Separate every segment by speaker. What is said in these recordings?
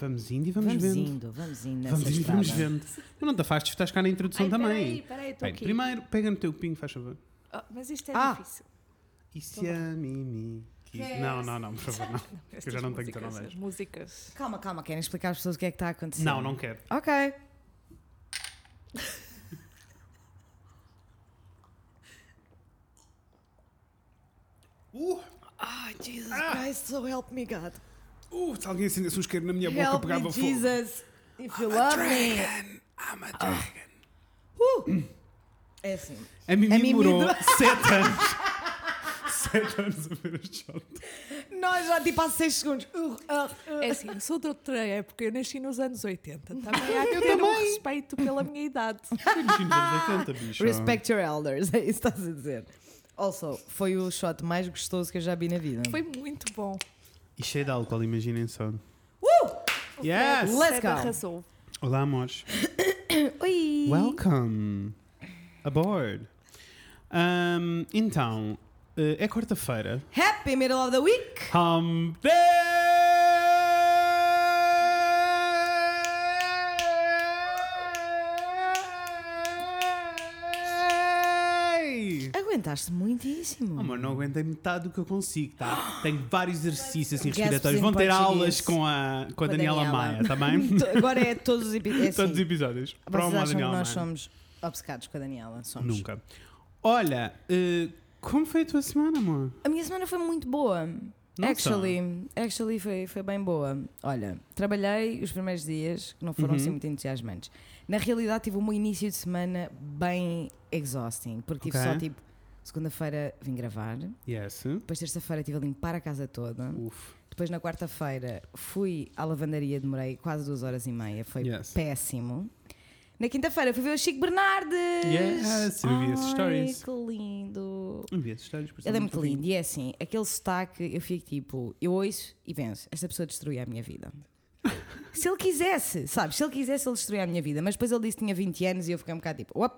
Speaker 1: Vamos indo e vamos,
Speaker 2: vamos
Speaker 1: vendo.
Speaker 2: indo, vamos indo nessa
Speaker 1: Vamos indo e vamos
Speaker 2: estrada.
Speaker 1: vendo. Mas não te afastes, estás cá na introdução
Speaker 3: Ai,
Speaker 1: também.
Speaker 3: peraí, peraí, estou
Speaker 1: Bem,
Speaker 3: aqui.
Speaker 1: primeiro, pega no teu pingo, faz favor.
Speaker 3: Oh, mas isto é
Speaker 1: Ah!
Speaker 3: difícil.
Speaker 1: E se a mimi quis-
Speaker 3: Yes.
Speaker 1: Não, não, não, por favor, não.
Speaker 3: Estas
Speaker 1: já não tenho
Speaker 3: músicas,
Speaker 1: telemóvel.
Speaker 3: As músicas.
Speaker 2: Calma, calma, querem explicar às pessoas o que é que está a acontecer?
Speaker 1: Não, não quero.
Speaker 2: Ok.
Speaker 1: Uh,
Speaker 2: Ai, Jesus Christ, so help me God.
Speaker 1: uh, se alguém acendesse um isqueiro na minha boca,
Speaker 2: Help
Speaker 1: pegava
Speaker 2: me,
Speaker 1: fogo. Ah,
Speaker 2: Jesus, if you love me. Ah.
Speaker 1: I'm a dragon.
Speaker 2: É assim.
Speaker 1: A mimi,
Speaker 2: A Mimi
Speaker 1: demorou
Speaker 2: do-
Speaker 1: 7 anos. 7 anos a ver este shot.
Speaker 2: Nós já tipo há 6 segundos. Uh, uh, uh.
Speaker 3: É assim, sou de outra época, eu nasci nos anos 80. Também há que ter um respeito pela minha idade.
Speaker 1: Foi nos anos 80, bicho.
Speaker 2: Respect your elders, é isso que estás a dizer. Also, foi o shot mais gostoso que eu já vi na vida.
Speaker 3: Foi muito bom.
Speaker 1: E cheio de álcool, imaginem só.
Speaker 2: Uh!
Speaker 1: Yes!
Speaker 2: Let's
Speaker 3: Fred
Speaker 2: go.
Speaker 3: arrasou.
Speaker 1: Olá, amores.
Speaker 2: Oi!
Speaker 1: Welcome aboard. Ahm, então, eh, é quarta-feira.
Speaker 2: Happy middle of the week!
Speaker 1: Hump Day!
Speaker 2: Aguentaste muitíssimo.
Speaker 1: Oh, mas não aguentei metade do que eu consigo, tá? Tenho vários exercícios assim,
Speaker 2: Gasps
Speaker 1: respiratórios.
Speaker 2: em
Speaker 1: Vão ter
Speaker 2: português.
Speaker 1: aulas com a, com a Daniela, Maia, tá bem?
Speaker 2: To- Agora é todos os episódios.
Speaker 1: Todos os episódios.
Speaker 2: Vocês
Speaker 1: Promo à
Speaker 2: acham que
Speaker 1: Daniela
Speaker 2: nós
Speaker 1: Maia.
Speaker 2: somos obcecados com a Daniela? Somos.
Speaker 1: Nunca. Olha, eh, como foi a tua semana, amor?
Speaker 2: A minha semana foi muito boa.
Speaker 1: Nossa.
Speaker 2: Actually, actually foi, foi bem boa. Olha, trabalhei os primeiros dias, que não foram
Speaker 1: Uhum.
Speaker 2: assim muito entusiasmantes. Na realidade, tive um início de semana bem exhausting, porque tive
Speaker 1: Ok.
Speaker 2: só tipo. Segunda-feira vim gravar,
Speaker 1: Yes.
Speaker 2: depois terça-feira estive a limpar a casa toda,
Speaker 1: Uf.
Speaker 2: depois na quarta-feira fui à lavandaria, demorei quase duas horas e meia, foi
Speaker 1: Yes.
Speaker 2: péssimo. Na quinta-feira fui ver o Chico Bernardes!
Speaker 1: Yes, eu vi esses
Speaker 2: Ai,
Speaker 1: stories.
Speaker 2: Que lindo!
Speaker 1: Envia essas histórias por
Speaker 2: Ele é muito lindo e é assim, aquele sotaque, eu fico tipo, eu ouço e penso, esta pessoa destruía a minha vida. se ele quisesse, sabes, se ele quisesse, ele destruía a minha vida, mas depois ele disse que tinha 20 anos e eu fiquei um bocado tipo, op,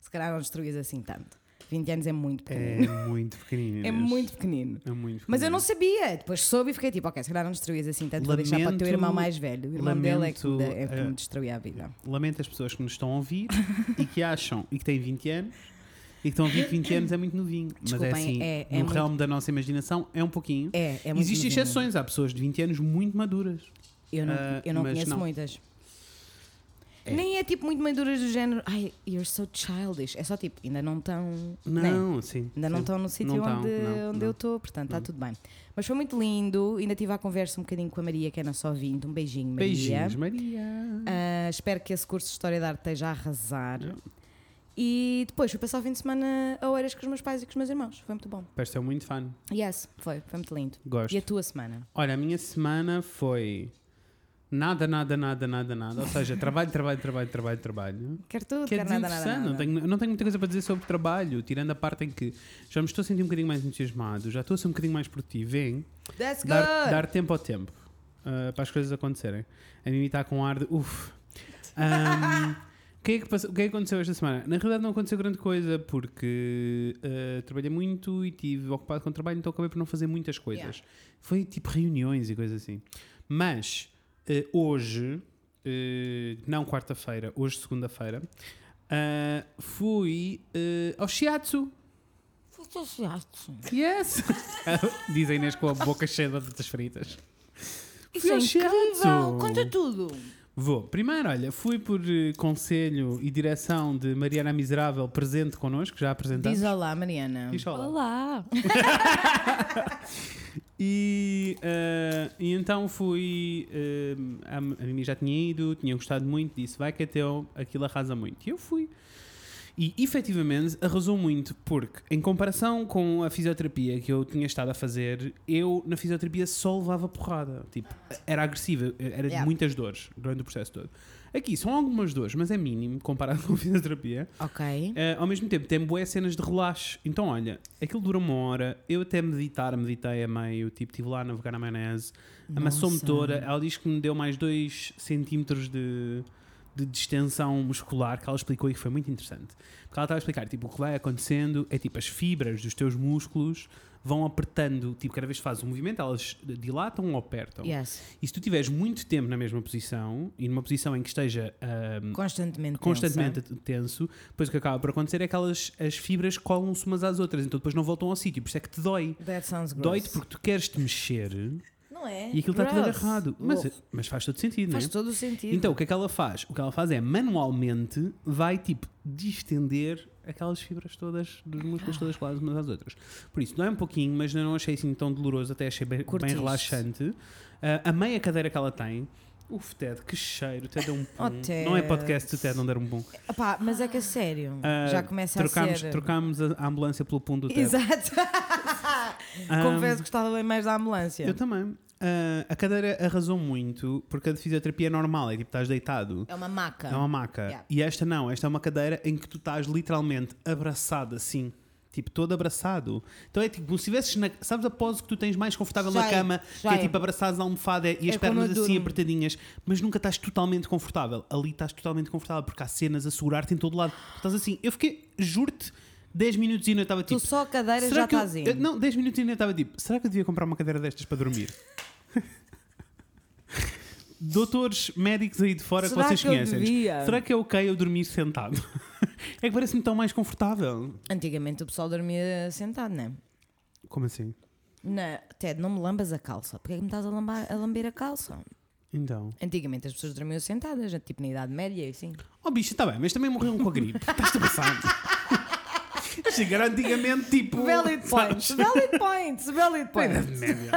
Speaker 2: se calhar não destruías assim tanto. 20 anos é muito pequenino.
Speaker 1: É muito pequenino.
Speaker 2: É,
Speaker 1: Inês.
Speaker 2: muito pequenino.
Speaker 1: É muito
Speaker 2: Mas eu não
Speaker 1: pequenino.
Speaker 2: sabia, depois soube e fiquei tipo, ok, se calhar não destruías assim tanto, vou deixar para o
Speaker 1: Lamento-
Speaker 2: teu irmão mais velho. O irmão dele é que, me,
Speaker 1: lamento,
Speaker 2: é que me
Speaker 1: eh,
Speaker 2: destruía a vida.
Speaker 1: Lamento as pessoas que nos estão a ouvir e que acham e que têm 20 anos e que estão a ouvir que 20 anos é muito novinho.
Speaker 2: Desculpem,
Speaker 1: Mas é assim,
Speaker 2: é- é
Speaker 1: no
Speaker 2: muito-
Speaker 1: realmo da nossa imaginação é um pouquinho.
Speaker 2: É, é muito
Speaker 1: Existem
Speaker 2: novinho.
Speaker 1: exceções, há pessoas de 20 anos muito maduras.
Speaker 2: Eu não,
Speaker 1: Ah,
Speaker 2: eu não
Speaker 1: mas
Speaker 2: conheço
Speaker 1: não.
Speaker 2: muitas. Nem é tipo muito maduras do género. Ai, you're so childish. É só tipo, ainda não estão.
Speaker 1: Não, sim.
Speaker 2: Ainda não
Speaker 1: sim.
Speaker 2: estão no sítio
Speaker 1: Não tão,
Speaker 2: onde,
Speaker 1: não,
Speaker 2: onde
Speaker 1: não.
Speaker 2: eu estou, portanto está tudo bem. Mas foi muito lindo, ainda tive a conversa um bocadinho com a Maria, que é na só 20. Um beijinho, Maria.
Speaker 1: Beijinhos, Maria.
Speaker 2: Ah, espero que esse curso de História da Arte esteja a arrasar. E depois fui passar o fim de semana a horas com os meus pais e com os meus irmãos. Foi muito bom.
Speaker 1: Parece ser muito fã.
Speaker 2: Yes, foi, foi muito lindo.
Speaker 1: Gosto.
Speaker 2: E a tua semana?
Speaker 1: Olha, a minha semana foi nada, nada, nada, nada, nada. Ou seja, trabalho, trabalho, trabalho, trabalho, trabalho.
Speaker 2: Quero tudo,
Speaker 1: Que é
Speaker 2: quero nada, nada,
Speaker 1: desinteressante,
Speaker 2: nada.
Speaker 1: não tenho, não tenho muita coisa para dizer sobre trabalho, tirando a parte em que já me estou a sentir um bocadinho mais entusiasmado, já estou a ser um bocadinho mais produtivo. Vem
Speaker 2: That's good!
Speaker 1: dar, dar tempo ao tempo ah, para as coisas acontecerem. A mim está com um ar de uff. Ahm, o que é que passou- o que é que aconteceu esta semana? Na realidade não aconteceu grande coisa porque ah, trabalhei muito e estive ocupado com trabalho, então acabei por não fazer muitas coisas. Foi tipo reuniões e coisas assim. Mas eh, hoje, eh, não quarta-feira, hoje segunda-feira, ah, fui eh, ao Shiatsu. Yes! Diz a Inês com a boca cheia de batatas fritas. Fui ao
Speaker 2: é
Speaker 1: Shiatsu.
Speaker 2: tudo!
Speaker 1: Vou. Primeiro, olha, fui por eh, conselho e direção de Mariana Miserável, presente connosco, já apresentamos.
Speaker 2: Diz olá, Mariana.
Speaker 1: Diz olá.
Speaker 3: Olá!
Speaker 1: E, eh, e então fui. eh, a, a Mimi já tinha ido, tinha gostado muito, disse vai que é teu, aquilo arrasa muito. E eu fui. E efetivamente arrasou muito, porque em comparação com a fisioterapia que eu tinha estado a fazer, eu na fisioterapia só levava porrada. Tipo, era agressiva, era de
Speaker 2: Yeah.
Speaker 1: muitas dores durante o processo todo. Aqui são algumas dores, mas é mínimo comparado com a fisioterapia.
Speaker 2: Ok.
Speaker 1: Eh, ao mesmo tempo, tem boas cenas de relaxo. Então, olha, aquilo dura uma hora. Eu até meditar, meditei a meio. Tipo, estive lá a navegar na maionese. Amassou-me
Speaker 2: Nossa.
Speaker 1: toda. Ela diz que me deu mais 2 centímetros de, de distensão muscular que ela explicou e que foi muito interessante. Porque ela estava a explicar, tipo, o que vai acontecendo é tipo, as fibras dos teus músculos vão apertando, tipo, cada vez que fazes um movimento, elas dilatam ou apertam.
Speaker 2: Yes.
Speaker 1: E se tu tiveres muito tempo na mesma posição, e numa posição em que esteja ahm,
Speaker 2: Constantemente.
Speaker 1: constantemente
Speaker 2: é?
Speaker 1: tenso, depois o que acaba por acontecer é que elas, as fibras colam-se umas às outras, então depois não voltam ao sítio, por isso é que te dói.
Speaker 2: tensa. That sounds gross.
Speaker 1: Dói-te porque tu queres te mexer
Speaker 3: Não é?
Speaker 1: e aquilo está tudo
Speaker 2: Gross.
Speaker 1: errado. Mas,
Speaker 2: Uf.
Speaker 1: mas faz todo sentido, não é?
Speaker 2: Faz todo o sentido.
Speaker 1: Então, o que é que ela faz? O que ela faz é manualmente vai tipo distender aquelas fibras todas, dos músculos todas coladas umas às outras. Por isso, dói um pouquinho, mas eu não achei assim tão doloroso, até achei bem,
Speaker 2: Curtiste.
Speaker 1: bem relaxante. Ah, a meia cadeira que ela tem, uf, Ted, que cheiro, o Ted é um pum.
Speaker 2: Oh, Ted.
Speaker 1: Não é podcast do Ted não der um bom.
Speaker 2: Epá, mas é que a sério,
Speaker 1: Ah,
Speaker 2: já começa
Speaker 1: trocámos,
Speaker 2: a ser. eh,
Speaker 1: trocámos a a ambulância pelo pum do Ted.
Speaker 2: Exato.
Speaker 1: Ah,
Speaker 2: Confesso que gostava bem mais da ambulância.
Speaker 1: Eu também. Ah, a cadeira arrasou muito, porque a de fisioterapia é normal, é tipo, estás deitado.
Speaker 2: É uma maca.
Speaker 1: É uma maca.
Speaker 2: Yeah.
Speaker 1: E esta não, esta é uma cadeira em que tu estás literalmente abraçado assim. Tipo, todo abraçado. Então é tipo, como se estivesses na. Sabes a pose que tu tens mais confortável
Speaker 2: Já
Speaker 1: na
Speaker 2: é,
Speaker 1: cama,
Speaker 2: já
Speaker 1: que é,
Speaker 2: é.
Speaker 1: tipo abraçados na almofada e as
Speaker 2: É como
Speaker 1: pernas
Speaker 2: eu
Speaker 1: assim
Speaker 2: durmo.
Speaker 1: apertadinhas, mas nunca estás totalmente confortável. Ali estás totalmente confortável porque há cenas a segurar-te em todo lado. Tu Estás assim. Eu fiquei, juro-te, 10 minutos e ainda estava
Speaker 2: Tu
Speaker 1: tipo.
Speaker 2: só a cadeira já tá assim.
Speaker 1: será que eu-
Speaker 2: estás
Speaker 1: eu-
Speaker 2: indo.
Speaker 1: Não, 10 minutos e ainda estava tipo. Será que eu devia comprar uma cadeira destas para dormir? Doutores, médicos aí de fora
Speaker 2: Será
Speaker 1: que vocês
Speaker 2: que eu
Speaker 1: conhecem.
Speaker 2: devia?
Speaker 1: Será que é ok eu dormir sentado? é que parece-me tão mais confortável.
Speaker 2: Antigamente o pessoal dormia sentado, não é?
Speaker 1: Como assim?
Speaker 2: Não, Ted, não me lambas a calça. Porquê é que me estás a, lambar, a lamber a calça?
Speaker 1: Então.
Speaker 2: Antigamente as pessoas dormiam sentadas, tipo na Idade Média e assim.
Speaker 1: Oh bicho, está bem, mas também morreram com a gripe. Estás-te a passar. Chegar antigamente tipo.
Speaker 2: Valid points, valid points, valid points.
Speaker 1: Média.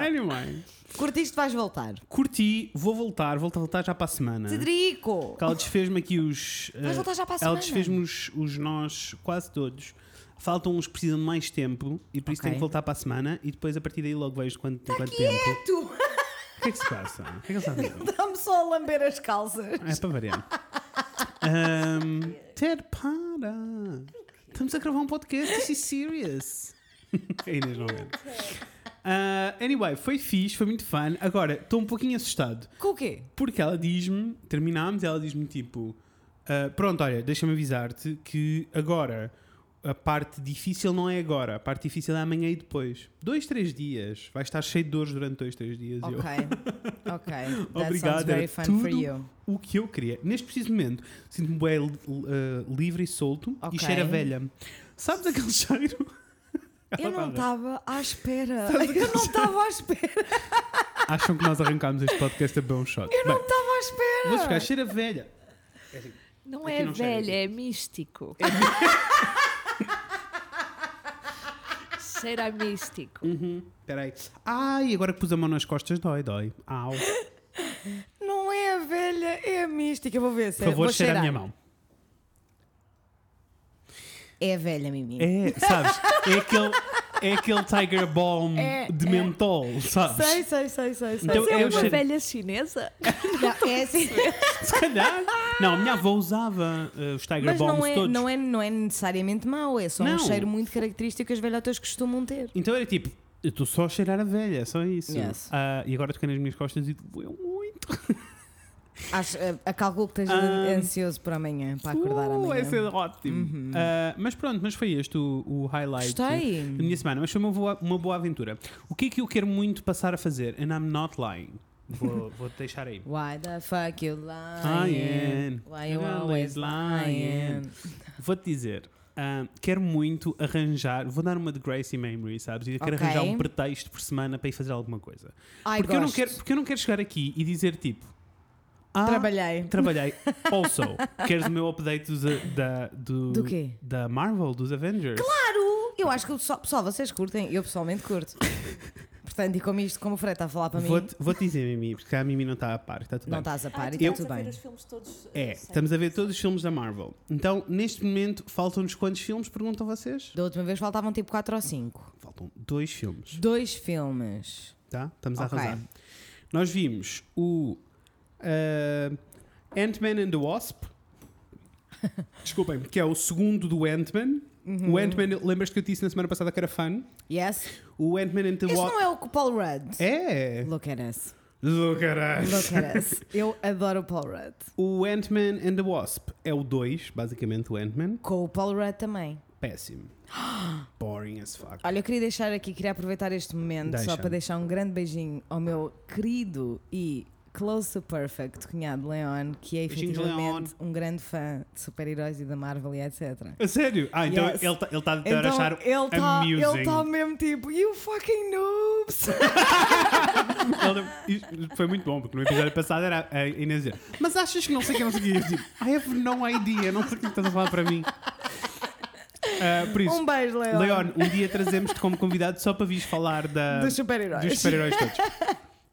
Speaker 1: Anyway.
Speaker 2: Curtiste, vais voltar.
Speaker 1: Curti, vou voltar, volto a voltar já para a semana.
Speaker 2: Cedrico!
Speaker 1: Porque ela desfez-me aqui os. eh,
Speaker 2: Vais voltar já para a
Speaker 1: É. Ela
Speaker 2: semana?
Speaker 1: desfez-me os, os nós quase todos. Faltam uns que precisam de mais tempo e por isso
Speaker 2: Ok.
Speaker 1: tenho que voltar para a semana e depois a partir daí logo vejo quanto, tem quanto tempo.
Speaker 2: Tu
Speaker 1: O que é que se passa? O que é que ele está a fazer?
Speaker 2: dá-me só a lamber as calças.
Speaker 1: É para variar. Ahm, Ted, para! Estamos a gravar um podcast, this is serious. É Inês Nogueira. Ah, anyway, foi fixe, foi muito fun. Agora, estou um pouquinho assustado.
Speaker 2: Com o quê?
Speaker 1: Porque ela diz-me, terminámos, ela diz-me tipo: "Ah, Pronto, olha, deixa-me avisar-te que agora a parte difícil não é agora, a parte difícil é amanhã e depois. Dois, três dias, vais estar cheio de dores durante dois, três dias. E eu,
Speaker 2: Ok, ok. That sounds
Speaker 1: Obrigado,
Speaker 2: very
Speaker 1: era
Speaker 2: fun
Speaker 1: tudo
Speaker 2: for you.
Speaker 1: o que eu queria. Neste preciso momento, sinto-me bem li- eh, livre e solto
Speaker 2: Ok.
Speaker 1: e cheira velha. Sabes aquele cheiro?
Speaker 2: Eu
Speaker 1: Ela fala,
Speaker 2: não estava à espera. Eu não estava à espera.
Speaker 1: Acham que nós arrancámos este podcast a bom shot.
Speaker 2: Eu
Speaker 1: Bem,
Speaker 2: não estava à espera.
Speaker 1: vou buscar cheira velha.
Speaker 3: Não
Speaker 1: Aqui
Speaker 3: é
Speaker 1: não cheira
Speaker 3: velha,
Speaker 1: assim.
Speaker 3: é místico. Cheira a místico.
Speaker 1: Uhum. Peraí. Ai, agora que pus a mão nas costas, dói, dói. Au.
Speaker 2: Não é a velha, é a mística. Eu vou ver se
Speaker 1: Por favor,
Speaker 2: vou
Speaker 1: cheira a
Speaker 2: cheirar.
Speaker 1: minha mão.
Speaker 2: É a velha, Mimi.
Speaker 1: É, sabes? É aquele, é aquele Tiger Bomb
Speaker 2: É,
Speaker 1: de
Speaker 2: é.
Speaker 1: mentol, sabes?
Speaker 2: Sei, sei, sei, sei. sei.
Speaker 1: Então,
Speaker 3: Mas é
Speaker 1: eu
Speaker 3: uma
Speaker 1: cheiro-
Speaker 3: velha chinesa?
Speaker 2: Não, é assim.
Speaker 1: Se calhar. Não, a minha avó usava eh, os Tiger
Speaker 2: Mas
Speaker 1: Bombs
Speaker 2: não é,
Speaker 1: todos.
Speaker 2: não, é, não é necessariamente mau, é só um
Speaker 1: Não.
Speaker 2: cheiro muito característico que as velhotas costumam ter.
Speaker 1: Então era tipo, eu estou só a cheirar a velha, é só isso.
Speaker 2: Yes.
Speaker 1: Ah, e agora toquei nas minhas costas e doeu muito.
Speaker 2: Acho, eh, a, a calculo que esteja
Speaker 1: Ah.
Speaker 2: ansioso por amanhã, para acordar
Speaker 1: uh,
Speaker 2: amanhã. Uhum.
Speaker 1: Vai ser ótimo. Ah, mas pronto, mas foi este o, o highlight.
Speaker 2: Gostei.
Speaker 1: Da minha semana, mas foi uma boa, uma boa aventura. O que é que eu quero muito passar a fazer? And I'm not lying. Vou, vou te deixar aí.
Speaker 2: Why the fuck you lying?
Speaker 1: Lying.
Speaker 2: Why you
Speaker 1: You're always
Speaker 2: always lying?
Speaker 1: lying. Vou-te dizer, ah, quero muito arranjar, vou dar uma de Gracie Memory, sabes? E quero
Speaker 2: Ok.
Speaker 1: arranjar um pretexto por semana para ir fazer alguma coisa.
Speaker 2: Ai,
Speaker 1: porque, eu não
Speaker 2: gosto.
Speaker 1: quero, porque eu não quero chegar aqui e dizer tipo. "Ah,
Speaker 2: Trabalhei.
Speaker 1: Trabalhei. Also, queres o meu update dos, uh, da, do,
Speaker 2: Do quê?
Speaker 1: da Marvel, dos Avengers?
Speaker 2: Claro! Eu acho que o pessoal, pessoal, vocês curtem, eu pessoalmente curto. Portanto, e como isto, como o Fred está a falar para mim,
Speaker 1: Vou-te vou dizer, Mimi, porque a Mimi não está a par, está tudo
Speaker 2: não
Speaker 1: bem.
Speaker 2: estás a
Speaker 3: Ah,
Speaker 2: par e
Speaker 1: Eu-
Speaker 3: então
Speaker 2: está tudo bem.
Speaker 3: filmes todos. eh,
Speaker 1: É, estamos a ver todos os filmes da Marvel. Então, neste momento, faltam-nos quantos filmes? Perguntam vocês?
Speaker 2: Da última vez faltavam tipo 4 ou 5.
Speaker 1: Faltam dois filmes,
Speaker 2: Dois filmes.
Speaker 1: tá? Estamos a
Speaker 2: Ok.
Speaker 1: arrasar. Nós vimos o ah, Ant-Man and the Wasp. Desculpem, que é o segundo do Ant-Man. O Ant-Man, lembras-te que eu disse na semana passada que era fã?
Speaker 2: Yes?
Speaker 1: O Ant-Man and the
Speaker 2: Este
Speaker 1: Wasp.
Speaker 2: não é o que o Paul é Rudd.
Speaker 1: É!
Speaker 2: Look at us.
Speaker 1: Do caralho.
Speaker 2: Look at us. Eu adoro o Paul Rudd.
Speaker 1: O Ant-Man and the Wasp é o 2, basicamente o Ant-Man.
Speaker 2: Com o Paul Rudd também.
Speaker 1: Péssimo. Boring as fuck.
Speaker 2: Olha, eu queria deixar aqui, queria aproveitar este momento
Speaker 1: Deixa.
Speaker 2: só para deixar um grande beijinho ao meu querido e close to perfect cunhado Leon, que é
Speaker 1: Beijinhos,
Speaker 2: efetivamente um grande fã de super-heróis e da Marvel e etc.
Speaker 1: A sério? Ah, então
Speaker 2: Yes.
Speaker 1: ele está ele tá a tentar achar
Speaker 2: ele tá-
Speaker 1: amusing.
Speaker 2: ele está mesmo tipo, you fucking noobs!
Speaker 1: Ele- isto foi muito bom, porque no episódio passado era a Inês dizer Mas achas que não sei o que, não sei o que Eu digo, I have no idea, não sei o que estás a falar para mim Ah, Por isso,
Speaker 2: Um beijo, Leon.
Speaker 1: Leon, um dia trazemos-te como convidado só para vires falar da,
Speaker 2: dos super-heróis.
Speaker 1: dos super-heróis todos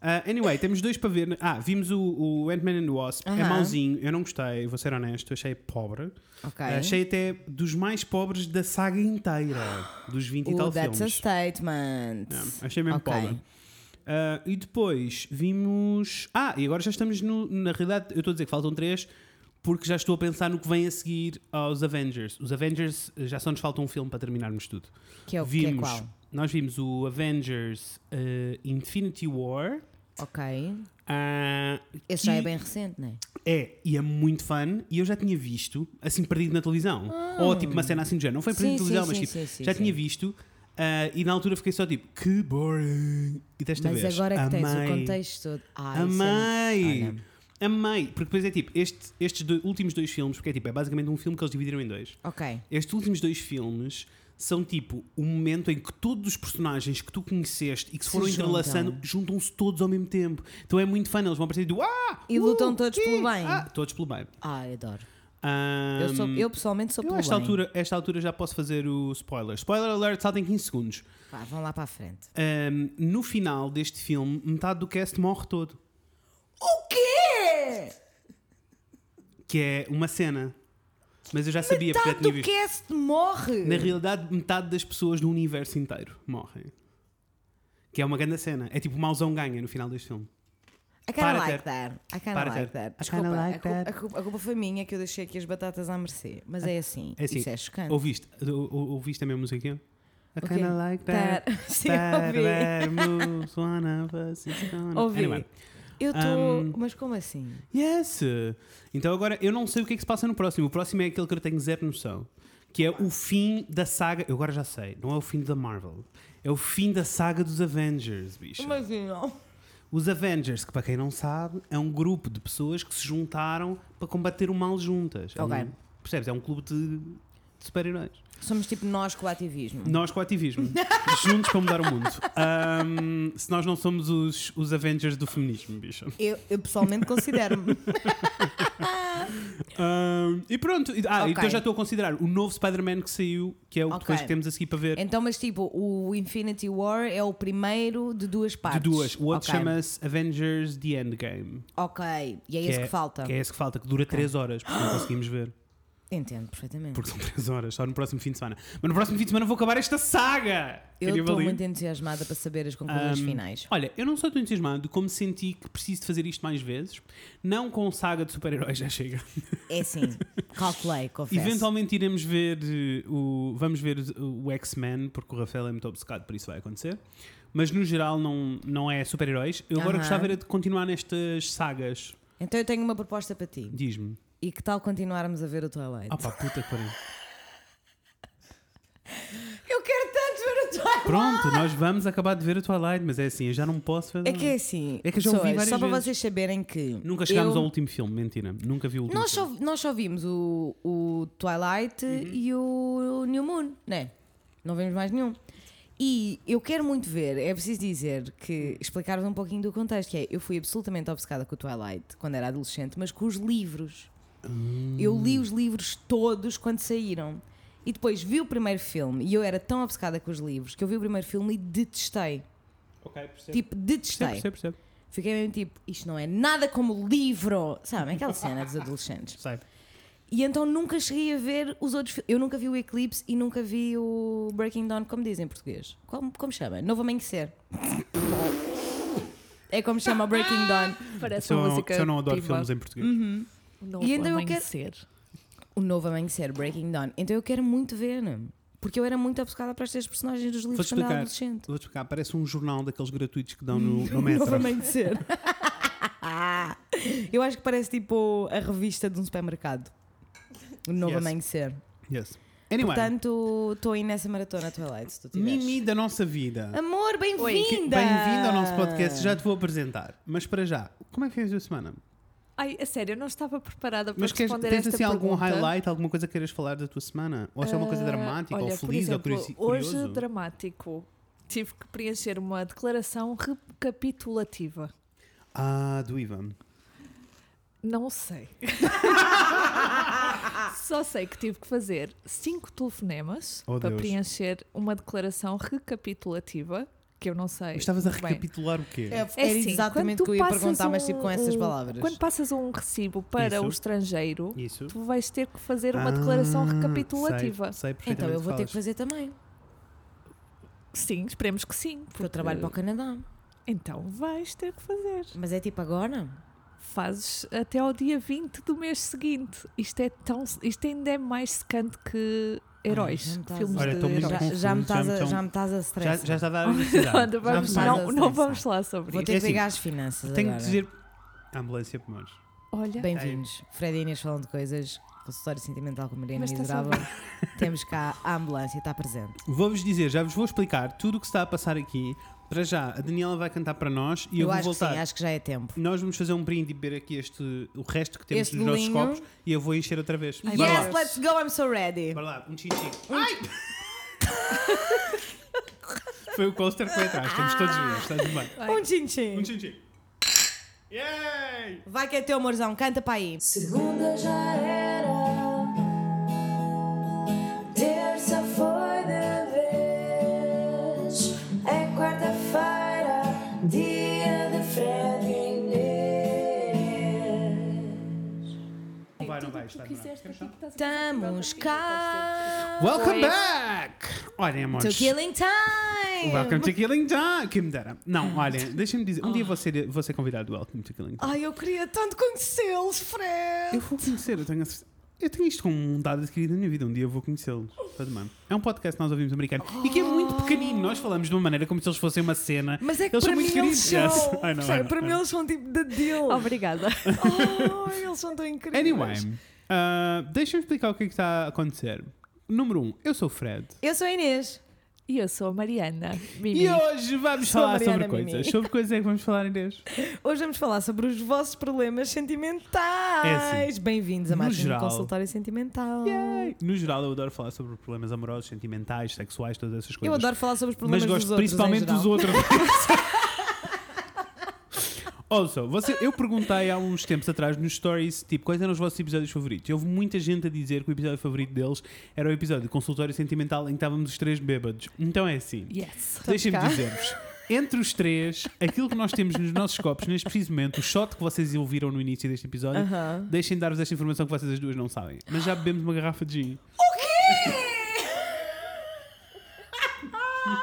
Speaker 1: Ah, Anyway, temos dois para ver Ah, vimos o, o Ant-Man and the Wasp É
Speaker 2: Aham.
Speaker 1: mauzinho, eu não gostei, vou ser honesto Achei pobre
Speaker 2: Ok.
Speaker 1: Achei até dos mais pobres da saga inteira Dos 20 e
Speaker 2: o
Speaker 1: tal
Speaker 2: That's
Speaker 1: filmes
Speaker 2: a Statement.
Speaker 1: é, achei mesmo
Speaker 2: Ok.
Speaker 1: pobre. Ah, e depois vimos. Ah, e agora já estamos no. Na realidade, eu estou a dizer que faltam três, porque já estou a pensar no que vem a seguir aos Avengers. Os Avengers eh, já só nos falta um filme para terminarmos tudo.
Speaker 2: Que é o que é
Speaker 1: vimos,
Speaker 2: qual?
Speaker 1: Nós vimos o Avengers eh, Infinity War.
Speaker 2: Ok.
Speaker 1: Ah,
Speaker 2: Esse já
Speaker 1: e-
Speaker 2: é bem recente, não é?
Speaker 1: É, e é muito fun, e eu já tinha visto, assim, perdido na televisão. Ou tipo uma cena assim do género. Não foi perdido
Speaker 2: Ah. Sim,
Speaker 1: na televisão,
Speaker 2: sim,
Speaker 1: mas
Speaker 2: sim,
Speaker 1: tipo,
Speaker 2: sim, sim,
Speaker 1: já
Speaker 2: sim.
Speaker 1: tinha visto. ah, e na altura fiquei só tipo, que boring. E desta
Speaker 2: Mas
Speaker 1: vez.
Speaker 2: agora que tens
Speaker 1: amei.
Speaker 2: o contexto todo. Ai, isso é muito-
Speaker 1: Amei!
Speaker 2: Olha.
Speaker 1: Amei! Porque depois é tipo, este- estes dois- últimos dois filmes, porque é tipo, é basicamente um filme que eles dividiram em dois.
Speaker 2: Ok.
Speaker 1: Estes últimos dois filmes são tipo o momento em que todos os personagens que tu conheceste e que se
Speaker 2: Se
Speaker 1: foram
Speaker 2: juntam.
Speaker 1: entrelaçando juntam-se todos ao mesmo tempo. Então é muito fã, eles vão aparecer do ah!
Speaker 2: E
Speaker 1: uh,
Speaker 2: lutam todos
Speaker 1: ih,
Speaker 2: pelo bem."
Speaker 1: ah", todos pelo bem.
Speaker 2: Ai, adoro.
Speaker 1: Ahm,
Speaker 2: eu, sou, Hum, eu pessoalmente sou
Speaker 1: eu
Speaker 2: pelo
Speaker 1: esta
Speaker 2: bem.
Speaker 1: altura, esta altura já posso fazer o spoiler. Spoiler alert, saltem 15 segundos.
Speaker 2: Vá, vão lá para a frente.
Speaker 1: Ahm, no final deste filme, metade do cast morre todo.
Speaker 2: O quê?
Speaker 1: Que é uma cena. Mas eu já sabia porque já tinha
Speaker 2: Tanto
Speaker 1: visto.
Speaker 2: cast morre!
Speaker 1: Na realidade, metade das pessoas do universo inteiro morrem. Que é uma grande cena. É tipo o mauzão ganha no final deste filme.
Speaker 2: I kinda
Speaker 1: Para
Speaker 2: like
Speaker 1: ter.
Speaker 2: that. I kinda
Speaker 1: Para ter.
Speaker 2: like
Speaker 1: I
Speaker 2: that.
Speaker 1: kinda
Speaker 2: Desculpa,
Speaker 1: like
Speaker 2: a, culpa,
Speaker 1: that.
Speaker 2: A, culpa, a culpa foi minha que eu deixei aqui as batatas à mercê. Mas é assim.
Speaker 1: É assim,
Speaker 2: Isso é chocante.
Speaker 1: Ouviste? Ou- ou- Ouviste a minha musiquinha? I
Speaker 2: O quê?
Speaker 1: kinda like that.
Speaker 2: Tá- Sim,
Speaker 1: that
Speaker 2: ouvi.
Speaker 1: bad moves, one of us is gonna-
Speaker 2: Ouvi.
Speaker 1: Anyway.
Speaker 2: Eu estou.
Speaker 1: Um,
Speaker 2: Mas como assim?
Speaker 1: Yes! Então agora eu não sei o que é que se passa no próximo. O próximo é aquele que eu tenho zero noção. Que é o fim da saga. Eu agora já sei, não é o fim da Marvel. É o fim da saga dos Avengers, bicho.
Speaker 2: Mas não.
Speaker 1: Os Avengers, que para quem não sabe, é um grupo de pessoas que se juntaram para combater o mal juntas. É
Speaker 2: Ok.
Speaker 1: um- percebes? É um clube de, de super-heróis.
Speaker 2: Somos tipo nós com o ativismo.
Speaker 1: Nós com o ativismo. Juntos para mudar o mundo. Ahm, se nós não somos os, os Avengers do feminismo, bicho.
Speaker 2: Eu, eu pessoalmente considero-me.
Speaker 1: Ahm, e pronto. E- Ah,
Speaker 2: Ok.
Speaker 1: então já estou a considerar o novo Spider-Man que saiu, que é o que
Speaker 2: Ok.
Speaker 1: depois que temos a seguir para ver.
Speaker 2: Então, mas tipo, o Infinity War é o primeiro de duas
Speaker 1: de
Speaker 2: partes.
Speaker 1: duas. O outro
Speaker 2: Ok.
Speaker 1: chama-se Avengers The Endgame.
Speaker 2: Ok, e é isso que falta.
Speaker 1: Que é esse que falta, que dura 3 horas, porque não conseguimos ver.
Speaker 2: Entendo perfeitamente.
Speaker 1: Porque são 3 horas, só no próximo fim de semana. Mas no próximo fim de semana vou acabar esta saga!
Speaker 2: eu
Speaker 1: Queria
Speaker 2: estou
Speaker 1: valer.
Speaker 2: muito entusiasmada para saber as conclusões
Speaker 1: Ahm,
Speaker 2: finais.
Speaker 1: Olha, eu não só estou entusiasmado, como senti que preciso de fazer isto mais vezes. Não com saga de super-heróis, já chega.
Speaker 2: É sim, calculei, confesso.
Speaker 1: Eventualmente iremos ver eh, o. Vamos ver os- o X-Men, porque o Rafael é muito obcecado, por isso vai acontecer. Mas no geral não, não é super-heróis. Eu agora
Speaker 2: Aham.
Speaker 1: gostava era de continuar nestas sagas.
Speaker 2: Então eu tenho uma proposta para ti.
Speaker 1: Diz-me.
Speaker 2: E que tal continuarmos a ver o Twilight?
Speaker 1: Ah pá, puta que pariu.
Speaker 2: Eu quero tanto ver o Twilight!
Speaker 1: Pronto, nós vamos acabar de ver o Twilight, mas é assim, eu já não posso ver.
Speaker 2: É que é assim,
Speaker 1: É que eu já ouvi
Speaker 2: pessoas,
Speaker 1: várias
Speaker 2: só para
Speaker 1: vezes.
Speaker 2: vocês saberem que.
Speaker 1: Nunca chegámos
Speaker 2: eu-
Speaker 1: ao último filme, mentira. Nunca vi o último
Speaker 2: Nós
Speaker 1: filme. Uhum.
Speaker 2: só, nós só vimos o, o Twilight e o New Moon, né? Não vimos mais nenhum. E eu quero muito ver, é preciso dizer que explicar-vos um pouquinho do contexto, que é eu fui absolutamente obcecada com o Twilight quando era adolescente, mas com os livros.
Speaker 1: Hum.
Speaker 2: Eu li os livros todos quando saíram. E depois vi o primeiro filme e eu era tão obcecada com os livros que eu vi o primeiro filme e detestei.
Speaker 1: Ok, percebo.
Speaker 2: Tipo, detestei.
Speaker 1: percebo, percebo.
Speaker 2: Fiquei mesmo tipo, isto não é nada como o livro. Sabe, aquela cena dos adolescentes.
Speaker 1: Percebo.
Speaker 2: E então nunca cheguei a ver os outros filmes. Eu nunca vi o Eclipse e nunca vi o Breaking Dawn, como diz em português. Como, como chama? Novo Amanhecer. É como chama o Breaking Dawn.
Speaker 3: Parece
Speaker 1: Se eu,
Speaker 3: uma
Speaker 1: não-
Speaker 3: música.
Speaker 1: se eu não adoro
Speaker 3: pimba.
Speaker 1: filmes em português.
Speaker 2: Uhum,
Speaker 3: O novo
Speaker 2: E ainda eu quero-
Speaker 3: amanhecer.
Speaker 2: O Novo Amanhecer, Breaking Dawn. Então eu quero muito ver, né? porque eu era muito obcecada para estas personagens dos livros
Speaker 1: Vou-te
Speaker 2: quando era
Speaker 1: explicar.
Speaker 2: adolescente.
Speaker 1: Vou-te explicar, parece um jornal daqueles gratuitos que dão no, no
Speaker 2: Novo
Speaker 1: metro.
Speaker 2: Amanhecer. Eu acho que parece tipo a revista de um supermercado. O novo
Speaker 1: Yes.
Speaker 2: amanhecer.
Speaker 1: Yes. Anyway,
Speaker 2: Portanto, estou aí nessa maratona Twilight, se tu tiveres.
Speaker 1: Mimi da nossa vida.
Speaker 2: Amor,
Speaker 1: Que-
Speaker 2: bem-vinda!
Speaker 1: Bem-vindo ao nosso podcast, já te vou apresentar. Mas para já, como é que foi a sua semana?
Speaker 3: Ai, a sério, eu não estava preparada para
Speaker 1: Mas queres,
Speaker 3: responder
Speaker 1: tens
Speaker 3: esta
Speaker 1: assim algum
Speaker 3: pergunta.
Speaker 1: highlight, alguma coisa que queiras falar da tua semana? Ou se é uma coisa
Speaker 3: Ah,
Speaker 1: dramática,
Speaker 3: olha,
Speaker 1: ou
Speaker 3: por
Speaker 1: feliz, ou
Speaker 3: exemplo,
Speaker 1: curiosi- curioso?
Speaker 3: Hoje, dramático. Tive que preencher uma declaração recapitulativa.
Speaker 1: Ah, do Ivan.
Speaker 3: Não sei. Só sei que tive que fazer cinco telefonemas
Speaker 1: Oh,
Speaker 3: para
Speaker 1: Deus.
Speaker 3: preencher uma declaração recapitulativa, que eu não sei.
Speaker 1: Mas estavas a
Speaker 3: muito bem.
Speaker 1: recapitular o quê?
Speaker 2: É,
Speaker 3: É
Speaker 2: era
Speaker 3: assim,
Speaker 2: exatamente
Speaker 3: quando
Speaker 2: o que eu ia
Speaker 3: tu passas
Speaker 2: perguntar, mas tipo
Speaker 3: um-
Speaker 2: com essas
Speaker 3: um-
Speaker 2: palavras.
Speaker 3: Quando passas um recibo para
Speaker 1: Isso.
Speaker 3: o estrangeiro,
Speaker 1: Isso.
Speaker 3: tu vais ter que fazer uma declaração
Speaker 1: Ah,
Speaker 3: recapitulativa.
Speaker 1: Sei, sei perfeitamente
Speaker 2: Então eu
Speaker 1: o
Speaker 2: vou ter que
Speaker 1: falas.
Speaker 2: fazer também,
Speaker 3: Sim, esperemos que sim.
Speaker 2: porque eu trabalho para o Canadá.
Speaker 3: Então vais ter que fazer.
Speaker 2: Mas é tipo agora?
Speaker 3: Fazes até ao dia 20 do mês seguinte. Isto é tão. Isto ainda é mais secante que
Speaker 2: Ai, então já
Speaker 3: heróis.
Speaker 2: me estás
Speaker 3: filmes
Speaker 2: a-
Speaker 1: Olha, estou
Speaker 3: de
Speaker 1: muito
Speaker 3: heróis.
Speaker 2: Já, já me estás a,
Speaker 1: confuso,
Speaker 2: já me estás a
Speaker 1: Já,
Speaker 2: estressar.
Speaker 1: já está a dar a necessidade.
Speaker 3: Não,
Speaker 1: Já
Speaker 3: vamos,
Speaker 1: está a dar
Speaker 3: não,
Speaker 2: a
Speaker 3: não
Speaker 2: estressar.
Speaker 3: vamos falar sobre
Speaker 2: Vou
Speaker 3: isso.
Speaker 1: É
Speaker 2: ter que
Speaker 1: assim,
Speaker 2: ligar as finanças
Speaker 1: Tenho que
Speaker 2: agora.
Speaker 1: dizer. Ambulância Pomores.
Speaker 3: Olha,
Speaker 2: Bem-vindos. Fred e Inês falam de coisas, consultório sentimental com Mariana
Speaker 3: Mas está
Speaker 2: Miserável. Temos cá a ambulância, está presente.
Speaker 1: Vou-vos dizer, já vos vou explicar tudo o que se está a passar aqui. Para já, a Daniela vai cantar para nós e eu, vou
Speaker 2: acho que sim,
Speaker 1: voltar.
Speaker 2: acho que já é tempo.
Speaker 1: Nós vamos fazer um brinde e beber aqui este, o resto que temos
Speaker 2: Este
Speaker 1: nos nossos
Speaker 2: bolinho.
Speaker 1: copos e eu vou encher outra vez.
Speaker 3: Ai,
Speaker 1: Bora
Speaker 3: meu
Speaker 1: lá.
Speaker 2: Yes,
Speaker 3: Deus.
Speaker 2: let's go, I'm so ready.
Speaker 1: Bora lá, um xixi. Ai! Foi o coaster que foi atrás,
Speaker 2: Ah.
Speaker 1: estamos todos vivos, está tudo bem.
Speaker 2: Um tchim-tchim.
Speaker 1: Um xixi. Yay!
Speaker 2: Vai que é teu amorzão, canta para aí.
Speaker 4: Segunda já era, terça foi de vez, é quarta-feira, dia de Fred e Inês.
Speaker 1: Não vai, não vai, está bem.
Speaker 2: Estamos cá.
Speaker 1: Welcome back! Olhem,
Speaker 2: To
Speaker 1: amores.
Speaker 2: Killing Time.
Speaker 1: Welcome to Killing Time! Que me dera. Não, olhem, deixem-me dizer,
Speaker 2: Ah.
Speaker 1: um dia vou ser, vou ser convidado do Welcome to Killing Time.
Speaker 2: Ai, eu queria tanto conhecê-los, Fred.
Speaker 1: Eu vou conhecer, eu tenho a certeza. Eu tenho isto como um dado adquirido na minha vida, um dia eu vou conhecê-los. Tá de mano. É um podcast que nós ouvimos americano e que é muito pequenino. Nós falamos de uma maneira como se eles fossem uma cena.
Speaker 2: Mas é que
Speaker 1: Eles
Speaker 2: para
Speaker 1: são
Speaker 2: mim
Speaker 1: muito
Speaker 2: eles
Speaker 1: queridos. Yes.
Speaker 2: são.
Speaker 1: I know, I
Speaker 2: percebe?
Speaker 1: know,
Speaker 2: para
Speaker 1: I
Speaker 2: mim
Speaker 1: know.
Speaker 2: eles são tipo the deal.
Speaker 3: Obrigada.
Speaker 2: Oh, eles são tão incríveis.
Speaker 1: Anyway, ah, deixa-me explicar o que é que está a acontecer. Número 1, um, eu sou o Fred.
Speaker 2: Eu sou a Inês.
Speaker 3: E eu sou a Mariana. Mimi.
Speaker 1: E hoje vamos
Speaker 2: Sou a
Speaker 1: falar sobre
Speaker 2: Mariana
Speaker 1: coisas.
Speaker 2: Mimi.
Speaker 1: Sobre coisas é que vamos falar, Inês.
Speaker 2: Hoje vamos falar sobre os vossos problemas sentimentais.
Speaker 1: É assim,
Speaker 2: Bem-vindos a
Speaker 1: no
Speaker 2: mais um
Speaker 1: geral-
Speaker 2: consultório sentimental.
Speaker 1: Yay! No geral, eu adoro falar sobre problemas amorosos, sentimentais, sexuais, todas essas coisas.
Speaker 2: Eu adoro falar sobre os problemas
Speaker 1: Mas gosto
Speaker 2: dos outros.
Speaker 1: principalmente
Speaker 2: em geral.
Speaker 1: dos outros. Also, você, eu perguntei há uns tempos atrás nos stories, tipo, quais eram os vossos episódios favoritos? E houve muita gente a dizer que o episódio favorito deles era o episódio de consultório sentimental em que estávamos os três bêbados. Então é assim.
Speaker 3: Yes.
Speaker 1: Deixem-me
Speaker 2: cá.
Speaker 1: dizer-vos. Entre os três, aquilo que nós temos nos nossos copos, neste preciso momento, o shot que vocês ouviram no início deste episódio,
Speaker 2: Aham.
Speaker 1: deixem de dar-vos esta informação que vocês as duas não sabem. Mas já bebemos uma garrafa de gin.
Speaker 3: Está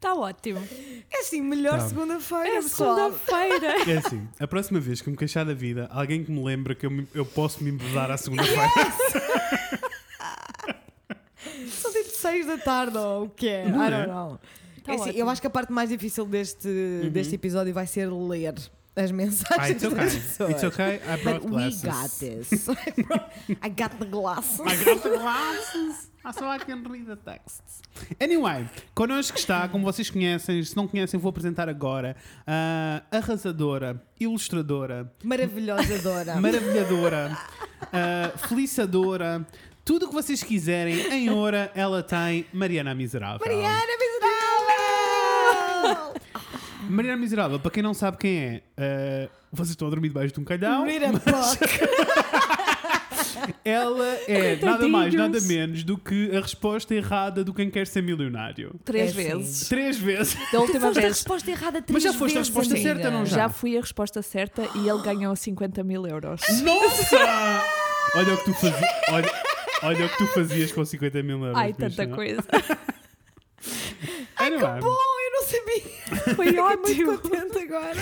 Speaker 3: Tá ótimo.
Speaker 2: É assim, melhor
Speaker 1: Tá.
Speaker 2: segunda-feira,
Speaker 3: É
Speaker 2: pessoal.
Speaker 3: segunda-feira.
Speaker 1: É assim, a próxima vez que me queixar da vida, alguém que me lembra que eu, me- eu posso me embebedar à segunda-feira.
Speaker 2: São tipo 6 da tarde ou o que é?
Speaker 1: Não
Speaker 2: I
Speaker 1: é?
Speaker 2: don't know.
Speaker 3: Tá
Speaker 2: É assim, eu
Speaker 3: ótimo.
Speaker 2: acho que a parte mais difícil deste, deste episódio vai ser ler as
Speaker 1: Uhum. Ah,
Speaker 2: mensagens
Speaker 1: it's okay.
Speaker 2: das pessoas.
Speaker 1: It's okay. I brought
Speaker 2: But we
Speaker 1: glasses.
Speaker 2: got this. I brought- I got the glasses.
Speaker 1: I got the glasses. Ah, so I can read the texts. Anyway, connosco está, como vocês conhecem, se não conhecem, vou apresentar agora a arrasadora, ilustradora,
Speaker 2: Maravilhosa Dora.
Speaker 1: maravilhadora, ah, feliçadora, tudo o que vocês quiserem, em hora, ela tem Mariana Miserável.
Speaker 2: Mariana Miserável!
Speaker 1: Mariana Miserável, para quem não sabe quem é, ah, vocês estão a dormir debaixo de um calhau.
Speaker 2: Read a book.
Speaker 1: Ela é nada mais, nada
Speaker 3: Coitadinhos.
Speaker 1: menos do que a resposta errada do quem quer ser milionário.
Speaker 3: Três
Speaker 2: É assim.
Speaker 3: vezes.
Speaker 1: Três vezes.
Speaker 3: Da última
Speaker 2: Foste a
Speaker 3: vez.
Speaker 2: resposta errada três
Speaker 1: Mas já foste a
Speaker 2: vezes,
Speaker 1: resposta
Speaker 2: amiga.
Speaker 1: certa, não
Speaker 3: Então Já fui a resposta certa e ele ganhou 50 mil euros.
Speaker 1: Nossa! Olha o que tu fazias. Olha, olha o que tu fazias com 50 mil euros.
Speaker 3: é? Ai, tanta
Speaker 1: Michel.
Speaker 3: coisa.
Speaker 1: Anyway,
Speaker 2: Bom, eu não sabia.
Speaker 3: Foi
Speaker 2: Fiquei
Speaker 1: tipo
Speaker 3: ótimo.
Speaker 2: muito contente agora.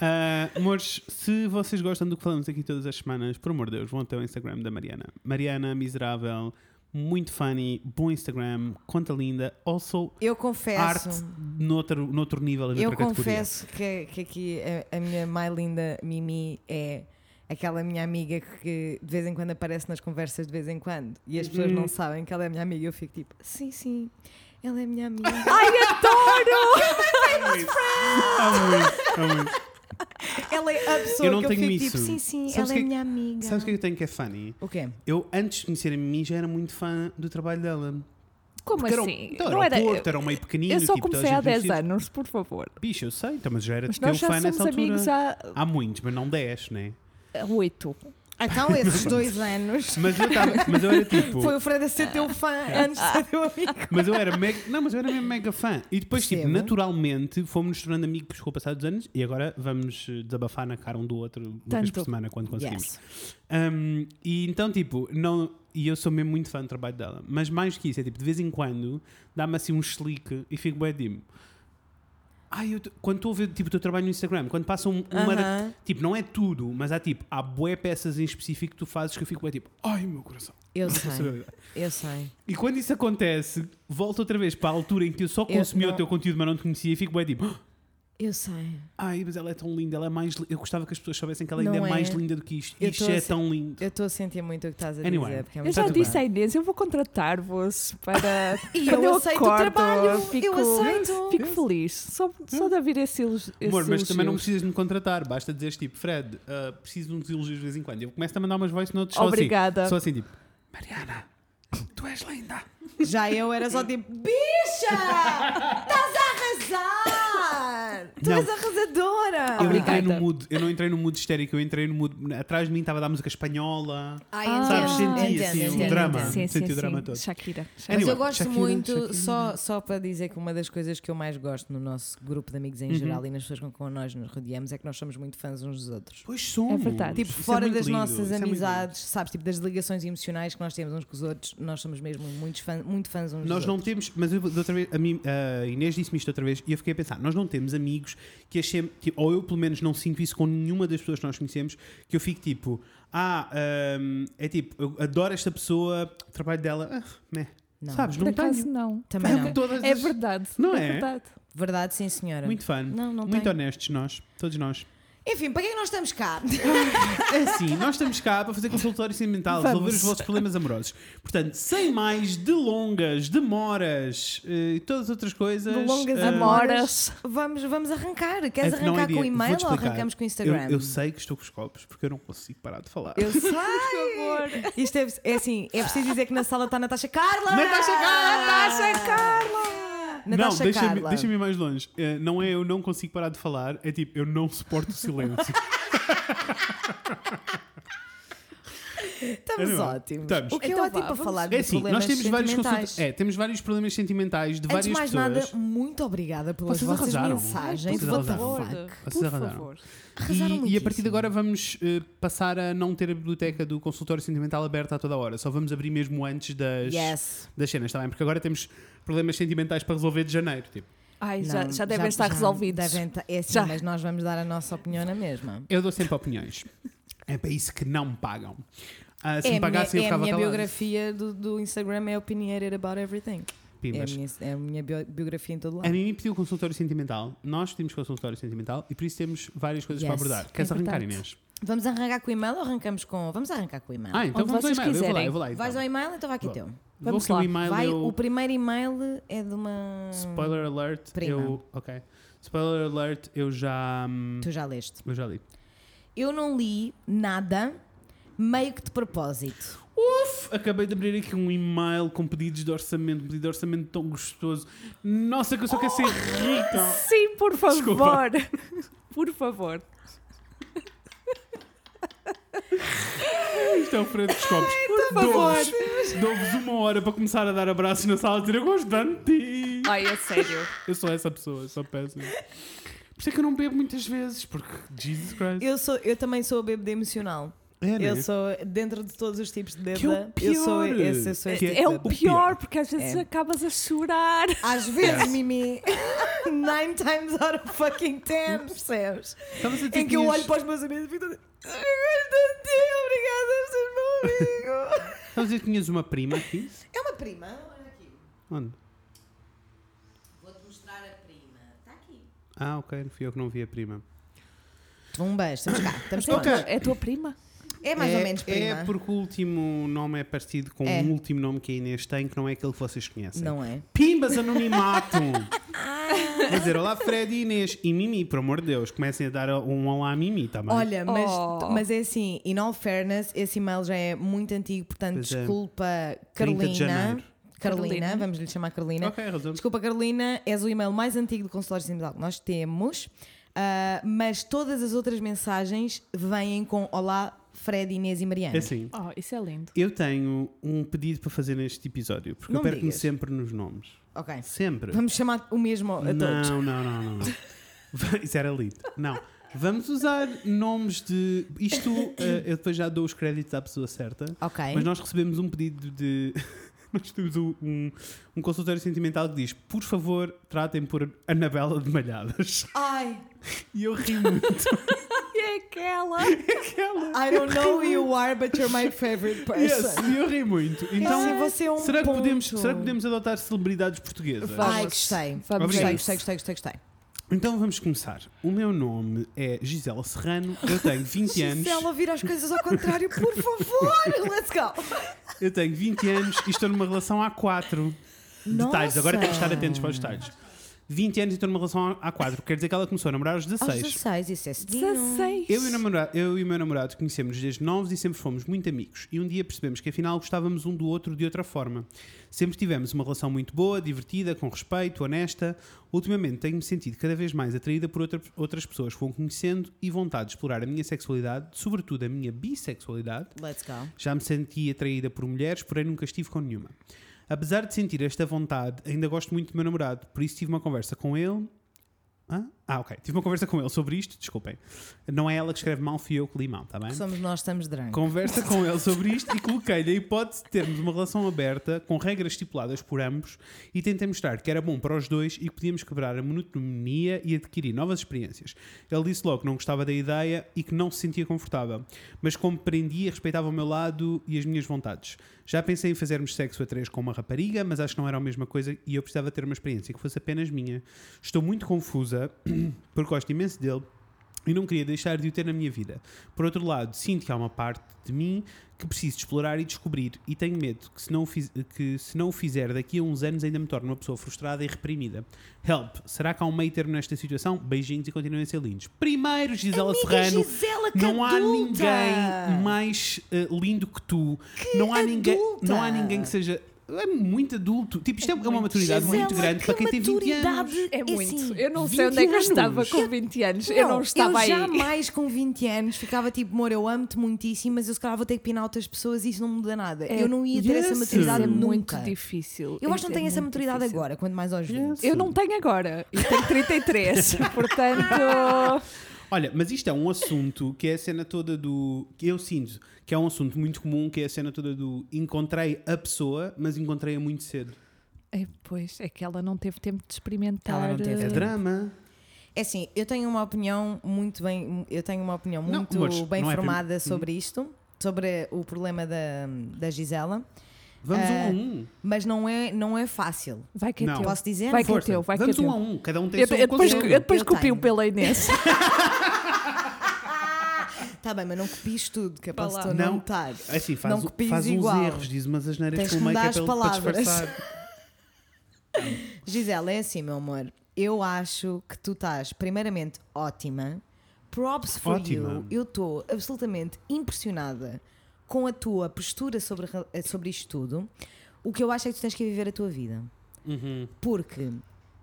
Speaker 1: ah, amores, se vocês gostam do que falamos aqui todas as semanas, por amor de Deus, vão até o Instagram da Mariana. Mariana Miserável muito funny, bom Instagram, conta linda, also
Speaker 2: Eu confesso.
Speaker 1: arte noutro, noutro nível e
Speaker 2: Eu
Speaker 1: noutra categoria.
Speaker 2: confesso que, que aqui a, a minha mais linda Mimi é aquela minha amiga que de vez em quando aparece nas conversas de vez em quando e as pessoas
Speaker 3: Uhum.
Speaker 2: não sabem que ela é minha amiga e eu fico tipo, sim, sim, ela é minha amiga.
Speaker 3: Ai, adoro!
Speaker 1: Amo isso, amo isso.
Speaker 2: ela é a pessoa
Speaker 1: Eu não
Speaker 2: que
Speaker 1: tenho
Speaker 2: eu fico
Speaker 1: isso.
Speaker 2: tipo, sim, sim,
Speaker 1: Sabes
Speaker 2: ela
Speaker 1: que-
Speaker 2: é minha amiga.
Speaker 1: Sabes o que é que eu tenho que é funny?
Speaker 2: O quê?
Speaker 1: Eu, antes de conhecer a Mimi, já era muito fã do trabalho dela.
Speaker 3: Como
Speaker 1: Porque era um-
Speaker 3: assim?
Speaker 1: então,
Speaker 3: não
Speaker 1: era,
Speaker 3: era,
Speaker 1: um Porto, era um meio pequenino.
Speaker 3: eu só
Speaker 1: tipo, toda
Speaker 3: comecei há
Speaker 1: gente
Speaker 3: 10
Speaker 1: conhecia.
Speaker 3: anos, por favor.
Speaker 1: Bicho, eu sei, então, mas já era
Speaker 3: Mas
Speaker 1: teu
Speaker 3: nós já
Speaker 1: fã
Speaker 3: somos
Speaker 1: nessa altura.
Speaker 3: amigos há
Speaker 1: Há muitos, mas não 10, né?
Speaker 3: 8.
Speaker 2: Então esses dois anos
Speaker 1: Mas eu, tava, mas eu era tipo.
Speaker 2: foi o Fred a ser teu fã antes de ser teu amigo.
Speaker 1: Mas eu era mega. Não, mas eu era mesmo mega fã. E depois, tipo,
Speaker 2: Percebo.
Speaker 1: naturalmente, fomos-nos tornando amigos com o passar dos anos e agora vamos eh, desabafar na cara um do outro uma vez
Speaker 3: Tanto.
Speaker 1: por semana quando conseguimos.
Speaker 2: Yes.
Speaker 1: Um, e então, tipo, não. E eu sou mesmo muito fã do trabalho dela. Mas mais que isso, é tipo, de vez em quando dá-me assim um slick e fico bem dimo. Ai, eu te- quando estou a ver tipo, o teu trabalho no Instagram, quando passa um, uma. da-
Speaker 2: Aham.
Speaker 1: Tipo, não é tudo, mas há tipo, há bué peças em específico que tu fazes que eu fico bem tipo, ai meu coração.
Speaker 2: Eu
Speaker 1: Não
Speaker 2: sei,
Speaker 1: sei.
Speaker 2: eu sei.
Speaker 1: E quando isso acontece, volto outra vez para a altura em que eu só
Speaker 2: Eu-
Speaker 1: consumia o
Speaker 2: não.
Speaker 1: teu conteúdo, mas não te conhecia e fico bem tipo,
Speaker 2: Eu sei.
Speaker 1: ai, mas ela é tão linda, ela é mais. li- Eu gostava que as pessoas soubessem que ela ainda
Speaker 2: Não
Speaker 1: é,
Speaker 2: é.
Speaker 1: mais linda do que isto.
Speaker 2: Eu
Speaker 1: isto
Speaker 2: tô
Speaker 1: é
Speaker 2: a se-
Speaker 1: tão lindo.
Speaker 2: Eu estou a sentir muito o que estás a
Speaker 1: Anyway.
Speaker 2: dizer. Porque é
Speaker 1: Eu
Speaker 3: Eu
Speaker 2: muito
Speaker 3: já
Speaker 1: Tudo
Speaker 2: bom.
Speaker 3: disse à Inês, eu vou contratar-vos para.
Speaker 2: E
Speaker 3: quando
Speaker 2: eu aceito o
Speaker 3: acordo,
Speaker 2: trabalho,
Speaker 3: fico-
Speaker 2: eu aceito.
Speaker 3: Fico feliz. Só, só de haver esse elogio.
Speaker 1: Hum. Amor,
Speaker 2: é
Speaker 1: mas também não precisas de me contratar, basta dizeres tipo, Fred, ah, preciso de uns elogios de vez em quando. Eu começo a mandar umas voice notes só
Speaker 3: Obrigada.
Speaker 1: assim. Só assim, tipo, Mariana, tu és linda.
Speaker 2: Já eu era só tipo, bicha! Estás a arrasar! Tu
Speaker 1: Não.
Speaker 2: és arrasadora!
Speaker 1: Eu
Speaker 3: Obrigada.
Speaker 1: entrei no mood, eu não entrei no mood histérico, eu entrei no mood. Atrás de mim estava a dar música espanhola.
Speaker 2: Ai,
Speaker 3: Ah,
Speaker 1: Sabes, senti
Speaker 2: entendo,
Speaker 1: assim
Speaker 2: entendo,
Speaker 1: o drama.
Speaker 2: entendo.
Speaker 3: Sim, sim,
Speaker 1: Senti o
Speaker 3: sim.
Speaker 1: drama todo.
Speaker 3: Shakira.
Speaker 2: Mas
Speaker 1: Anyway,
Speaker 2: eu gosto
Speaker 1: Shakira,
Speaker 2: muito,
Speaker 1: Shakira.
Speaker 2: Só, só para dizer que uma das coisas que eu mais gosto no nosso grupo de amigos em
Speaker 1: Uhum.
Speaker 2: geral e nas pessoas com quem nós nos rodeamos é que nós somos muito fãs uns dos outros.
Speaker 1: Pois somos.
Speaker 3: É verdade.
Speaker 2: Tipo,
Speaker 1: Isso é
Speaker 2: fora
Speaker 1: muito
Speaker 2: das
Speaker 1: lindo,
Speaker 2: nossas
Speaker 1: isso é muito lindo.
Speaker 2: amizades, sabes? Tipo, das ligações emocionais que nós temos uns com os outros, nós somos mesmo muito, fã, muito fãs uns
Speaker 1: Nós
Speaker 2: dos
Speaker 1: não
Speaker 2: outros.
Speaker 1: temos, mas eu, de outra vez, a, mim, a Inês disse-me isto outra vez e eu fiquei a pensar: nós não temos amigos que achemos, que, ou eu pelo menos não sinto isso com nenhuma das pessoas que nós conhecemos, que eu fico tipo, ah, hum, é tipo, eu adoro esta pessoa, o trabalho dela, ah, meh.
Speaker 2: Não.
Speaker 1: sabes,
Speaker 3: Por
Speaker 1: não
Speaker 3: acaso
Speaker 1: tenho.
Speaker 3: não.
Speaker 2: Também
Speaker 1: É o que
Speaker 2: não.
Speaker 1: todas
Speaker 3: É
Speaker 1: as-
Speaker 3: verdade.
Speaker 1: Não é?
Speaker 3: verdade.
Speaker 2: Verdade, sim, senhora.
Speaker 1: Muito fã,
Speaker 2: Não, não
Speaker 1: muito
Speaker 2: tenho.
Speaker 1: honestos nós, todos nós.
Speaker 2: Enfim, para que é que nós estamos cá?
Speaker 1: É assim, nós estamos cá para fazer consultório sentimental,
Speaker 3: Vamos.
Speaker 1: resolver os vossos problemas amorosos. Portanto, sem mais delongas, demoras eh, e todas as outras coisas.
Speaker 2: Delongas,
Speaker 1: ah,
Speaker 2: amor.
Speaker 3: Amoras.
Speaker 2: Vamos, vamos arrancar. Queres
Speaker 1: É que não
Speaker 2: arrancar
Speaker 1: é dia.
Speaker 2: com o e-mail
Speaker 1: Vou-te
Speaker 2: ou
Speaker 1: explicar.
Speaker 2: arrancamos com o
Speaker 1: Eu,
Speaker 2: Instagram?
Speaker 1: eu sei que estou com os copos porque eu não consigo parar de falar.
Speaker 2: Eu sei. Isto é, é assim, é preciso dizer que na sala está a Natasha Carla!
Speaker 3: tá
Speaker 1: Natasha Carla!
Speaker 2: Natasha Carla!
Speaker 1: não,
Speaker 2: Natasha
Speaker 1: deixa-me
Speaker 2: Carla.
Speaker 1: deixa-me ir mais longe. Eh, não é eu não consigo parar de falar, é tipo, eu não suporto o silêncio.
Speaker 2: Estamos
Speaker 1: Anyway,
Speaker 2: ótimos.
Speaker 1: estamos.
Speaker 2: O que
Speaker 3: Então
Speaker 2: é ótimo
Speaker 3: vá,
Speaker 2: para
Speaker 3: vamos-
Speaker 2: falar de
Speaker 1: É assim,
Speaker 2: problemas
Speaker 1: nós temos vários,
Speaker 2: sentimentais.
Speaker 1: consult- é, temos vários problemas sentimentais de
Speaker 2: Antes de
Speaker 1: várias
Speaker 2: mais
Speaker 1: pessoas.
Speaker 2: nada, muito obrigada pelas
Speaker 1: Vocês
Speaker 2: vossas
Speaker 1: arrasaram.
Speaker 3: Ah,
Speaker 2: mensagens.
Speaker 1: Vocês
Speaker 2: What the
Speaker 1: arrasaram.
Speaker 2: fuck?
Speaker 1: Vocês
Speaker 3: Por
Speaker 1: arrasaram.
Speaker 3: favor.
Speaker 2: Arrasaram
Speaker 1: E, e a partir
Speaker 2: muitíssimo.
Speaker 1: de agora vamos eh, passar a não ter a biblioteca do consultório sentimental aberta a toda a hora. Só vamos abrir mesmo antes das,
Speaker 2: Yes.
Speaker 1: das cenas, está bem? Porque agora temos problemas sentimentais para resolver de janeiro. Tipo.
Speaker 3: Ai, já,
Speaker 2: Não,
Speaker 3: já devem estar resolvidos.
Speaker 2: devem ta- é assim,
Speaker 3: Já.
Speaker 2: mas nós vamos dar a nossa opinião na mesma.
Speaker 1: Eu dou sempre opiniões. É para isso que não me pagam. Ah, se
Speaker 2: é
Speaker 1: me
Speaker 2: a minha,
Speaker 1: pagassem,
Speaker 2: é a
Speaker 1: eu ficava
Speaker 2: minha
Speaker 1: calado.
Speaker 2: biografia do, do Instagram é opinionated about everything. É a,
Speaker 1: Pimbas.
Speaker 2: minha, é a minha bio- biografia em
Speaker 1: É
Speaker 2: todo
Speaker 1: A
Speaker 2: lado.
Speaker 1: Mimi pediu consultório sentimental, nós pedimos consultório sentimental e por isso temos várias coisas
Speaker 2: Yes,
Speaker 1: para abordar. Queres
Speaker 3: é
Speaker 1: arrancar,
Speaker 3: verdade.
Speaker 1: Inês?
Speaker 2: Vamos arrancar com o e-mail ou arrancamos com. Vamos arrancar com o e-mail.
Speaker 1: Ah, então
Speaker 3: Onde
Speaker 1: vamos ao
Speaker 3: vocês
Speaker 1: e-mail. Eu vou lá,
Speaker 3: quiserem.
Speaker 1: eu vou lá. Então.
Speaker 2: Vais ao e-mail, então vai aqui
Speaker 1: Vou.
Speaker 2: teu.
Speaker 1: Vou
Speaker 3: Vamos
Speaker 1: que o
Speaker 3: lá.
Speaker 1: e-mail
Speaker 2: Vai,
Speaker 1: eu-
Speaker 2: O primeiro e-mail é de uma.
Speaker 1: Spoiler alert,
Speaker 2: Prima.
Speaker 1: eu. Ok. Spoiler alert, eu já. hum,
Speaker 2: Tu já leste.
Speaker 1: Eu já li.
Speaker 2: Eu não li nada, meio que de propósito.
Speaker 1: Uf! Acabei de abrir aqui um e-mail com pedidos de orçamento, um pedido de orçamento tão gostoso. Nossa, que eu só quero ser
Speaker 3: Então,
Speaker 1: rica!
Speaker 3: Sim, por
Speaker 1: Desculpa.
Speaker 3: favor. por favor.
Speaker 1: Isto é o Fred dos Copos.
Speaker 3: por favor.
Speaker 1: Dou-vos- Dou-vos uma hora para começar a dar abraços na sala e dizer eu gosto tanto de ti.
Speaker 3: Ai, é sério.
Speaker 1: Eu sou essa pessoa, sou péssimo. Por isso é que eu não bebo muitas vezes, porque Jesus Christ.
Speaker 2: Eu, sou, eu também sou a bebida emocional.
Speaker 1: é, né?
Speaker 2: Eu sou, dentro de todos os tipos de
Speaker 1: Que é o
Speaker 2: bebida, eu sou
Speaker 1: pior.
Speaker 2: esse, eu sou
Speaker 1: Que
Speaker 2: esse
Speaker 3: É
Speaker 2: tipo de
Speaker 3: o
Speaker 1: O
Speaker 2: bêbada.
Speaker 1: pior.
Speaker 3: pior, porque às vezes
Speaker 2: É.
Speaker 3: acabas a chorar.
Speaker 2: Às vezes, Mimi, nine times out of fucking ten, percebes?
Speaker 1: Estavas a dizer
Speaker 2: Em que eu
Speaker 1: tinhas-
Speaker 2: olho para os meus amigos e fico toda. Eu gosto de ti, obrigada por seres meu amigo.
Speaker 1: Estás a dizer que tinhas uma prima aqui?
Speaker 5: É uma prima. Olha aqui.
Speaker 1: Onde?
Speaker 2: Vou-te mostrar a prima. Está aqui.
Speaker 1: Ah, ok, fui eu que não vi a prima.
Speaker 2: Tumba, estamos cá. Estamos
Speaker 3: Então,
Speaker 2: prontos.
Speaker 3: É a tua prima?
Speaker 5: É mais
Speaker 1: é,
Speaker 5: ou menos prima.
Speaker 1: É porque o último nome é parecido com
Speaker 2: É.
Speaker 1: o último nome que a Inês tem, que não é aquele que vocês conhecem.
Speaker 2: Não é?
Speaker 1: Pimbas Anonimato! Quer dizer, olá Fred e Inês e Mimi, por amor de Deus, comecem a dar um olá a Mimi também.
Speaker 2: Olha, mas,
Speaker 3: Oh.
Speaker 2: mas é assim, in all fairness, esse e-mail já é muito antigo, portanto,
Speaker 1: Pois é.
Speaker 2: desculpa,
Speaker 1: 30 de
Speaker 2: Carolina.
Speaker 1: janeiro.
Speaker 2: Carolina,
Speaker 3: Carolina.
Speaker 2: vamos lhe chamar Carolina.
Speaker 1: ok, razão.
Speaker 2: Desculpa, Carolina, és o e-mail mais antigo do consultório sindical que nós temos, ah, mas todas as outras mensagens vêm com Olá, Fred, Inês e Mariana.
Speaker 1: É assim,
Speaker 3: Oh, isso é lindo.
Speaker 1: eu tenho um pedido para fazer neste episódio, porque
Speaker 2: Não
Speaker 1: eu perco-me
Speaker 2: digas.
Speaker 1: sempre nos nomes.
Speaker 2: Ok.
Speaker 1: Sempre.
Speaker 2: Vamos chamar o mesmo a todos.
Speaker 1: é Não, não, não, não. não. Va- Isso era lindo. Não. Vamos usar nomes de. Isto eh, eu depois já dou os créditos à pessoa certa.
Speaker 2: Ok.
Speaker 1: Mas nós recebemos um pedido de. Nós temos um, um, um consultório sentimental que diz: por favor, tratem por Anabela de Malhadas.
Speaker 2: Ai,
Speaker 1: E eu ri muito.
Speaker 3: É aquela!
Speaker 1: Aquela.
Speaker 2: I don't know who you are, but you're my favorite person.
Speaker 1: Yes, e eu ri muito. Então,
Speaker 2: Sim, você é um
Speaker 1: será, que podemos,
Speaker 2: ponto.
Speaker 1: será que podemos adotar celebridades portuguesas?
Speaker 3: Vá.
Speaker 2: Ai,
Speaker 3: Vamos.
Speaker 2: gostei.
Speaker 3: Vamos
Speaker 2: Gostei,
Speaker 1: Obrigado.
Speaker 2: gostei, gostei, gostei, gostei.
Speaker 1: Então vamos começar. O meu nome é Gisela Serrano, eu tenho 20 anos.
Speaker 2: Gisela, vira as coisas ao contrário, por favor. Let's go.
Speaker 1: Eu tenho 20 anos e estou numa relação há 4. Detalhes,
Speaker 2: Nossa.
Speaker 1: agora temos que estar atentos para os detalhes. 20 anos e estou numa relação há 4, quer dizer que ela começou a namorar aos 16.
Speaker 2: Aos 16, isso é cedinho.
Speaker 3: 16!
Speaker 1: Eu e, o namorado, eu e o meu namorado conhecemos desde novos e sempre fomos muito amigos. E um dia percebemos que afinal gostávamos um do outro de outra forma. Sempre tivemos uma relação muito boa, divertida, com respeito, honesta. Ultimamente tenho-me sentido cada vez mais atraída por outra- outras pessoas que vão conhecendo e vontade de explorar a minha sexualidade, sobretudo a minha bissexualidade.
Speaker 2: Let's go.
Speaker 1: Já me senti atraída por mulheres, porém nunca estive com nenhuma. Apesar de sentir esta vontade, ainda gosto muito do meu namorado, por isso tive uma conversa com ele. Hã? Ah, ok. Tive uma conversa com ele sobre isto, desculpem. Não é ela que escreve mal, fui eu que li mal, está bem?
Speaker 2: Somos nós, estamos drunk.
Speaker 1: Conversa com ele sobre isto e coloquei-lhe a hipótese de termos uma relação aberta, com regras estipuladas por ambos, e tentei mostrar que era bom para os dois e que podíamos quebrar a monotonia e adquirir novas experiências. Ele disse logo que não gostava da ideia e que não se sentia confortável, mas compreendia e respeitava o meu lado e as minhas vontades. Já pensei em fazermos sexo a três com uma rapariga, mas acho que não era a mesma coisa e eu precisava ter uma experiência que fosse apenas minha. Estou muito confusa, porque gosto imenso dele. E não queria deixar de o ter na minha vida. Por outro lado, sinto que há uma parte de mim que preciso explorar e descobrir, e tenho medo que se não o, fiz- que, se não o fizer daqui a uns anos ainda me torne uma pessoa frustrada e reprimida. Help! Será que há um meio termo nesta situação? Beijinhos e continuem a ser lindos. Primeiro, Gisela Serrano,
Speaker 2: Gisela, que
Speaker 1: não há
Speaker 2: adulta.
Speaker 1: ninguém mais eh, lindo que tu. não há ninguém,
Speaker 2: adulta.
Speaker 1: não há ninguém que seja é muito adulto. Tipo, isto é, uma maturidade muito
Speaker 2: Gisela,
Speaker 1: grande
Speaker 2: que
Speaker 1: para quem tem 20 anos.
Speaker 2: maturidade.
Speaker 3: É
Speaker 2: É
Speaker 3: muito.
Speaker 2: assim,
Speaker 3: eu não sei onde é que
Speaker 1: 20
Speaker 3: eu estava
Speaker 1: anos.
Speaker 3: com 20 anos. eu não estava aí.
Speaker 2: eu jamais com 20 anos ficava tipo, amor, eu amo-te muitíssimo, mas eu se calhar vou ter que pinar outras pessoas e isso não muda nada.
Speaker 3: É,
Speaker 2: eu não ia ter essa
Speaker 1: yes.
Speaker 2: maturidade
Speaker 1: Isso é
Speaker 2: nunca.
Speaker 3: Muito difícil.
Speaker 2: Eu acho
Speaker 3: Isso
Speaker 2: que
Speaker 3: é
Speaker 2: não tenho essa
Speaker 3: muito
Speaker 2: maturidade
Speaker 3: difícil.
Speaker 2: agora, quanto mais aos 20.
Speaker 3: Eu não tenho agora. E tenho 33. portanto.
Speaker 1: Olha, mas isto é um assunto que é a cena toda do. que eu sinto que é um assunto muito comum, que é a cena toda do encontrei a pessoa, mas encontrei-a muito cedo.
Speaker 3: É, pois, é que ela não teve tempo de
Speaker 2: Ela
Speaker 3: experimentar.
Speaker 2: não teve
Speaker 1: É
Speaker 3: eh,
Speaker 2: tempo.
Speaker 1: drama.
Speaker 2: É assim, eu tenho uma opinião muito bem, eu tenho uma opinião
Speaker 1: Não,
Speaker 2: muito
Speaker 1: mas
Speaker 2: bem
Speaker 1: não é prim-
Speaker 2: formada sobre isto, sobre o problema da, da Gisela,
Speaker 1: Vamos
Speaker 2: Ah,
Speaker 1: um a um.
Speaker 2: mas não é, não é fácil.
Speaker 3: Vai que é
Speaker 1: Não.
Speaker 3: teu.
Speaker 2: Posso dizer?
Speaker 3: Vai que é
Speaker 1: Força.
Speaker 3: teu, vai que é
Speaker 1: Vamos um
Speaker 3: teu.
Speaker 1: a um. Cada um tem
Speaker 3: Eu,
Speaker 1: o seu
Speaker 3: eu depois,
Speaker 1: conselho.
Speaker 3: eu depois
Speaker 2: Eu
Speaker 3: copio
Speaker 2: tenho.
Speaker 3: pela Inês.
Speaker 2: Tá bem, mas não copies tudo, que eu posso
Speaker 3: lá.
Speaker 2: estou a não
Speaker 1: Não.
Speaker 2: estar.
Speaker 1: É Assim, faz,
Speaker 2: Não
Speaker 1: o-
Speaker 2: copies
Speaker 1: faz uns
Speaker 2: igual.
Speaker 1: erros, diz umas asneiras
Speaker 2: Tens
Speaker 1: com
Speaker 2: que
Speaker 1: o
Speaker 2: mudar
Speaker 1: make-up
Speaker 2: as
Speaker 1: para- para
Speaker 2: palavras.
Speaker 1: disfarçar.
Speaker 2: Gisela, é assim, meu amor, eu acho que tu estás, primeiramente, ótima. Props for
Speaker 1: Ótima.
Speaker 2: you. Eu estou absolutamente impressionada com a tua postura sobre, ra- eh, sobre isto tudo. O que eu acho é que tu tens que viver a tua vida.
Speaker 1: Uhum.
Speaker 2: Porque,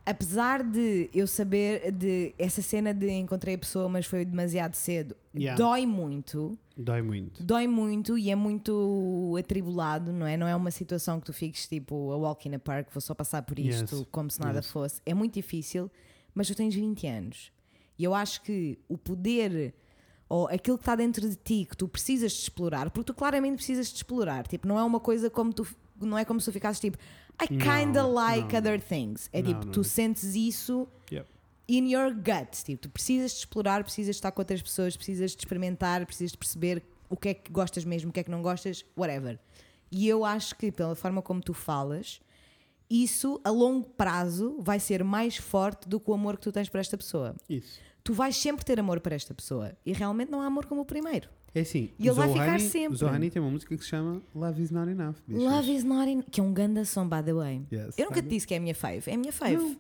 Speaker 2: apesar de eu saber de essa cena de encontrei a pessoa, mas foi demasiado cedo,
Speaker 1: Yeah.
Speaker 2: dói muito.
Speaker 1: Dói muito.
Speaker 2: Dói muito e é muito atribulado, não é? Não é uma situação que tu fiques tipo a walk in a park, vou só passar por isto
Speaker 1: Yes,
Speaker 2: como se nada fosse. É muito difícil, mas tu tens 20 anos e eu acho que o poder ou aquilo que está dentro de ti que tu precisas de explorar, porque tu claramente precisas de explorar, tipo, não é uma coisa como tu. Não é como se tu ficasses tipo I kinda
Speaker 1: Não,
Speaker 2: like
Speaker 1: não.
Speaker 2: other things. É
Speaker 1: Não,
Speaker 2: tipo,
Speaker 1: não.
Speaker 2: tu sentes isso
Speaker 1: Yep.
Speaker 2: in your gut. Tipo, tu precisas de explorar, precisas de estar com outras pessoas, precisas de experimentar, precisas de perceber o que é que gostas mesmo, o que é que não gostas, whatever. E eu acho que, pela forma como tu falas, isso a longo prazo vai ser mais forte do que o amor que tu tens para esta pessoa.
Speaker 1: Isso.
Speaker 2: Tu vais sempre ter amor para esta pessoa e realmente não há amor como o primeiro.
Speaker 1: É assim.
Speaker 2: E ele
Speaker 1: o
Speaker 2: vai ficar
Speaker 1: Zohani-
Speaker 2: sempre.
Speaker 1: O Zohani tem uma música que se chama Love is Not Enough. bichas.
Speaker 2: Love is not in. que é um ganda som, by the way.
Speaker 1: Yes,
Speaker 2: eu nunca te
Speaker 1: I
Speaker 2: disse que é a minha fave. É a minha fave.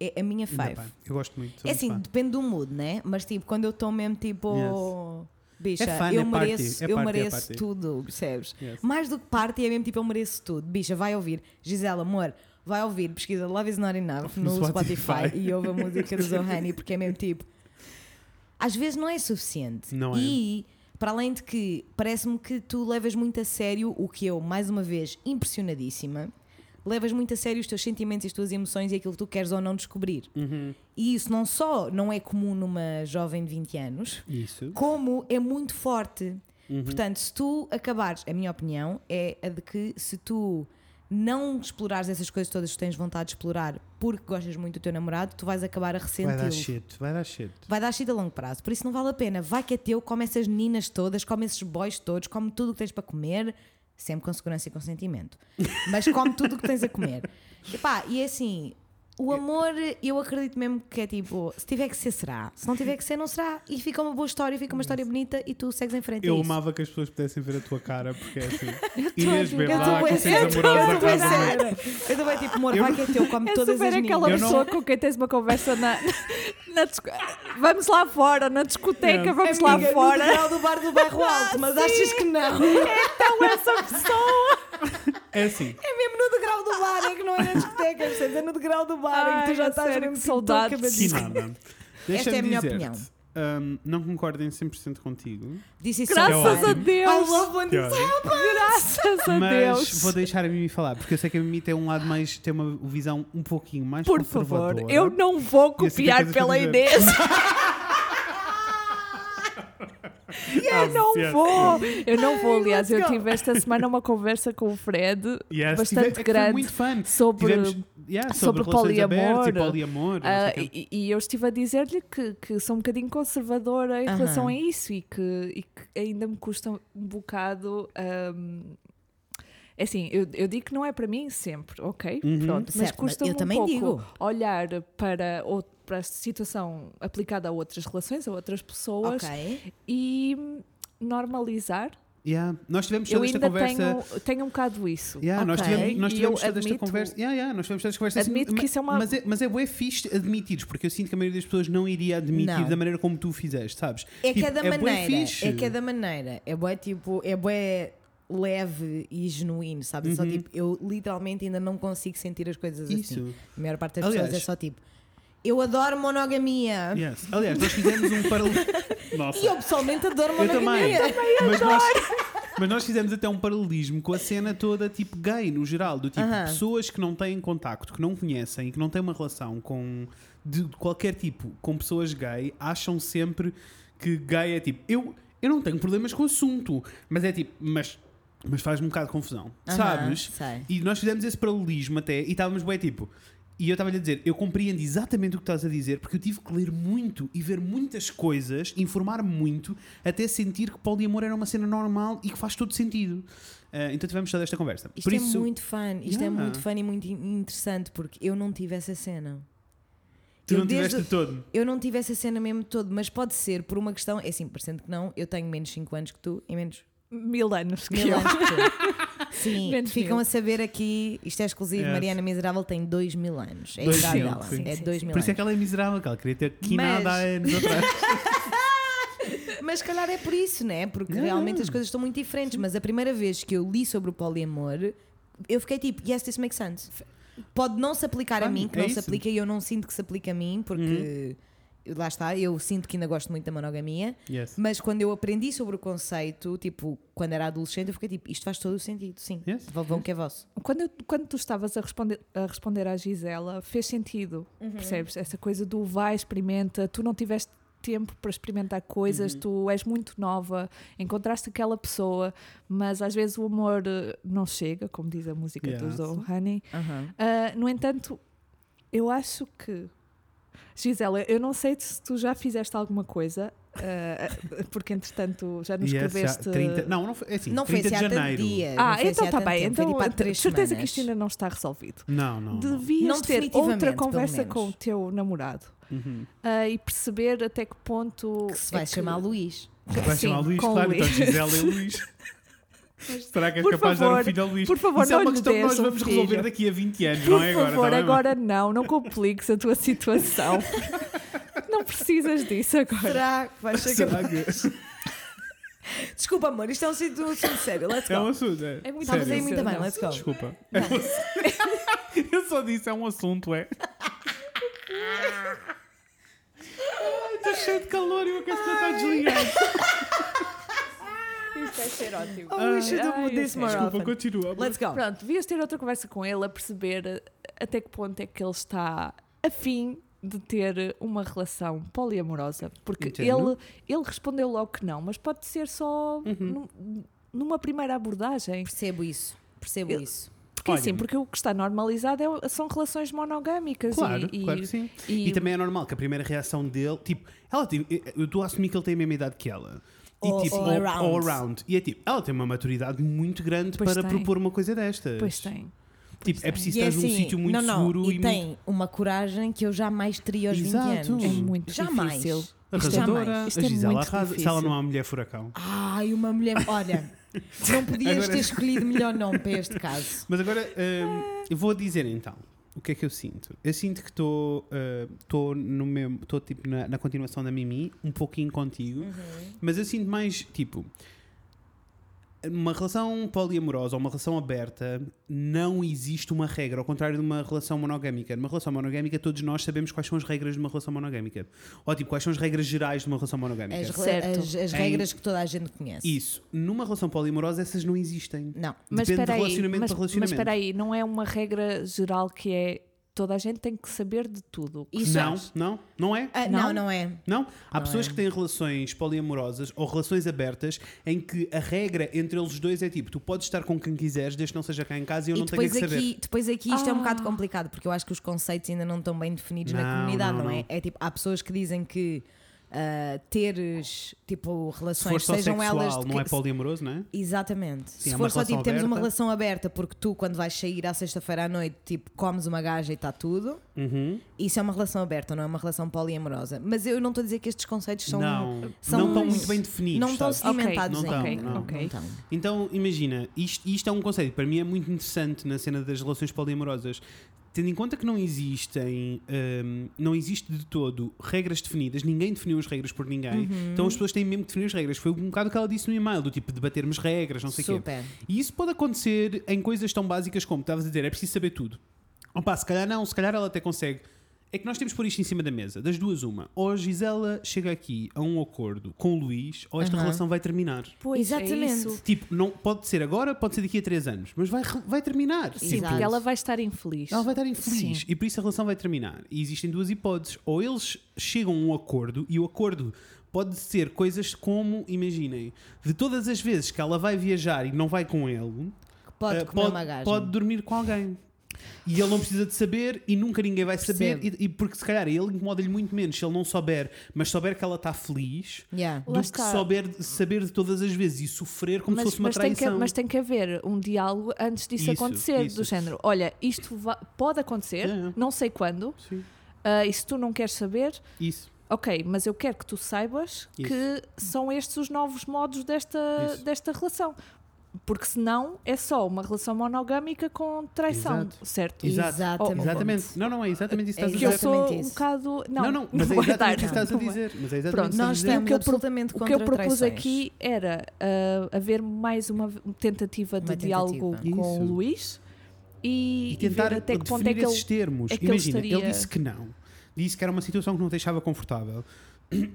Speaker 2: É a minha
Speaker 1: Ainda
Speaker 2: fave.
Speaker 1: bem. Eu gosto muito. sou
Speaker 2: É
Speaker 1: muito
Speaker 2: assim,
Speaker 1: fã.
Speaker 2: depende do mood, né? Mas tipo, quando eu estou mesmo tipo.
Speaker 1: Yes.
Speaker 2: Bicha,
Speaker 1: É fun,
Speaker 2: eu
Speaker 1: é party,
Speaker 2: mereço,
Speaker 1: é
Speaker 2: eu
Speaker 1: party, é
Speaker 2: mereço
Speaker 1: party."
Speaker 2: tudo, percebes?
Speaker 1: Yes.
Speaker 2: Mais do que parte, é mesmo tipo, eu mereço tudo. Bicha, vai ouvir. Gisela, amor, vai ouvir, pesquisa Love is Not Enough
Speaker 1: No
Speaker 2: no, Spotify.
Speaker 1: Spotify.
Speaker 2: e ouve a música do Zohani, porque é mesmo tipo. Às vezes não é suficiente.
Speaker 1: Não é.
Speaker 2: E, para além de que, parece-me que tu levas muito a sério o que eu, mais uma vez, impressionadíssima, levas muito a sério os teus sentimentos e as tuas emoções e aquilo que tu queres ou não descobrir.
Speaker 1: Uhum.
Speaker 2: E isso não só não é comum numa jovem de 20 anos,
Speaker 1: Isso.
Speaker 2: como é muito forte.
Speaker 1: Uhum.
Speaker 2: Portanto, se tu acabares, a minha opinião é a de que se tu não explorares essas coisas todas que tens vontade de explorar porque gostas muito do teu namorado, tu vais acabar
Speaker 1: Vai
Speaker 2: a
Speaker 1: dar
Speaker 2: ressenti-lo.
Speaker 1: shit. Vai dar shit.
Speaker 2: Vai dar shit a longo prazo, por isso não vale a pena. Vai que é teu, come essas meninas todas, come esses boys todos, come tudo o que tens para comer, sempre com segurança e consentimento. Mas come tudo o que tens a comer. E pá, e é assim, o amor, eu acredito mesmo que é tipo, se tiver que ser, será. Se não tiver que ser, não será. E fica uma boa história, fica uma história bonita e tu segues em frente. é
Speaker 1: Eu
Speaker 2: isso.
Speaker 1: amava que as pessoas pudessem ver a tua cara, porque é assim.
Speaker 3: tô a
Speaker 1: Inês
Speaker 3: adorar.
Speaker 1: bebe
Speaker 2: Eu
Speaker 1: lá,
Speaker 2: estou bem séria, eu
Speaker 1: conselhos
Speaker 2: estou bem
Speaker 1: amorosos à casa. dela.
Speaker 2: séria. Eu estou bem tipo, amor, vai que é teu, come
Speaker 3: É
Speaker 2: todas
Speaker 3: super
Speaker 2: as
Speaker 3: aquela
Speaker 2: meninas.
Speaker 1: Eu não-
Speaker 3: pessoa com quem tens uma conversa na, na disco- Vamos lá fora, na discoteca, vamos lá
Speaker 2: Amiga, no
Speaker 3: fora. Ah,
Speaker 2: degrau do bar do bairro alto, mas achas que não?
Speaker 3: Então essa pessoa.
Speaker 1: É assim.
Speaker 2: É mesmo no degrau do bar, é que não é na discoteca, percebes? É no degrau do bar, é que
Speaker 3: Ai,
Speaker 2: tu já
Speaker 3: a
Speaker 2: estás
Speaker 3: sério,
Speaker 2: mesmo
Speaker 3: que saudades.
Speaker 2: todo acabadinho.
Speaker 1: Que nada. Deixa-me
Speaker 2: é a minha
Speaker 1: dizer-te,
Speaker 2: opinião.
Speaker 1: hum, não concordo em 100% contigo.
Speaker 2: Disse isso
Speaker 3: Graças
Speaker 1: é ótimo.
Speaker 3: a
Speaker 2: I
Speaker 3: Deus.
Speaker 2: love when this
Speaker 1: Tiago.
Speaker 3: Graças a
Speaker 1: Mas
Speaker 3: Oh, Deus.
Speaker 1: vou deixar a Mimi falar, porque eu sei que a Mimi tem um lado mais. tem uma visão um pouquinho mais
Speaker 3: Por
Speaker 1: conservadora.
Speaker 3: favor, eu não vou
Speaker 1: E assim tem
Speaker 3: copiar
Speaker 1: coisas que
Speaker 3: pela
Speaker 1: eu dizer.
Speaker 3: Inês. Eu não
Speaker 1: yes,
Speaker 3: vou, eu não vou. Aliás,
Speaker 2: let's
Speaker 3: eu
Speaker 2: go.
Speaker 3: tive esta semana uma conversa com o Fred
Speaker 1: Yes,
Speaker 3: bastante
Speaker 1: tive- é que Foi
Speaker 3: grande
Speaker 1: muito fun.
Speaker 3: sobre.
Speaker 1: Tivemos- yeah,
Speaker 3: sobre
Speaker 1: sobre, relações abertas e
Speaker 3: poliamor.
Speaker 1: poliamor. não
Speaker 3: ah,
Speaker 1: sei o quê.
Speaker 3: e, e eu estive a dizer-lhe que, que sou um bocadinho conservadora em
Speaker 2: Aham.
Speaker 3: relação a isso e que, e que ainda me custa um bocado. ahm, é assim, eu, eu digo que não é para mim sempre, ok? Pronto,
Speaker 2: Certo,
Speaker 3: mas
Speaker 2: Uhum. mas
Speaker 3: custa-me
Speaker 2: eu
Speaker 3: um
Speaker 2: também
Speaker 3: pouco
Speaker 2: digo.
Speaker 3: olhar para, ou, para a situação aplicada a outras relações, a outras pessoas
Speaker 2: Ok.
Speaker 3: e normalizar.
Speaker 1: Yeah, Nós tivemos
Speaker 3: Eu
Speaker 1: toda esta
Speaker 3: ainda
Speaker 1: conversa.
Speaker 3: tenho, tenho um bocado isso.
Speaker 1: Yeah, nós
Speaker 2: Ok.
Speaker 1: tivemos, nós
Speaker 3: E
Speaker 1: tivemos
Speaker 3: eu
Speaker 1: toda esta
Speaker 3: admito-
Speaker 1: conversa. Yeah, yeah, nós tivemos toda esta conversa.
Speaker 3: Admito
Speaker 1: assim,
Speaker 3: que isso é uma-
Speaker 1: Mas é, mas é bué fixe admitires, porque eu sinto que a maioria das pessoas não iria admitir
Speaker 2: Não.
Speaker 1: da maneira como tu fizeste, sabes?
Speaker 2: É
Speaker 1: Tipo,
Speaker 2: cada
Speaker 1: bué
Speaker 2: maneira,
Speaker 1: fixe.
Speaker 2: é cada maneira. É bué tipo, é bué leve e genuíno, sabes?
Speaker 1: Uhum.
Speaker 2: É Só tipo, eu literalmente ainda não consigo sentir as coisas assim.
Speaker 1: Isso.
Speaker 2: A maior parte das
Speaker 1: Aliás-
Speaker 2: pessoas é só tipo, eu adoro monogamia.
Speaker 1: Yes. Aliás, nós fizemos um paralelo. Nossa.
Speaker 2: E eu pessoalmente adoro
Speaker 1: Eu também.
Speaker 2: monogamia.
Speaker 1: mas, nós, mas nós fizemos até um paralelismo com a cena toda, tipo gay, no geral, do tipo
Speaker 2: Aham.
Speaker 1: pessoas que não têm contacto, que não conhecem e que não têm uma relação com de qualquer tipo com pessoas gay, acham sempre que gay é tipo. Eu, eu não tenho problemas com o assunto, mas é tipo. Mas, mas faz-me um bocado de confusão,
Speaker 2: Aham,
Speaker 1: sabes?
Speaker 2: sei.
Speaker 1: E nós fizemos esse paralelismo até e estávamos bem tipo. E eu estava-lhe a dizer, eu compreendo exatamente o que estás a dizer, porque eu tive que ler muito e ver muitas coisas, informar-me muito, até sentir que poliamor era uma cena normal e que faz todo sentido. Ah, então tivemos toda esta conversa.
Speaker 2: Isto
Speaker 1: Por
Speaker 2: é
Speaker 1: isso,
Speaker 2: muito fun, isto é
Speaker 1: Yeah.
Speaker 2: muito fun e muito in- interessante porque eu não tive essa cena.
Speaker 1: tu
Speaker 2: eu
Speaker 1: não
Speaker 2: desde-
Speaker 1: tiveste de todo.
Speaker 2: Eu não tive essa cena mesmo todo, mas pode ser por uma questão, é assim, parecendo que não, eu tenho menos 5 anos que tu e menos
Speaker 3: Mil anos que
Speaker 2: mil
Speaker 3: eu.
Speaker 2: anos que tu. Sim,
Speaker 3: Menos
Speaker 2: ficam
Speaker 3: mil.
Speaker 2: a saber aqui, isto é exclusivo,
Speaker 1: Yes.
Speaker 2: Mariana Miserável tem 2 mil anos. É a
Speaker 1: Dois
Speaker 2: idade
Speaker 1: mil,
Speaker 2: dela,
Speaker 1: sim.
Speaker 2: é
Speaker 3: Sim,
Speaker 2: 2
Speaker 3: sim,
Speaker 2: mil
Speaker 1: Por isso é
Speaker 2: anos.
Speaker 1: que ela é miserável, que ela queria ter quinada há anos atrás.
Speaker 2: Mas se calhar é por isso, né? Porque
Speaker 1: Não,
Speaker 2: realmente
Speaker 1: não.
Speaker 2: as coisas estão muito diferentes, mas a primeira vez que eu li sobre o poliamor, eu fiquei tipo, yes, this makes sense. Pode não se aplicar a
Speaker 1: Claro,
Speaker 2: mim, que
Speaker 1: é
Speaker 2: não se
Speaker 1: isso. Uhum.
Speaker 2: aplica, e eu não sinto que se aplique a mim, porque lá está, eu sinto que ainda gosto muito da monogamia.
Speaker 1: Yes.
Speaker 2: Mas quando eu aprendi sobre o conceito, tipo, quando era adolescente, eu fiquei tipo, isto faz todo o sentido, sim.
Speaker 1: Yes.
Speaker 2: Vão vão que é vosso.
Speaker 3: Quando, eu- quando tu estavas a responder, a responder à Gisela, fez sentido,
Speaker 2: Uhum.
Speaker 3: percebes? Essa coisa do vai, experimenta, tu não tiveste tempo para experimentar
Speaker 2: Uhum.
Speaker 3: coisas, tu és muito nova, encontraste aquela pessoa, mas às vezes o amor eh, não chega, como diz a música do
Speaker 1: Yes.
Speaker 3: Zohani. Ah, no entanto, eu acho que. Gisela, eu não sei se tu já fizeste alguma coisa eh, eh, porque entretanto já nos
Speaker 1: Yes, já,
Speaker 3: escreveste.
Speaker 1: 30, não, não foi, é assim,
Speaker 2: Não foi
Speaker 1: 30
Speaker 2: assim há
Speaker 1: de
Speaker 2: tanto
Speaker 1: janeiro.
Speaker 2: dia. não foi
Speaker 3: Ah, então
Speaker 2: assim há
Speaker 3: está
Speaker 2: tanto
Speaker 3: bem.
Speaker 2: tempo,
Speaker 3: Então,
Speaker 2: foi tipo há três
Speaker 3: certeza que
Speaker 2: semanas.
Speaker 3: isto ainda não está resolvido.
Speaker 1: Não, não. não.
Speaker 3: Devias
Speaker 2: Não
Speaker 3: ter outra
Speaker 2: definitivamente, pelo
Speaker 3: conversa com o
Speaker 2: menos.
Speaker 3: teu namorado
Speaker 1: Uhum.
Speaker 3: ah, e perceber até que ponto.
Speaker 2: Que se vai
Speaker 3: é
Speaker 2: chamar Luís.
Speaker 1: Vai
Speaker 3: Sim,
Speaker 1: chamar
Speaker 2: assim,
Speaker 1: Luís,
Speaker 3: com
Speaker 1: claro, então
Speaker 3: Luís.
Speaker 1: Gisela e Luís. Será que és
Speaker 3: Por
Speaker 1: capaz de dar um
Speaker 3: favor,
Speaker 1: filho ao Luís?
Speaker 3: por favor,
Speaker 1: Isso é
Speaker 3: não
Speaker 1: uma
Speaker 3: lhe
Speaker 1: questão que
Speaker 3: dês
Speaker 1: nós
Speaker 3: um
Speaker 1: vamos
Speaker 3: filho.
Speaker 1: resolver daqui a 20 anos,
Speaker 3: Por
Speaker 1: não é agora?
Speaker 3: favor,
Speaker 1: tá bem, mãe?
Speaker 3: agora não, não compliques a tua situação. não precisas disso agora.
Speaker 2: Será que vai chegar?
Speaker 1: Será que
Speaker 2: Desculpa, amor, isto é um assunto assunto sério. Let's
Speaker 1: é um
Speaker 2: go.
Speaker 1: assunto? É,
Speaker 3: É muito
Speaker 2: Estavas aí
Speaker 1: sério.
Speaker 2: muito bem,
Speaker 3: Não.
Speaker 2: let's go.
Speaker 1: Desculpa. É um assunto. Eu só disse, é um assunto, é. Ai, Estou cheio de calor e o aquecedor está desligado.
Speaker 5: Isto vai ser ótimo.
Speaker 2: Oh, we should
Speaker 3: Ai,
Speaker 2: do this
Speaker 3: ok.
Speaker 2: more
Speaker 1: Desculpa,
Speaker 2: often.
Speaker 1: continua.
Speaker 2: Let's go.
Speaker 3: Pronto, devias ter outra conversa com ele a perceber eh, até que ponto é que ele está afim de ter uma relação poliamorosa. Porque
Speaker 1: Entendo.
Speaker 3: ele, ele respondeu logo que não, mas pode ser só
Speaker 1: Uhum.
Speaker 3: num- numa primeira abordagem.
Speaker 2: Percebo isso. Percebo
Speaker 3: Eu-
Speaker 2: isso.
Speaker 3: Porque
Speaker 1: Olha-
Speaker 3: assim, porque o que está normalizado é- são relações monogâmicas.
Speaker 1: Claro,
Speaker 3: e, e-
Speaker 1: claro que sim. E...
Speaker 3: e-
Speaker 1: também é normal que a primeira reação dele, tipo, ela tem, eu estou a assumir que ele tem a mesma idade que ela. E
Speaker 2: Ou-
Speaker 1: tipo,
Speaker 2: ou around.
Speaker 1: ou around. E é tipo, ela tem uma maturidade muito grande
Speaker 3: Pois
Speaker 1: para
Speaker 3: tem.
Speaker 1: propor uma coisa destas.
Speaker 3: Pois tem.
Speaker 1: Tipo, é
Speaker 3: tem.
Speaker 1: preciso
Speaker 2: E é
Speaker 1: estar num
Speaker 2: assim,
Speaker 1: sítio muito
Speaker 2: não, não,
Speaker 1: seguro
Speaker 2: e,
Speaker 1: e
Speaker 2: tem
Speaker 1: muito
Speaker 2: uma coragem que eu jamais teria aos
Speaker 1: Exato.
Speaker 2: 20
Speaker 3: É
Speaker 2: anos.
Speaker 1: Hum.
Speaker 3: muito
Speaker 2: Jamais.
Speaker 3: difícil.
Speaker 1: arrasadora.
Speaker 2: jamais.
Speaker 3: Isto
Speaker 1: a
Speaker 3: é
Speaker 1: Gisela
Speaker 3: muito
Speaker 1: arrasa. Se
Speaker 3: difícil.
Speaker 1: ela não é uma mulher furacão.
Speaker 2: Ai, uma mulher. Olha, não podias
Speaker 1: Agora-
Speaker 2: ter escolhido melhor nome para este caso.
Speaker 1: Mas agora, hum,
Speaker 3: É.
Speaker 1: eu vou dizer então. O que é que eu sinto? Eu sinto que estou estou no mesmo, estou tipo na, na continuação da Mimi, um pouquinho contigo, mas eu sinto mais tipo numa relação poliamorosa ou uma relação aberta não existe uma regra, ao contrário de uma relação monogâmica. Numa relação monogâmica todos nós sabemos quais são as regras de uma relação monogâmica. Ou tipo, quais são as regras gerais de uma relação monogâmica.
Speaker 2: As, re-
Speaker 3: Certo.
Speaker 2: as- as
Speaker 1: Em-
Speaker 2: regras que toda a gente conhece.
Speaker 1: É Isso. Numa relação poliamorosa essas não existem.
Speaker 2: Não.
Speaker 3: Mas
Speaker 1: Depende
Speaker 3: espera
Speaker 1: de
Speaker 3: aí,
Speaker 1: relacionamento
Speaker 3: mas,
Speaker 1: para relacionamento.
Speaker 3: mas espera aí, não é uma regra geral que é toda a gente tem que saber de tudo.
Speaker 2: Isso é-
Speaker 1: não, não, não é?
Speaker 2: Ah, não,
Speaker 3: Não?
Speaker 2: não é.
Speaker 1: Não? Há pessoas que têm relações poliamorosas ou relações abertas em que a regra entre eles dois é tipo: tu podes estar com quem quiseres, desde que não seja cá em casa e eu
Speaker 2: E
Speaker 1: não tenho é
Speaker 2: depois
Speaker 1: que saber.
Speaker 2: aqui, depois aqui isto é um
Speaker 3: Ah.
Speaker 2: bocado complicado, porque eu acho que os conceitos ainda não estão bem definidos na
Speaker 1: Não,
Speaker 2: comunidade, não,
Speaker 1: não,
Speaker 2: é?
Speaker 1: não.
Speaker 2: É tipo, há pessoas que dizem que ah, teres tipo
Speaker 1: Se for
Speaker 2: relações,
Speaker 1: só
Speaker 2: sejam
Speaker 1: sexual,
Speaker 2: elas de
Speaker 1: não é
Speaker 2: que-
Speaker 1: poliamoroso, não é?
Speaker 2: Exatamente.
Speaker 1: Sim,
Speaker 2: Se
Speaker 1: é
Speaker 2: for
Speaker 1: uma
Speaker 2: só tipo,
Speaker 1: relação
Speaker 2: temos uma
Speaker 1: aberta.
Speaker 2: relação aberta, porque tu, quando vais sair à sexta-feira à noite, tipo, comes uma gaja e está tudo,
Speaker 1: Uhum.
Speaker 2: isso é uma relação aberta, não é uma relação poliamorosa. Mas eu não estou a dizer que estes conceitos são.
Speaker 1: não,
Speaker 2: são-
Speaker 1: não estão muito bem definidos.
Speaker 2: não estão
Speaker 1: sabes?
Speaker 2: sedimentados
Speaker 1: Ok, não
Speaker 2: ainda.
Speaker 1: estão, não,
Speaker 3: ok.
Speaker 2: não estão.
Speaker 1: Então, imagina, isto, isto é um conceito que para mim é muito interessante na cena das relações poliamorosas. Tendo em conta que não existem, hum, não existe de todo regras definidas, ninguém definiu as regras por ninguém,
Speaker 2: Uhum.
Speaker 1: então as pessoas têm mesmo que definir as regras. Foi um bocado o que ela disse no e-mail, do tipo debatermos regras, não sei o quê.
Speaker 2: Super.
Speaker 1: E isso pode acontecer em coisas tão básicas como estavas a dizer, é preciso saber tudo. Opa, se calhar não, se calhar ela até consegue. É que nós temos que pôr isto em cima da mesa, das duas, uma. Ou a Gisela chega aqui a um acordo com o Luís, ou esta
Speaker 2: Aham.
Speaker 1: relação vai terminar.
Speaker 3: Pois é
Speaker 2: Exatamente.
Speaker 3: isso.
Speaker 1: Tipo, não, pode ser agora, pode ser daqui a três anos, mas vai, re- vai terminar. Tipo,
Speaker 3: Sim,
Speaker 2: Exato.
Speaker 3: porque ela vai estar infeliz.
Speaker 1: Ela vai estar infeliz
Speaker 3: Sim.
Speaker 1: e por isso a relação vai terminar. E existem duas hipóteses. Ou eles chegam a um acordo e o acordo pode ser coisas como, imaginem, de todas as vezes que ela vai viajar e não vai com ele,
Speaker 2: Que pode
Speaker 1: eh,
Speaker 2: comer uma gaja.
Speaker 1: pode dormir com alguém. E ele não precisa de saber e nunca ninguém vai saber.
Speaker 2: Percebo.
Speaker 1: E, e porque se calhar ele incomoda-lhe muito menos se ele não souber, mas souber que ela está feliz.
Speaker 2: Yeah.
Speaker 1: Do
Speaker 3: Lá
Speaker 1: que
Speaker 3: está.
Speaker 1: souber, saber de todas as vezes e sofrer como se fosse uma
Speaker 3: tem
Speaker 1: traição.
Speaker 3: que, mas tem que haver um diálogo antes disso
Speaker 1: Isso,
Speaker 3: acontecer,
Speaker 1: isso.
Speaker 3: do género, olha, isto va- pode acontecer,
Speaker 1: É.
Speaker 3: não sei quando,
Speaker 1: Sim.
Speaker 3: ah, e se tu não queres saber,
Speaker 1: Isso.
Speaker 3: ok, mas eu quero que tu saibas
Speaker 1: Isso.
Speaker 3: que são estes os novos modos desta,
Speaker 1: Isso.
Speaker 3: desta relação. Porque senão é só uma relação monogâmica com traição,
Speaker 1: Exato.
Speaker 3: certo?
Speaker 1: Exato. Oh,
Speaker 2: Exatamente.
Speaker 1: Exatamente. Não, não, é exatamente isso que
Speaker 2: É
Speaker 1: estás
Speaker 3: Que
Speaker 1: a
Speaker 3: eu
Speaker 1: dizer.
Speaker 3: sou
Speaker 2: Exatamente
Speaker 3: um
Speaker 2: isso.
Speaker 3: bocado. Não,
Speaker 1: não, mas é
Speaker 3: vou dar.
Speaker 1: exatamente isso que estás a
Speaker 3: Não vou.
Speaker 1: dizer. Mas é
Speaker 3: Pronto,
Speaker 1: exatamente isso que
Speaker 2: Nós
Speaker 1: estás a
Speaker 2: estamos
Speaker 3: que eu pro-
Speaker 2: absolutamente
Speaker 3: O que
Speaker 2: contra
Speaker 3: eu propus
Speaker 2: traições.
Speaker 3: aqui era ah, haver mais uma v- tentativa de
Speaker 2: Uma
Speaker 3: diálogo
Speaker 2: tentativa.
Speaker 3: com
Speaker 1: Isso.
Speaker 3: o Luís
Speaker 1: dizer.
Speaker 3: e,
Speaker 1: E
Speaker 3: e ver
Speaker 1: tentar
Speaker 3: até que ponto é
Speaker 1: definir
Speaker 3: que ele.
Speaker 1: esses termos.
Speaker 3: é que ele
Speaker 1: Imagina, ele,
Speaker 3: estaria-
Speaker 1: disse que não. Disse que era uma situação que não o deixava confortável.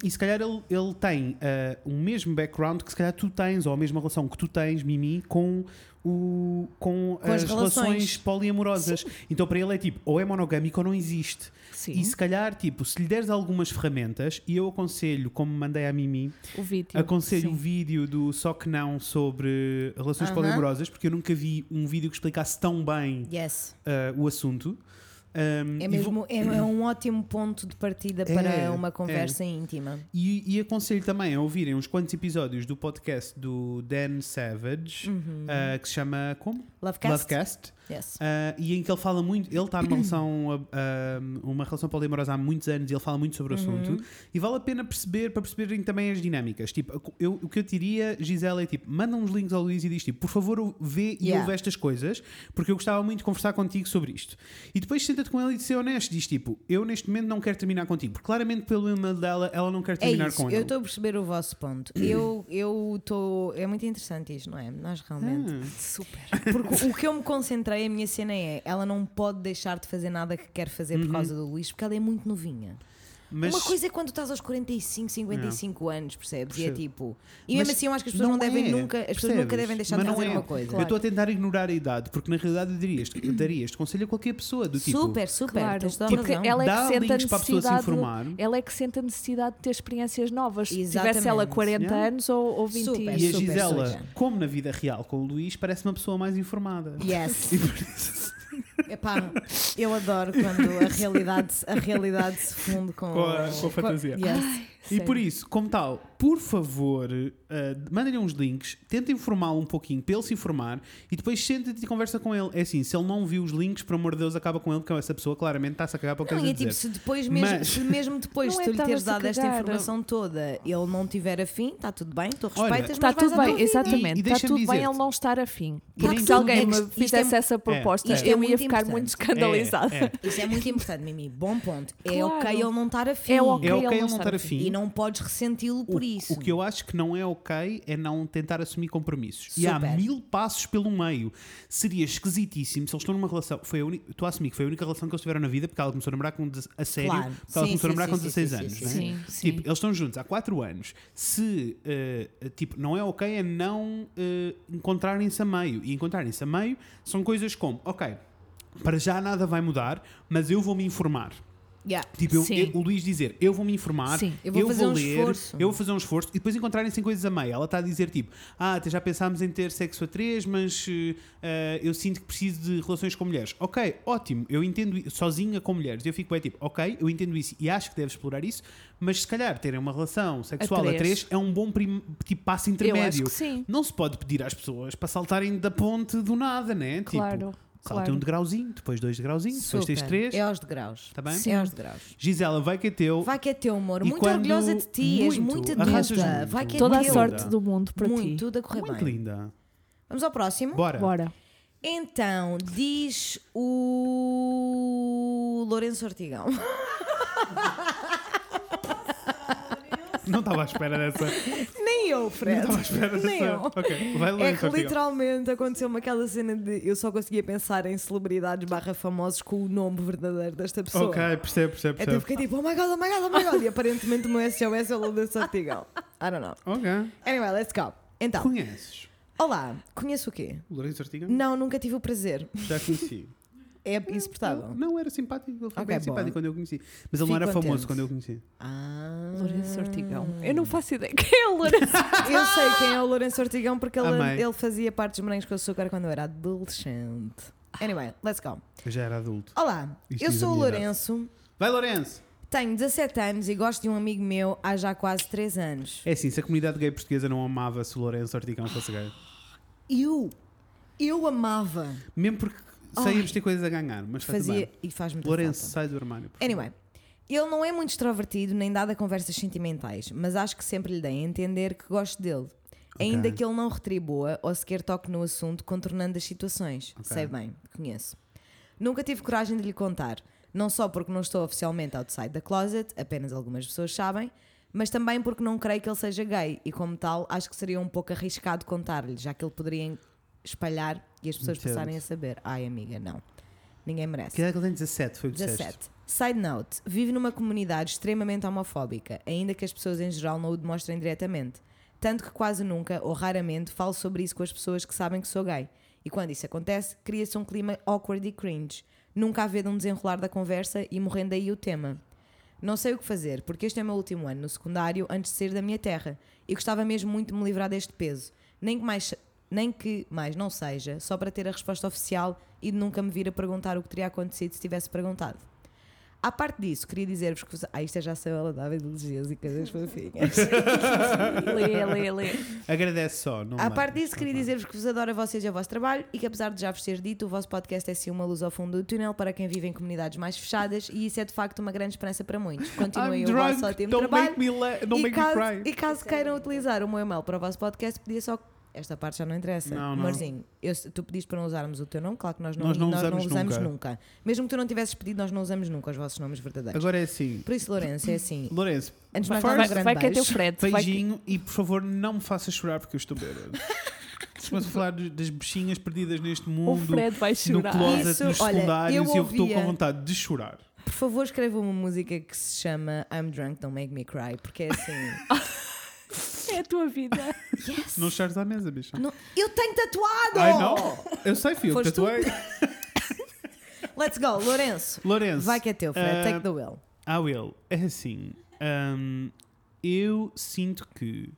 Speaker 1: E se calhar ele, ele tem ah, o mesmo background que se calhar tu tens, ou a mesma relação que tu tens, Mimi, com, o, com,
Speaker 2: Com as
Speaker 1: as relações,
Speaker 2: relações.
Speaker 1: poliamorosas. Então para ele é tipo, ou é monogâmico ou não existe.
Speaker 3: Sim,
Speaker 1: E se calhar, tipo, se lhe deres algumas ferramentas, e eu aconselho, como mandei à Mimi,
Speaker 3: o vídeo.
Speaker 1: Aconselho um
Speaker 3: Sim.
Speaker 1: vídeo do Só Que Não sobre relações
Speaker 2: Aham.
Speaker 1: poliamorosas, porque eu nunca vi um vídeo que explicasse tão bem
Speaker 2: Yes.
Speaker 1: ah, o assunto. Um,
Speaker 2: É,
Speaker 1: e vou-
Speaker 2: mesmo, é, é um ótimo ponto de partida
Speaker 1: É,
Speaker 2: para
Speaker 1: é.
Speaker 2: uma conversa íntima.
Speaker 1: E, e aconselho também a ouvirem uns quantos episódios do podcast do Dan Savage, ah, que se chama como?
Speaker 2: Uhum. Lovecast?
Speaker 1: Lovecast.
Speaker 2: Yes.
Speaker 1: Ah, e em que ele fala muito, ele está numa relação, ah, ah, uma relação poliamorosa há muitos anos e ele fala muito sobre o
Speaker 2: Uhum.
Speaker 1: assunto. E vale a pena perceber, para perceberem também as dinâmicas. Tipo, eu, o que eu diria, Gisela, é tipo, manda uns links ao Luís e diz tipo, por favor, vê e
Speaker 2: Yeah.
Speaker 1: ouve estas coisas, porque eu gostava muito de conversar contigo sobre isto. E depois senta-te com ele e de ser honesto, diz tipo, eu neste momento não quero terminar contigo, porque claramente pelo e-mail dela, ela Hum. não quer
Speaker 2: É
Speaker 1: terminar
Speaker 2: isso,
Speaker 1: com
Speaker 2: eu
Speaker 1: ele.
Speaker 2: estou a perceber o vosso ponto. Eu estou. é muito interessante isto, não é? Nós realmente.
Speaker 1: Hum.
Speaker 3: Super.
Speaker 2: Porque o que eu me concentrei, a minha cena é: ela não pode deixar de fazer nada que quer fazer por causa do Luís, porque ela é muito novinha.
Speaker 1: Uhum. Mas
Speaker 2: Uma coisa é quando estás aos 45, 55 anos, percebes? E é
Speaker 1: Percebo.
Speaker 2: tipo. E mesmo
Speaker 1: Mas
Speaker 2: assim eu acho que as pessoas não, devem
Speaker 1: é,
Speaker 2: nunca. As pessoas
Speaker 1: percebes?
Speaker 2: nunca devem deixar
Speaker 1: Mas
Speaker 2: de
Speaker 1: não
Speaker 2: fazer
Speaker 1: é.
Speaker 2: uma coisa.
Speaker 1: Eu estou a tentar ignorar a idade, porque na realidade eu diria este- eu daria este conselho a qualquer pessoa do tipo.
Speaker 2: super, super.
Speaker 3: Claro,
Speaker 2: tens toda a
Speaker 3: porque
Speaker 2: razão.
Speaker 3: ela é
Speaker 1: Dá
Speaker 3: que sente a
Speaker 1: links para a pessoa se
Speaker 3: necessidade.
Speaker 1: informar.
Speaker 3: Ela é que sente a necessidade de ter experiências novas. Se tivesse ela
Speaker 2: Exatamente.
Speaker 3: 40
Speaker 1: Yeah.
Speaker 3: anos ou, ou 20
Speaker 2: Super.
Speaker 3: anos.
Speaker 1: E a
Speaker 2: super,
Speaker 1: Gisela,
Speaker 2: super.
Speaker 1: como na vida real com o Luís, parece uma pessoa mais informada.
Speaker 3: é-
Speaker 2: Yes.
Speaker 1: E por isso-
Speaker 2: Epá, eu adoro quando a realidade, se- a realidade se funde com,
Speaker 1: Com a- com a fantasia.
Speaker 2: Yes.
Speaker 1: E por isso, como tal, por favor, ah, mandem-lhe uns links, tenta informá-lo um pouquinho para ele se informar e depois senta-te e conversa com ele. É assim, se ele não viu os links, por amor de Deus, acaba com ele, porque essa pessoa claramente está-se a cagar para o que
Speaker 2: Não,
Speaker 1: estás
Speaker 2: e
Speaker 1: a
Speaker 2: é tipo,
Speaker 1: dizer.
Speaker 2: se depois mesmo,
Speaker 1: Mas-
Speaker 2: se mesmo depois
Speaker 3: Não
Speaker 2: de
Speaker 3: é,
Speaker 2: tu lhe teres
Speaker 3: estava-se a
Speaker 2: dado esta
Speaker 3: cagar.
Speaker 2: informação toda, ele não tiver afim, está tudo bem, tu
Speaker 1: Olha,
Speaker 2: respeitas,
Speaker 3: Está
Speaker 2: mas vais
Speaker 3: tá tudo
Speaker 2: à tua
Speaker 3: bem,
Speaker 2: vida.
Speaker 1: E- e
Speaker 3: exatamente. Está
Speaker 1: deixa-me
Speaker 3: tudo bem
Speaker 1: dizer-te.
Speaker 3: ele não estar afim.
Speaker 1: E nem
Speaker 3: Porque se
Speaker 1: tudo
Speaker 2: é
Speaker 3: alguém
Speaker 2: que-
Speaker 3: me
Speaker 2: isto é
Speaker 3: fizesse
Speaker 2: mu-
Speaker 3: essa proposta,
Speaker 2: isto é
Speaker 3: eu
Speaker 2: muito
Speaker 3: ia ficar
Speaker 2: importante.
Speaker 3: muito escandalizada.
Speaker 1: É, é.
Speaker 2: Isso é muito importante, Mimi. Bom ponto. É
Speaker 3: Claro.
Speaker 2: ok ele não estar afim.
Speaker 3: É ok
Speaker 1: É ok ele
Speaker 3: não
Speaker 1: não
Speaker 3: estar
Speaker 1: estar
Speaker 3: afim.
Speaker 1: afim.
Speaker 2: E não podes ressenti-lo por
Speaker 1: o,
Speaker 2: isso.
Speaker 1: o que eu acho que não é ok é não tentar assumir compromissos. E
Speaker 2: Super.
Speaker 1: há mil passos pelo meio. Seria esquisitíssimo se eles estão numa relação. Foi a uni- Estou a assumir que foi a única relação que eles tiveram na vida, porque ela começou a namorar com, deze- a sério,
Speaker 2: Claro.
Speaker 1: porque ela
Speaker 2: Sim,
Speaker 1: começou a
Speaker 2: sim,
Speaker 1: namorar
Speaker 2: sim,
Speaker 1: com
Speaker 2: sim,
Speaker 1: 16
Speaker 2: sim,
Speaker 1: anos.
Speaker 2: sim,
Speaker 1: não é?
Speaker 3: sim. Sim, sim.
Speaker 1: Tipo, eles estão juntos há 4 anos. Se eh, tipo, não é ok é não eh, encontrarem-se a meio. E encontrarem-se a meio são coisas como, ok, para já nada vai mudar, mas eu vou me informar.
Speaker 2: Yeah.
Speaker 1: Tipo, eu-
Speaker 3: Sim.
Speaker 1: eu- o Luís dizer, eu vou me informar,
Speaker 3: Sim,
Speaker 2: eu vou fazer um
Speaker 1: ler,
Speaker 2: esforço.
Speaker 1: eu vou fazer um esforço, e depois encontrarem-se em coisas a meio. Ela está a dizer, tipo, ah, até já pensámos em ter sexo a três, mas eh, ah, eu sinto que preciso de relações com mulheres. Ok, ótimo, eu entendo i- sozinha com mulheres. Eu fico bem, tipo, ok, eu entendo isso e acho que deves explorar isso, mas se calhar terem uma relação sexual a três,
Speaker 3: três.
Speaker 1: é um bom prim- tipo, passo intermédio.
Speaker 3: acho que sim.
Speaker 1: Não se pode pedir às pessoas para saltarem da ponte do nada, né?
Speaker 3: Claro,
Speaker 1: tipo, saltem
Speaker 3: claro.
Speaker 1: um degrauzinho, depois dois degrauzinhos, depois tens
Speaker 2: Super.
Speaker 1: três.
Speaker 2: É aos degraus.
Speaker 1: Tá bem?
Speaker 2: É aos degraus.
Speaker 1: Gisela, vai que é teu.
Speaker 2: Vai que é teu amor.
Speaker 1: E
Speaker 2: muito
Speaker 1: quando-
Speaker 2: orgulhosa de ti. és
Speaker 1: muito,
Speaker 2: muito
Speaker 1: arrasas
Speaker 2: adulta.
Speaker 1: muito. é
Speaker 2: Vai que é
Speaker 3: Toda a
Speaker 2: teu.
Speaker 1: Linda.
Speaker 3: sorte do mundo para
Speaker 2: muito,
Speaker 3: ti.
Speaker 2: tudo a correr
Speaker 1: Muito
Speaker 2: bem.
Speaker 1: linda.
Speaker 2: Vamos ao próximo.
Speaker 1: Bora.
Speaker 3: Bora.
Speaker 2: Então, diz o Lourenço Ortigão.
Speaker 1: Não estava à espera dessa.
Speaker 2: Nem eu, Fred.
Speaker 1: Estava à espera
Speaker 2: Nem
Speaker 1: dessa.
Speaker 2: eu.
Speaker 1: Ok, vai lá.
Speaker 2: É que
Speaker 1: Santiago.
Speaker 2: literalmente aconteceu-me aquela cena de eu só conseguia pensar em celebridades barra famosos com o nome verdadeiro desta pessoa.
Speaker 1: Ok, percebo, percebo,
Speaker 2: Então
Speaker 1: percebo.
Speaker 2: eu fiquei tipo, oh my god, oh my god, oh my god. E aparentemente o meu SOS é o Lourenço Ortigão. I don't know.
Speaker 1: Ok.
Speaker 2: Anyway, let's go. Então,
Speaker 1: Conheces
Speaker 2: olá, conheço o quê?
Speaker 1: o Lourenço Ortiga?
Speaker 2: Não, nunca tive o prazer.
Speaker 1: Já conheci.
Speaker 2: É insuportável.
Speaker 1: Não, era simpático. Ele foi
Speaker 2: Ok,
Speaker 1: bem
Speaker 2: bom.
Speaker 1: simpático quando eu conheci. Mas ele não
Speaker 2: Fico
Speaker 1: era
Speaker 2: contente.
Speaker 1: famoso quando eu conheci.
Speaker 2: Ah.
Speaker 3: Lourenço Ortigão.
Speaker 2: Hum.
Speaker 3: Eu não faço ideia quem é o Lourenço.
Speaker 2: Eu sei quem é o Lourenço Ortigão porque ele,
Speaker 1: Amei.
Speaker 2: ele fazia parte dos morangos com açúcar quando eu era adolescente. Anyway, let's go.
Speaker 1: Eu já era adulto.
Speaker 2: Olá,
Speaker 1: Isto
Speaker 2: eu
Speaker 1: diz
Speaker 2: sou
Speaker 1: a
Speaker 2: o
Speaker 1: minha idade.
Speaker 2: Lourenço,
Speaker 1: Vai, Lourenço!
Speaker 2: tenho 17 anos e gosto de um amigo meu há já quase 3 anos.
Speaker 1: É assim, se a comunidade gay portuguesa não amava se o Lourenço Ortigão fosse gay.
Speaker 2: Eu, eu amava.
Speaker 1: Mesmo porque saímos ter coisas a ganhar, mas está tudo
Speaker 2: Fazia É
Speaker 1: bem.
Speaker 2: e faz muita
Speaker 1: Lourenço,
Speaker 2: falta.
Speaker 1: sai do armário. por
Speaker 2: Anyway, ele não é muito extrovertido nem dado a conversas sentimentais, mas acho que sempre lhe dei a entender que gosto dele. Ainda que ele não retribua ou sequer toque no assunto, contornando as situações. Sei bem, conheço. Nunca tive coragem de lhe contar. Não só porque não estou oficialmente outside the closet, apenas algumas pessoas sabem, mas também porque não creio que ele seja gay e, como tal, acho que seria um pouco arriscado contar-lhe, já que ele poderia espalhar e as pessoas
Speaker 1: Entendo.
Speaker 2: passarem a saber. Ai, amiga, não. Ninguém merece.
Speaker 1: Que idade que ele tem? 17, foi o que disseste.
Speaker 2: 17. Side note: vive numa comunidade extremamente homofóbica, ainda que as pessoas em geral não o demonstrem diretamente. Tanto que quase nunca, ou raramente, falo sobre isso com as pessoas que sabem que sou gay. E quando isso acontece, cria-se um clima awkward e cringe. Nunca havendo um desenrolar da conversa e morrendo aí o tema. Não sei o que fazer, porque este é o meu último ano no secundário antes de sair da minha terra e gostava mesmo muito de me livrar deste peso. Nem que mais, nem que mais não seja, só para ter a resposta oficial e de nunca me vir a perguntar o que teria acontecido se tivesse perguntado. À parte disso, queria dizer-vos que. Vos... Ah, isto é já Sabela Dávila de Legias e coisas fofinhas.
Speaker 3: Lê, lê, lê.
Speaker 1: Agradece só. Não
Speaker 2: À
Speaker 1: manda.
Speaker 2: parte disso, queria
Speaker 1: Não
Speaker 2: dizer-vos que vos adoro a vocês e ao vosso trabalho e que, apesar de já vos ter dito, o vosso podcast é sim uma luz ao fundo do túnel para quem vive em comunidades mais fechadas e isso é de facto uma grande esperança para muitos.
Speaker 1: manda.
Speaker 2: Continuem
Speaker 1: I'm
Speaker 2: o vosso
Speaker 1: drunk.
Speaker 2: ótimo
Speaker 1: Don't
Speaker 2: trabalho.
Speaker 1: make me, la- don't
Speaker 2: e,
Speaker 1: make
Speaker 2: caso,
Speaker 1: me cry.
Speaker 2: e caso queiram utilizar o meu e-mail para o vosso podcast, podia só. Esta parte já não interessa.
Speaker 1: Não, não.
Speaker 2: Amorzinho, eu- tu pediste para não usarmos o teu nome, claro que nós não,
Speaker 1: Nós não usamos
Speaker 2: nunca. Mesmo que tu não tivesses pedido, nós não usamos nunca os vossos nomes verdadeiros.
Speaker 1: Agora é assim.
Speaker 2: Por isso, Lourenço, é assim.
Speaker 1: Lourenço,
Speaker 2: Antes de mais,
Speaker 3: Vai,
Speaker 2: nada, um
Speaker 1: first,
Speaker 2: grande
Speaker 3: vai que é teu
Speaker 2: beijo.
Speaker 3: frete. vai que-
Speaker 1: beijinho e por favor não me faças chorar porque eu estou bêbado. Estamos a falar de- das bichinhas perdidas neste
Speaker 3: O
Speaker 1: mundo.
Speaker 3: Fred vai
Speaker 1: no
Speaker 3: chorar.
Speaker 1: closet,
Speaker 2: Isso,
Speaker 1: nos
Speaker 2: olha,
Speaker 1: secundários
Speaker 2: eu
Speaker 1: e eu estou
Speaker 2: ouvia-
Speaker 1: com vontade de chorar.
Speaker 2: Por favor, escreva uma música que se chama I'm Drunk, Don't Make Me Cry, porque é assim.
Speaker 3: É a tua vida. Oh,
Speaker 2: Yes!
Speaker 1: Não chores à mesa, bicha.
Speaker 2: Não- eu tenho tatuado!
Speaker 1: Ai não, eu sei, filho, eu
Speaker 2: Foste tu?
Speaker 1: tatuei.
Speaker 2: Let's go, Lourenço.
Speaker 1: Lourenço,
Speaker 2: Vai que é teu, Fred.
Speaker 1: Ah,
Speaker 2: Take the will.
Speaker 1: Ah, Will, é assim. hum, eu sinto que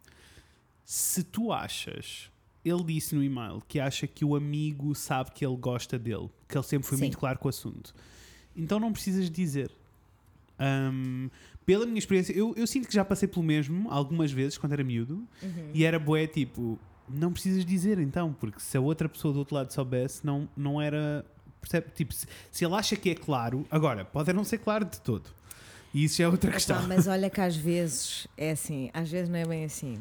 Speaker 1: se tu achas. Ele disse no e-mail que acha que o amigo sabe que ele gosta dele, que ele sempre foi
Speaker 2: Sim.
Speaker 1: muito claro com o assunto. Então não precisas dizer. Hum, pela minha experiência, eu, eu sinto que já passei pelo mesmo algumas vezes quando era miúdo e era boé tipo, não precisas dizer então, porque se a outra pessoa do outro lado soubesse, não, não era. Percebe? Tipo, se, se ele acha que é claro, agora, pode não ser claro de todo. E isso já é outra
Speaker 2: Epá,
Speaker 1: questão.
Speaker 2: mas olha que às vezes é assim, às vezes não é bem assim.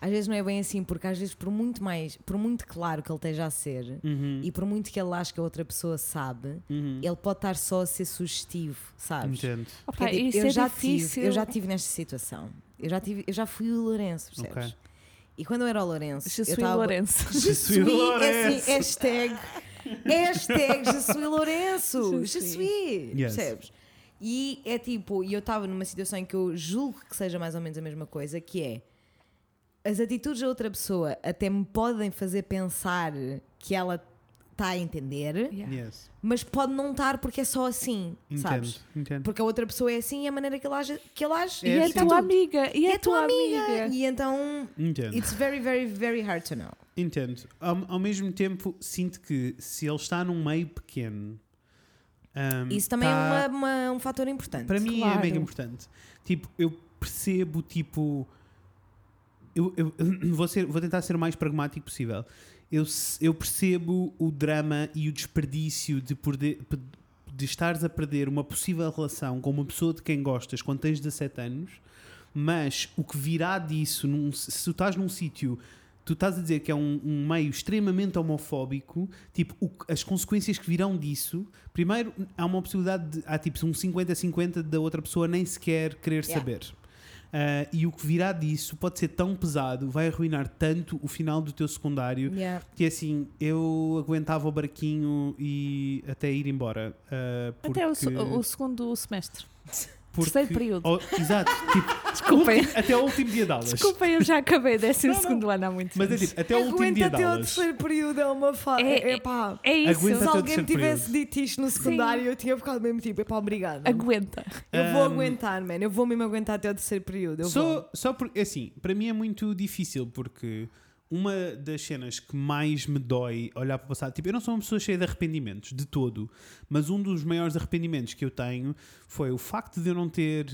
Speaker 2: Às vezes não é bem assim, porque às vezes, por muito mais, por muito claro que ele esteja a ser
Speaker 1: Uhum,
Speaker 2: e por muito que ele ache que a outra pessoa sabe,
Speaker 1: uhum.
Speaker 2: ele pode estar só a ser sugestivo, sabes?
Speaker 1: Entendo.
Speaker 3: Opa,
Speaker 2: Porque, tipo,
Speaker 3: isso
Speaker 2: eu,
Speaker 3: é
Speaker 2: já
Speaker 3: difícil.
Speaker 2: tive, eu já tive nesta situação. Eu já, tive, eu já fui o Lourenço, percebes?
Speaker 1: Ok.
Speaker 2: E quando eu era o Lourenço,
Speaker 3: Je
Speaker 2: eu
Speaker 3: suis
Speaker 2: tava-
Speaker 3: Lourenço.
Speaker 1: Je suis
Speaker 2: é
Speaker 1: Lourenço.
Speaker 2: assim, hashtag, hashtag Je suis Lourenço,
Speaker 3: Je
Speaker 2: Je
Speaker 3: suis.
Speaker 2: suis,
Speaker 1: Yes.
Speaker 2: percebes? E é tipo, e eu estava numa situação em que eu julgo que seja mais ou menos a mesma coisa, que é as atitudes da outra pessoa até me podem fazer pensar que ela está a entender,
Speaker 3: Yeah.
Speaker 1: Yes.
Speaker 2: mas pode não estar porque é só assim,
Speaker 1: Entendo.
Speaker 2: sabes?
Speaker 1: Entendo.
Speaker 2: Porque a outra pessoa é assim e a maneira que ela age, que ela age
Speaker 1: É
Speaker 3: E é
Speaker 1: assim.
Speaker 2: tá
Speaker 3: tua
Speaker 2: tudo.
Speaker 3: amiga. E é,
Speaker 2: é tua amiga. E então
Speaker 1: Entendo.
Speaker 2: it's very, very, very hard to know.
Speaker 1: Entendo. Ao, ao mesmo tempo, sinto que se ele está num meio pequeno. hum,
Speaker 2: Isso também
Speaker 1: tá-
Speaker 2: é uma- uma- um fator importante.
Speaker 1: Para mim
Speaker 3: Claro.
Speaker 1: é mega importante. Tipo, eu percebo, tipo. Eu, eu- vou, ser- vou tentar ser o mais pragmático possível. Eu, se- eu percebo o drama e o desperdício de, perder, de estares a perder uma possível relação com uma pessoa de quem gostas quando tens 17 anos, mas o que virá disso, num- se tu estás num sítio, tu estás a dizer que é um, um meio extremamente homofóbico, tipo, o que- as consequências que virão disso, primeiro há uma possibilidade, de, há tipo um 50-50 da outra pessoa nem sequer querer
Speaker 2: Yeah.
Speaker 1: saber. Ah, e o que virá disso pode ser tão pesado, vai arruinar tanto o final do teu secundário
Speaker 2: Yeah.
Speaker 1: que assim, eu aguentava o barquinho e até ir embora. ah, porque,
Speaker 3: Até o, se- o segundo semestre.
Speaker 1: porque-
Speaker 3: terceiro período.
Speaker 1: Oh, exato, tipo,
Speaker 3: Desculpem.
Speaker 1: ulti- até o último dia de aulas.
Speaker 3: Desculpem, eu já acabei décimo segundo ano há muito
Speaker 1: Mas é
Speaker 3: tempo.
Speaker 1: tipo, até o último dia de
Speaker 2: até o
Speaker 1: aulas.
Speaker 2: terceiro período, é uma fase.
Speaker 3: É- é-
Speaker 2: epá,
Speaker 3: É isso.
Speaker 1: Aguenta
Speaker 2: se
Speaker 1: até o
Speaker 2: alguém me
Speaker 1: terceiro
Speaker 2: tivesse dito isto no secundário,
Speaker 3: Sim.
Speaker 2: eu tinha ficado mesmo tipo, epá, obrigado.
Speaker 3: Aguenta.
Speaker 2: Eu vou
Speaker 1: Um,
Speaker 2: aguentar, man. Eu vou mesmo aguentar até o terceiro período. Eu vou.
Speaker 1: Só, só porque, assim, para mim é muito difícil porque uma das cenas que mais me dói olhar para o passado, tipo, eu não sou uma pessoa cheia de arrependimentos, de todo, mas um dos maiores arrependimentos que eu tenho foi o facto de eu não ter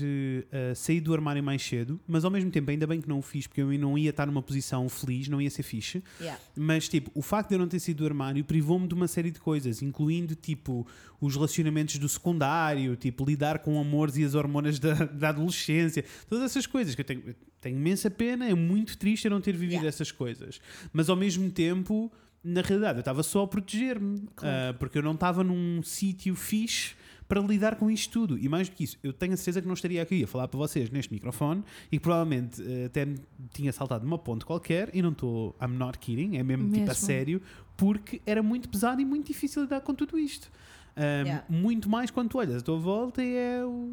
Speaker 1: eh, ah, saído do armário mais cedo, mas ao mesmo tempo, ainda bem que não o fiz, porque eu não ia estar numa posição feliz, não ia ser fixe.
Speaker 2: Yeah.
Speaker 1: Mas, tipo, o facto de eu não ter sido do armário privou-me de uma série de coisas, incluindo, tipo, os relacionamentos do secundário, tipo, lidar com amores e as hormonas da, da adolescência, todas essas coisas que eu tenho, eu tenho imensa pena, é muito triste eu não ter vivido
Speaker 2: Yeah.
Speaker 1: essas coisas. Mas, ao mesmo tempo, na realidade, eu estava só a proteger-me, ah, porque eu não estava num sítio fixe para lidar com isto tudo. E mais do que isso, eu tenho a certeza que não estaria aqui a falar para vocês neste microfone e que provavelmente eh, até me tinha saltado uma ponte qualquer e não estou, I'm not kidding, é mesmo, tipo a
Speaker 3: Mesmo.
Speaker 1: sério, porque era muito pesado e muito difícil lidar com tudo isto. Ahm,
Speaker 2: Yeah.
Speaker 1: Muito mais quando tu olhas à tua volta e é o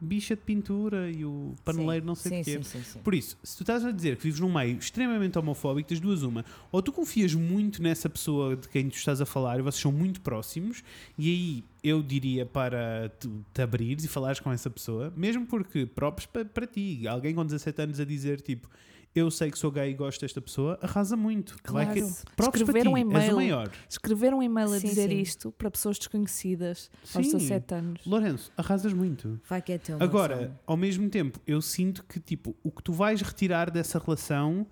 Speaker 1: bicha de pintura e o paneleiro
Speaker 2: Sim.
Speaker 1: não sei
Speaker 2: sim,
Speaker 1: o quê.
Speaker 2: Sim, sim, sim.
Speaker 1: Por isso, se tu estás a dizer que vives num meio extremamente homofóbico, das duas uma, ou tu confias muito nessa pessoa de quem tu estás a falar e vocês são muito próximos, e aí eu diria para tu te abrires e falares com essa pessoa, mesmo porque próprios pa- para, ti, alguém com 17 anos a dizer tipo eu sei que sou gay e gosto desta pessoa, arrasa muito. Vai
Speaker 3: Claro.
Speaker 1: que props para
Speaker 3: Escrever
Speaker 1: ti,
Speaker 3: um
Speaker 1: és o
Speaker 3: e-mail.
Speaker 1: maior.
Speaker 3: Escrever um e-mail a
Speaker 2: Sim,
Speaker 3: dizer
Speaker 2: sim.
Speaker 3: isto para pessoas desconhecidas aos
Speaker 1: Sim.
Speaker 3: 17 anos.
Speaker 1: Lourenço, arrasas muito.
Speaker 2: Vai que é teu.
Speaker 1: Agora,
Speaker 2: Gonçalo.
Speaker 1: ao mesmo tempo, eu sinto que tipo, o que tu vais retirar dessa relação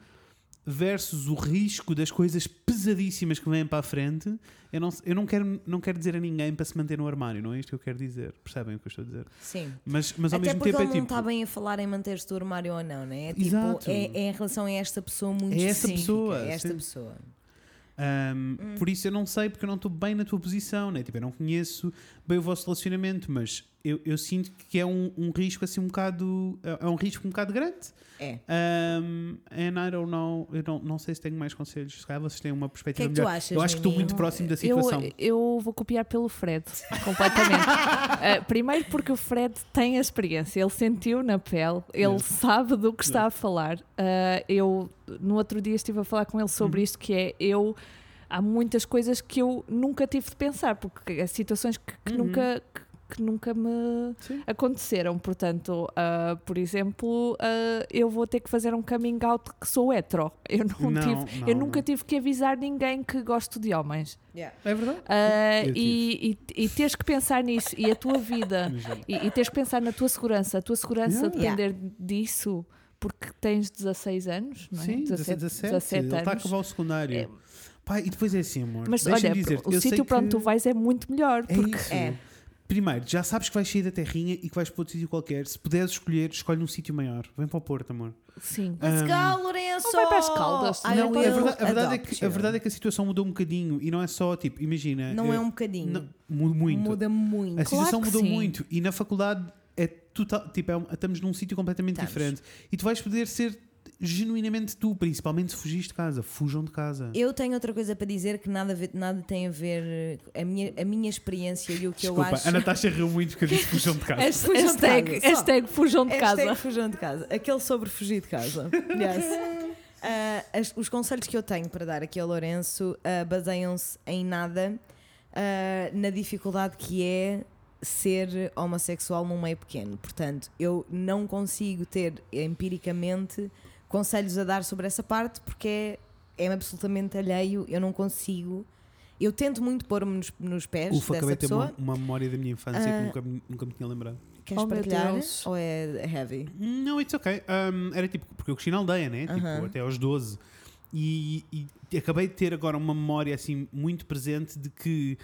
Speaker 1: versus o risco das coisas pesadíssimas que vêm para a frente, eu não, eu não, quero, não quero dizer a ninguém para se manter no armário, não é isto que eu quero dizer. Percebem o que eu estou a dizer?
Speaker 2: Sim.
Speaker 1: Mas, mas ao
Speaker 2: Até
Speaker 1: mesmo
Speaker 2: porque
Speaker 1: tempo
Speaker 2: ele
Speaker 1: é
Speaker 2: não tá
Speaker 1: tipo.
Speaker 2: está bem a falar em manter-se do armário ou não, né? É tipo,
Speaker 1: Exato.
Speaker 2: é, é em relação a esta pessoa muito
Speaker 1: É essa
Speaker 2: específica,
Speaker 1: pessoa,
Speaker 2: É esta
Speaker 1: sim.
Speaker 2: pessoa.
Speaker 1: Ahm,
Speaker 2: Hum.
Speaker 1: Por isso eu não sei, porque eu não estou bem na tua posição, né? tipo, eu não conheço bem o vosso relacionamento, mas eu, eu sinto que é um, um risco assim um bocado. É um risco um bocado grande.
Speaker 2: É.
Speaker 1: Ahm, and I don't know, eu não, não sei se tenho mais conselhos, se calhar vocês têm uma perspectiva
Speaker 2: O que é que tu
Speaker 1: melhor.
Speaker 2: achas,
Speaker 1: eu acho que estou
Speaker 2: Nini?
Speaker 1: muito próximo da
Speaker 3: Eu,
Speaker 1: situação.
Speaker 3: eu vou copiar pelo Fred, completamente. Uh, primeiro porque o Fred tem a experiência, ele sentiu na pele, ele
Speaker 1: Yeah.
Speaker 3: sabe do que está a falar. Uh, eu, no outro dia, estive a falar com ele sobre
Speaker 1: Uhum.
Speaker 3: isto, que é, eu... Há muitas coisas que eu nunca tive de pensar, porque há situações que, que nunca... Que, que nunca me
Speaker 1: Uhum. Sim.
Speaker 3: aconteceram, portanto, ah, por exemplo, ah, eu vou ter que fazer um coming out que sou hetero. Eu não,
Speaker 1: Não,
Speaker 3: tive,
Speaker 1: não,
Speaker 3: eu nunca
Speaker 1: não.
Speaker 3: tive que avisar ninguém que gosto de homens.
Speaker 1: É verdade?
Speaker 3: Ah,
Speaker 1: Eu
Speaker 3: e, e, e teres que pensar nisso e a tua vida e, e teres que pensar na tua segurança, a tua segurança
Speaker 1: Yeah.
Speaker 3: depender disso porque tens 16 anos, não é?
Speaker 1: Sim, 17, 17, ele tá está a acabar o secundário.
Speaker 3: É.
Speaker 1: Pá, e depois é assim, amor.
Speaker 3: Mas
Speaker 1: deixa-me
Speaker 3: olha,
Speaker 1: dizer-te,
Speaker 3: o
Speaker 1: eu sei
Speaker 3: sítio para onde
Speaker 1: que-
Speaker 3: tu vais é muito melhor.
Speaker 1: É
Speaker 3: Porque
Speaker 1: isso.
Speaker 2: É.
Speaker 1: Primeiro, já sabes que vais sair da terrinha e que vais para outro sítio qualquer. Se puderes escolher, escolhe um sítio maior. Vem para o Porto, amor.
Speaker 3: sim,
Speaker 2: Let's go, Lourenço!
Speaker 3: Não vai para as Caldas.
Speaker 2: Ai,
Speaker 1: não,
Speaker 2: Ah, eu
Speaker 1: e a verdade, a verdade é
Speaker 2: adoro,
Speaker 1: que, a verdade é que a situação mudou um bocadinho e não é só, tipo, imagina.
Speaker 2: Não
Speaker 1: eh,
Speaker 2: é um bocadinho.
Speaker 1: não, mu- muito. Assim,
Speaker 2: Muda muito.
Speaker 1: a situação
Speaker 3: que
Speaker 1: mudou
Speaker 3: sim.
Speaker 1: muito e na faculdade é total, tipo, é um- estamos num sítio completamente
Speaker 2: Estamos.
Speaker 1: diferente e tu vais poder ser genuinamente tu, principalmente se fugis de casa. Fujam de casa.
Speaker 2: Eu tenho outra coisa para dizer que nada, a ver- nada tem a ver eh, a minha, a minha experiência e o que
Speaker 1: Desculpa,
Speaker 2: eu acho.
Speaker 1: a Natasha riu muito porque eu disse fujam de casa.
Speaker 3: Hashtag-
Speaker 2: Fujam de casa,
Speaker 3: hashtag,
Speaker 2: só.
Speaker 3: hashtag fujam de
Speaker 2: Hashtag
Speaker 3: casa.
Speaker 2: fujam de casa. Aquele sobre fugir de casa. Yes. Ah, as- os conselhos que eu tenho para dar aqui ao Lourenço ah, baseiam-se em nada ah, na dificuldade que é ser homossexual num meio pequeno. Portanto, eu não consigo ter empiricamente conselhos a dar sobre essa parte porque é, é absolutamente alheio. Eu não consigo. Eu tento muito pôr-me nos, nos pés
Speaker 1: Ufa, acabei
Speaker 2: dessa
Speaker 1: de ter é uma,
Speaker 2: pessoa.
Speaker 1: uma memória da minha infância
Speaker 2: Ah.
Speaker 1: que nunca, me- nunca me tinha lembrado.
Speaker 2: Queres
Speaker 3: Oh, meu
Speaker 2: partilhar?
Speaker 3: Deus.
Speaker 2: Ou é heavy?
Speaker 1: Não, it's ok. Um, era tipo, porque eu cresci na aldeia, né?
Speaker 2: Aham.
Speaker 1: Tipo, até aos 12. E, e acabei de ter agora uma memória assim muito presente de que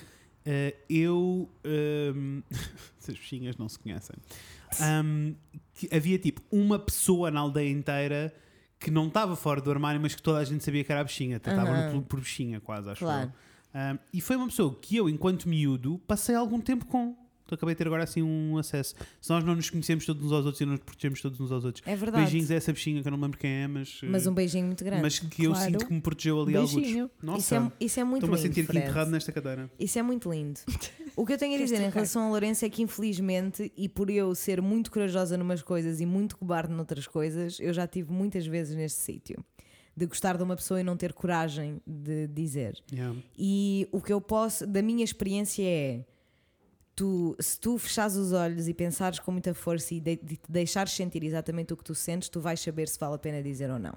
Speaker 1: eh, eu. ehm, essas bichinhas não se conhecem. Um, que havia tipo uma pessoa na aldeia inteira que não estava fora do armário, mas que toda a gente sabia que era a bichinha. Tratavam-no
Speaker 2: Aham.
Speaker 1: por- por bichinha, quase, acho
Speaker 2: Claro.
Speaker 1: eu. Um, e foi uma pessoa que eu, enquanto miúdo, passei algum tempo com. Então, acabei de ter agora assim um acesso. Se nós não nos conhecemos todos uns aos outros e não nos protegemos todos uns aos outros.
Speaker 2: É verdade.
Speaker 1: Beijinhos a essa bichinha que eu não me lembro quem é, mas.
Speaker 2: Mas
Speaker 1: eh,
Speaker 2: um beijinho muito grande.
Speaker 1: mas que eu
Speaker 3: Claro.
Speaker 1: sinto que me protegeu ali
Speaker 3: Beijinho.
Speaker 1: alguns. Nossa,
Speaker 2: isso, é, isso é muito
Speaker 1: estou-me
Speaker 2: lindo.
Speaker 1: a sentir aqui
Speaker 2: Fred.
Speaker 1: enterrado nesta cadeira.
Speaker 2: Isso é muito lindo. O que eu tenho a dizer em relação ao Lourenço é que, infelizmente, e por eu ser muito corajosa numas coisas e muito cobarde noutras coisas, eu já tive muitas vezes neste sítio. De gostar de uma pessoa e não ter coragem de dizer.
Speaker 1: Yeah.
Speaker 2: E o que eu posso, da minha experiência, é. Tu, se tu fechares os olhos e pensares com muita força e de, de te deixares sentir exatamente o que tu sentes, tu vais saber se vale a pena dizer ou não.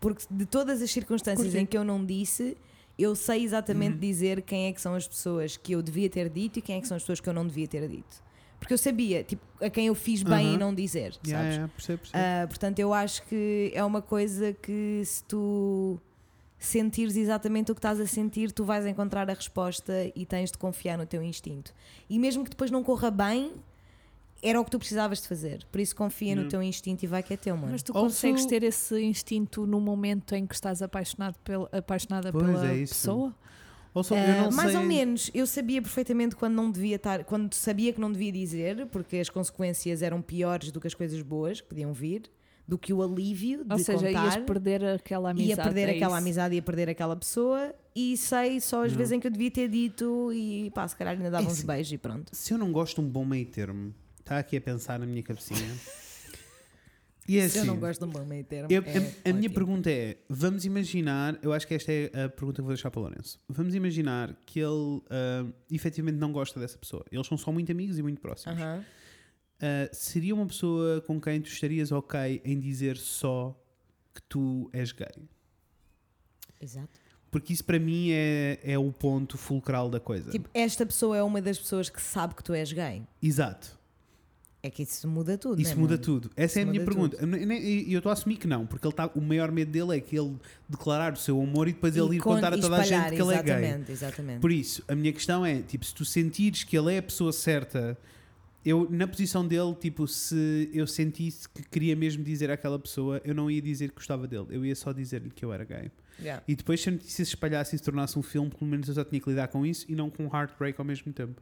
Speaker 2: Porque de todas as circunstâncias
Speaker 3: Curti.
Speaker 2: em que eu não disse, eu sei exatamente
Speaker 1: Uhum.
Speaker 2: dizer quem é que são as pessoas que eu devia ter dito e quem é que são as pessoas que eu não devia ter dito. Porque eu sabia, tipo, a quem eu fiz bem
Speaker 1: Uhum.
Speaker 2: e não dizer, sabes?
Speaker 1: Yeah, yeah, percebo, percebo.
Speaker 2: Ah, portanto, eu acho que é uma coisa que se tu sentires exatamente o que estás a sentir, tu vais encontrar a resposta e tens de confiar no teu instinto. E mesmo que depois não corra bem, era o que tu precisavas de fazer. Por isso confia no teu instinto e vai que é teu, mano.
Speaker 3: Mas tu
Speaker 1: Also-
Speaker 3: consegues ter esse instinto no momento em que estás apaixonado pela, apaixonada
Speaker 1: Pois,
Speaker 3: pela
Speaker 1: é isso.
Speaker 3: pessoa?
Speaker 1: Ou só,
Speaker 2: Ah,
Speaker 1: eu não
Speaker 2: mais
Speaker 1: sei...
Speaker 2: ou menos, eu sabia perfeitamente quando não devia estar, quando sabia que não devia dizer, porque as consequências eram piores do que as coisas boas que podiam vir, do que o alívio de
Speaker 3: Ou seja,
Speaker 2: contar.
Speaker 3: ias perder aquela amizade.
Speaker 2: ia perder
Speaker 3: é
Speaker 2: aquela
Speaker 3: isso.
Speaker 2: amizade, ia perder aquela pessoa e sei só as vezes em que eu devia ter dito e pá, se calhar ainda dava
Speaker 1: É
Speaker 2: uns
Speaker 1: assim.
Speaker 2: beijos e pronto.
Speaker 1: Se eu não gosto de um bom meio termo, está aqui a pensar na minha cabecinha. e é assim,
Speaker 2: eu não gosto de um bom meio termo.
Speaker 1: Eu- a, a minha pergunta é: vamos imaginar, eu acho que esta é a pergunta que vou deixar para o Lourenço. Vamos imaginar que ele ah, efetivamente não gosta dessa pessoa. Eles são só muito amigos e muito próximos. Ah, seria uma pessoa com quem tu estarias ok em dizer só que tu és gay.
Speaker 2: Exato.
Speaker 1: Porque isso para mim é, é o ponto fulcral da coisa.
Speaker 2: Tipo, esta pessoa é uma das pessoas que sabe que tu és gay.
Speaker 1: Exato.
Speaker 2: É que isso muda tudo.
Speaker 1: Isso
Speaker 2: não é,
Speaker 1: muda
Speaker 2: mano?
Speaker 1: tudo. Essa é a
Speaker 2: Isso
Speaker 1: minha
Speaker 2: muda
Speaker 1: pergunta. Eu nem- nem- E eu estou a assumir que não, porque ele tá, o maior medo dele é que ele declarar o seu amor e depois ele
Speaker 2: E
Speaker 1: ir
Speaker 2: con-
Speaker 1: contar a
Speaker 2: e
Speaker 1: toda a gente
Speaker 2: espalhar,
Speaker 1: que ele é gay.
Speaker 2: Exatamente, exatamente.
Speaker 1: Por isso, a minha questão é, tipo, se tu sentires que ele é a pessoa certa, eu, na posição dele, tipo, se eu sentisse que queria mesmo dizer àquela pessoa, eu não ia dizer que gostava dele, eu ia só dizer-lhe que eu era gay.
Speaker 2: Yeah.
Speaker 1: E depois, se a notícia se espalhasse e se tornasse um filme, pelo menos eu só tinha que lidar com isso e não com um heartbreak ao mesmo tempo.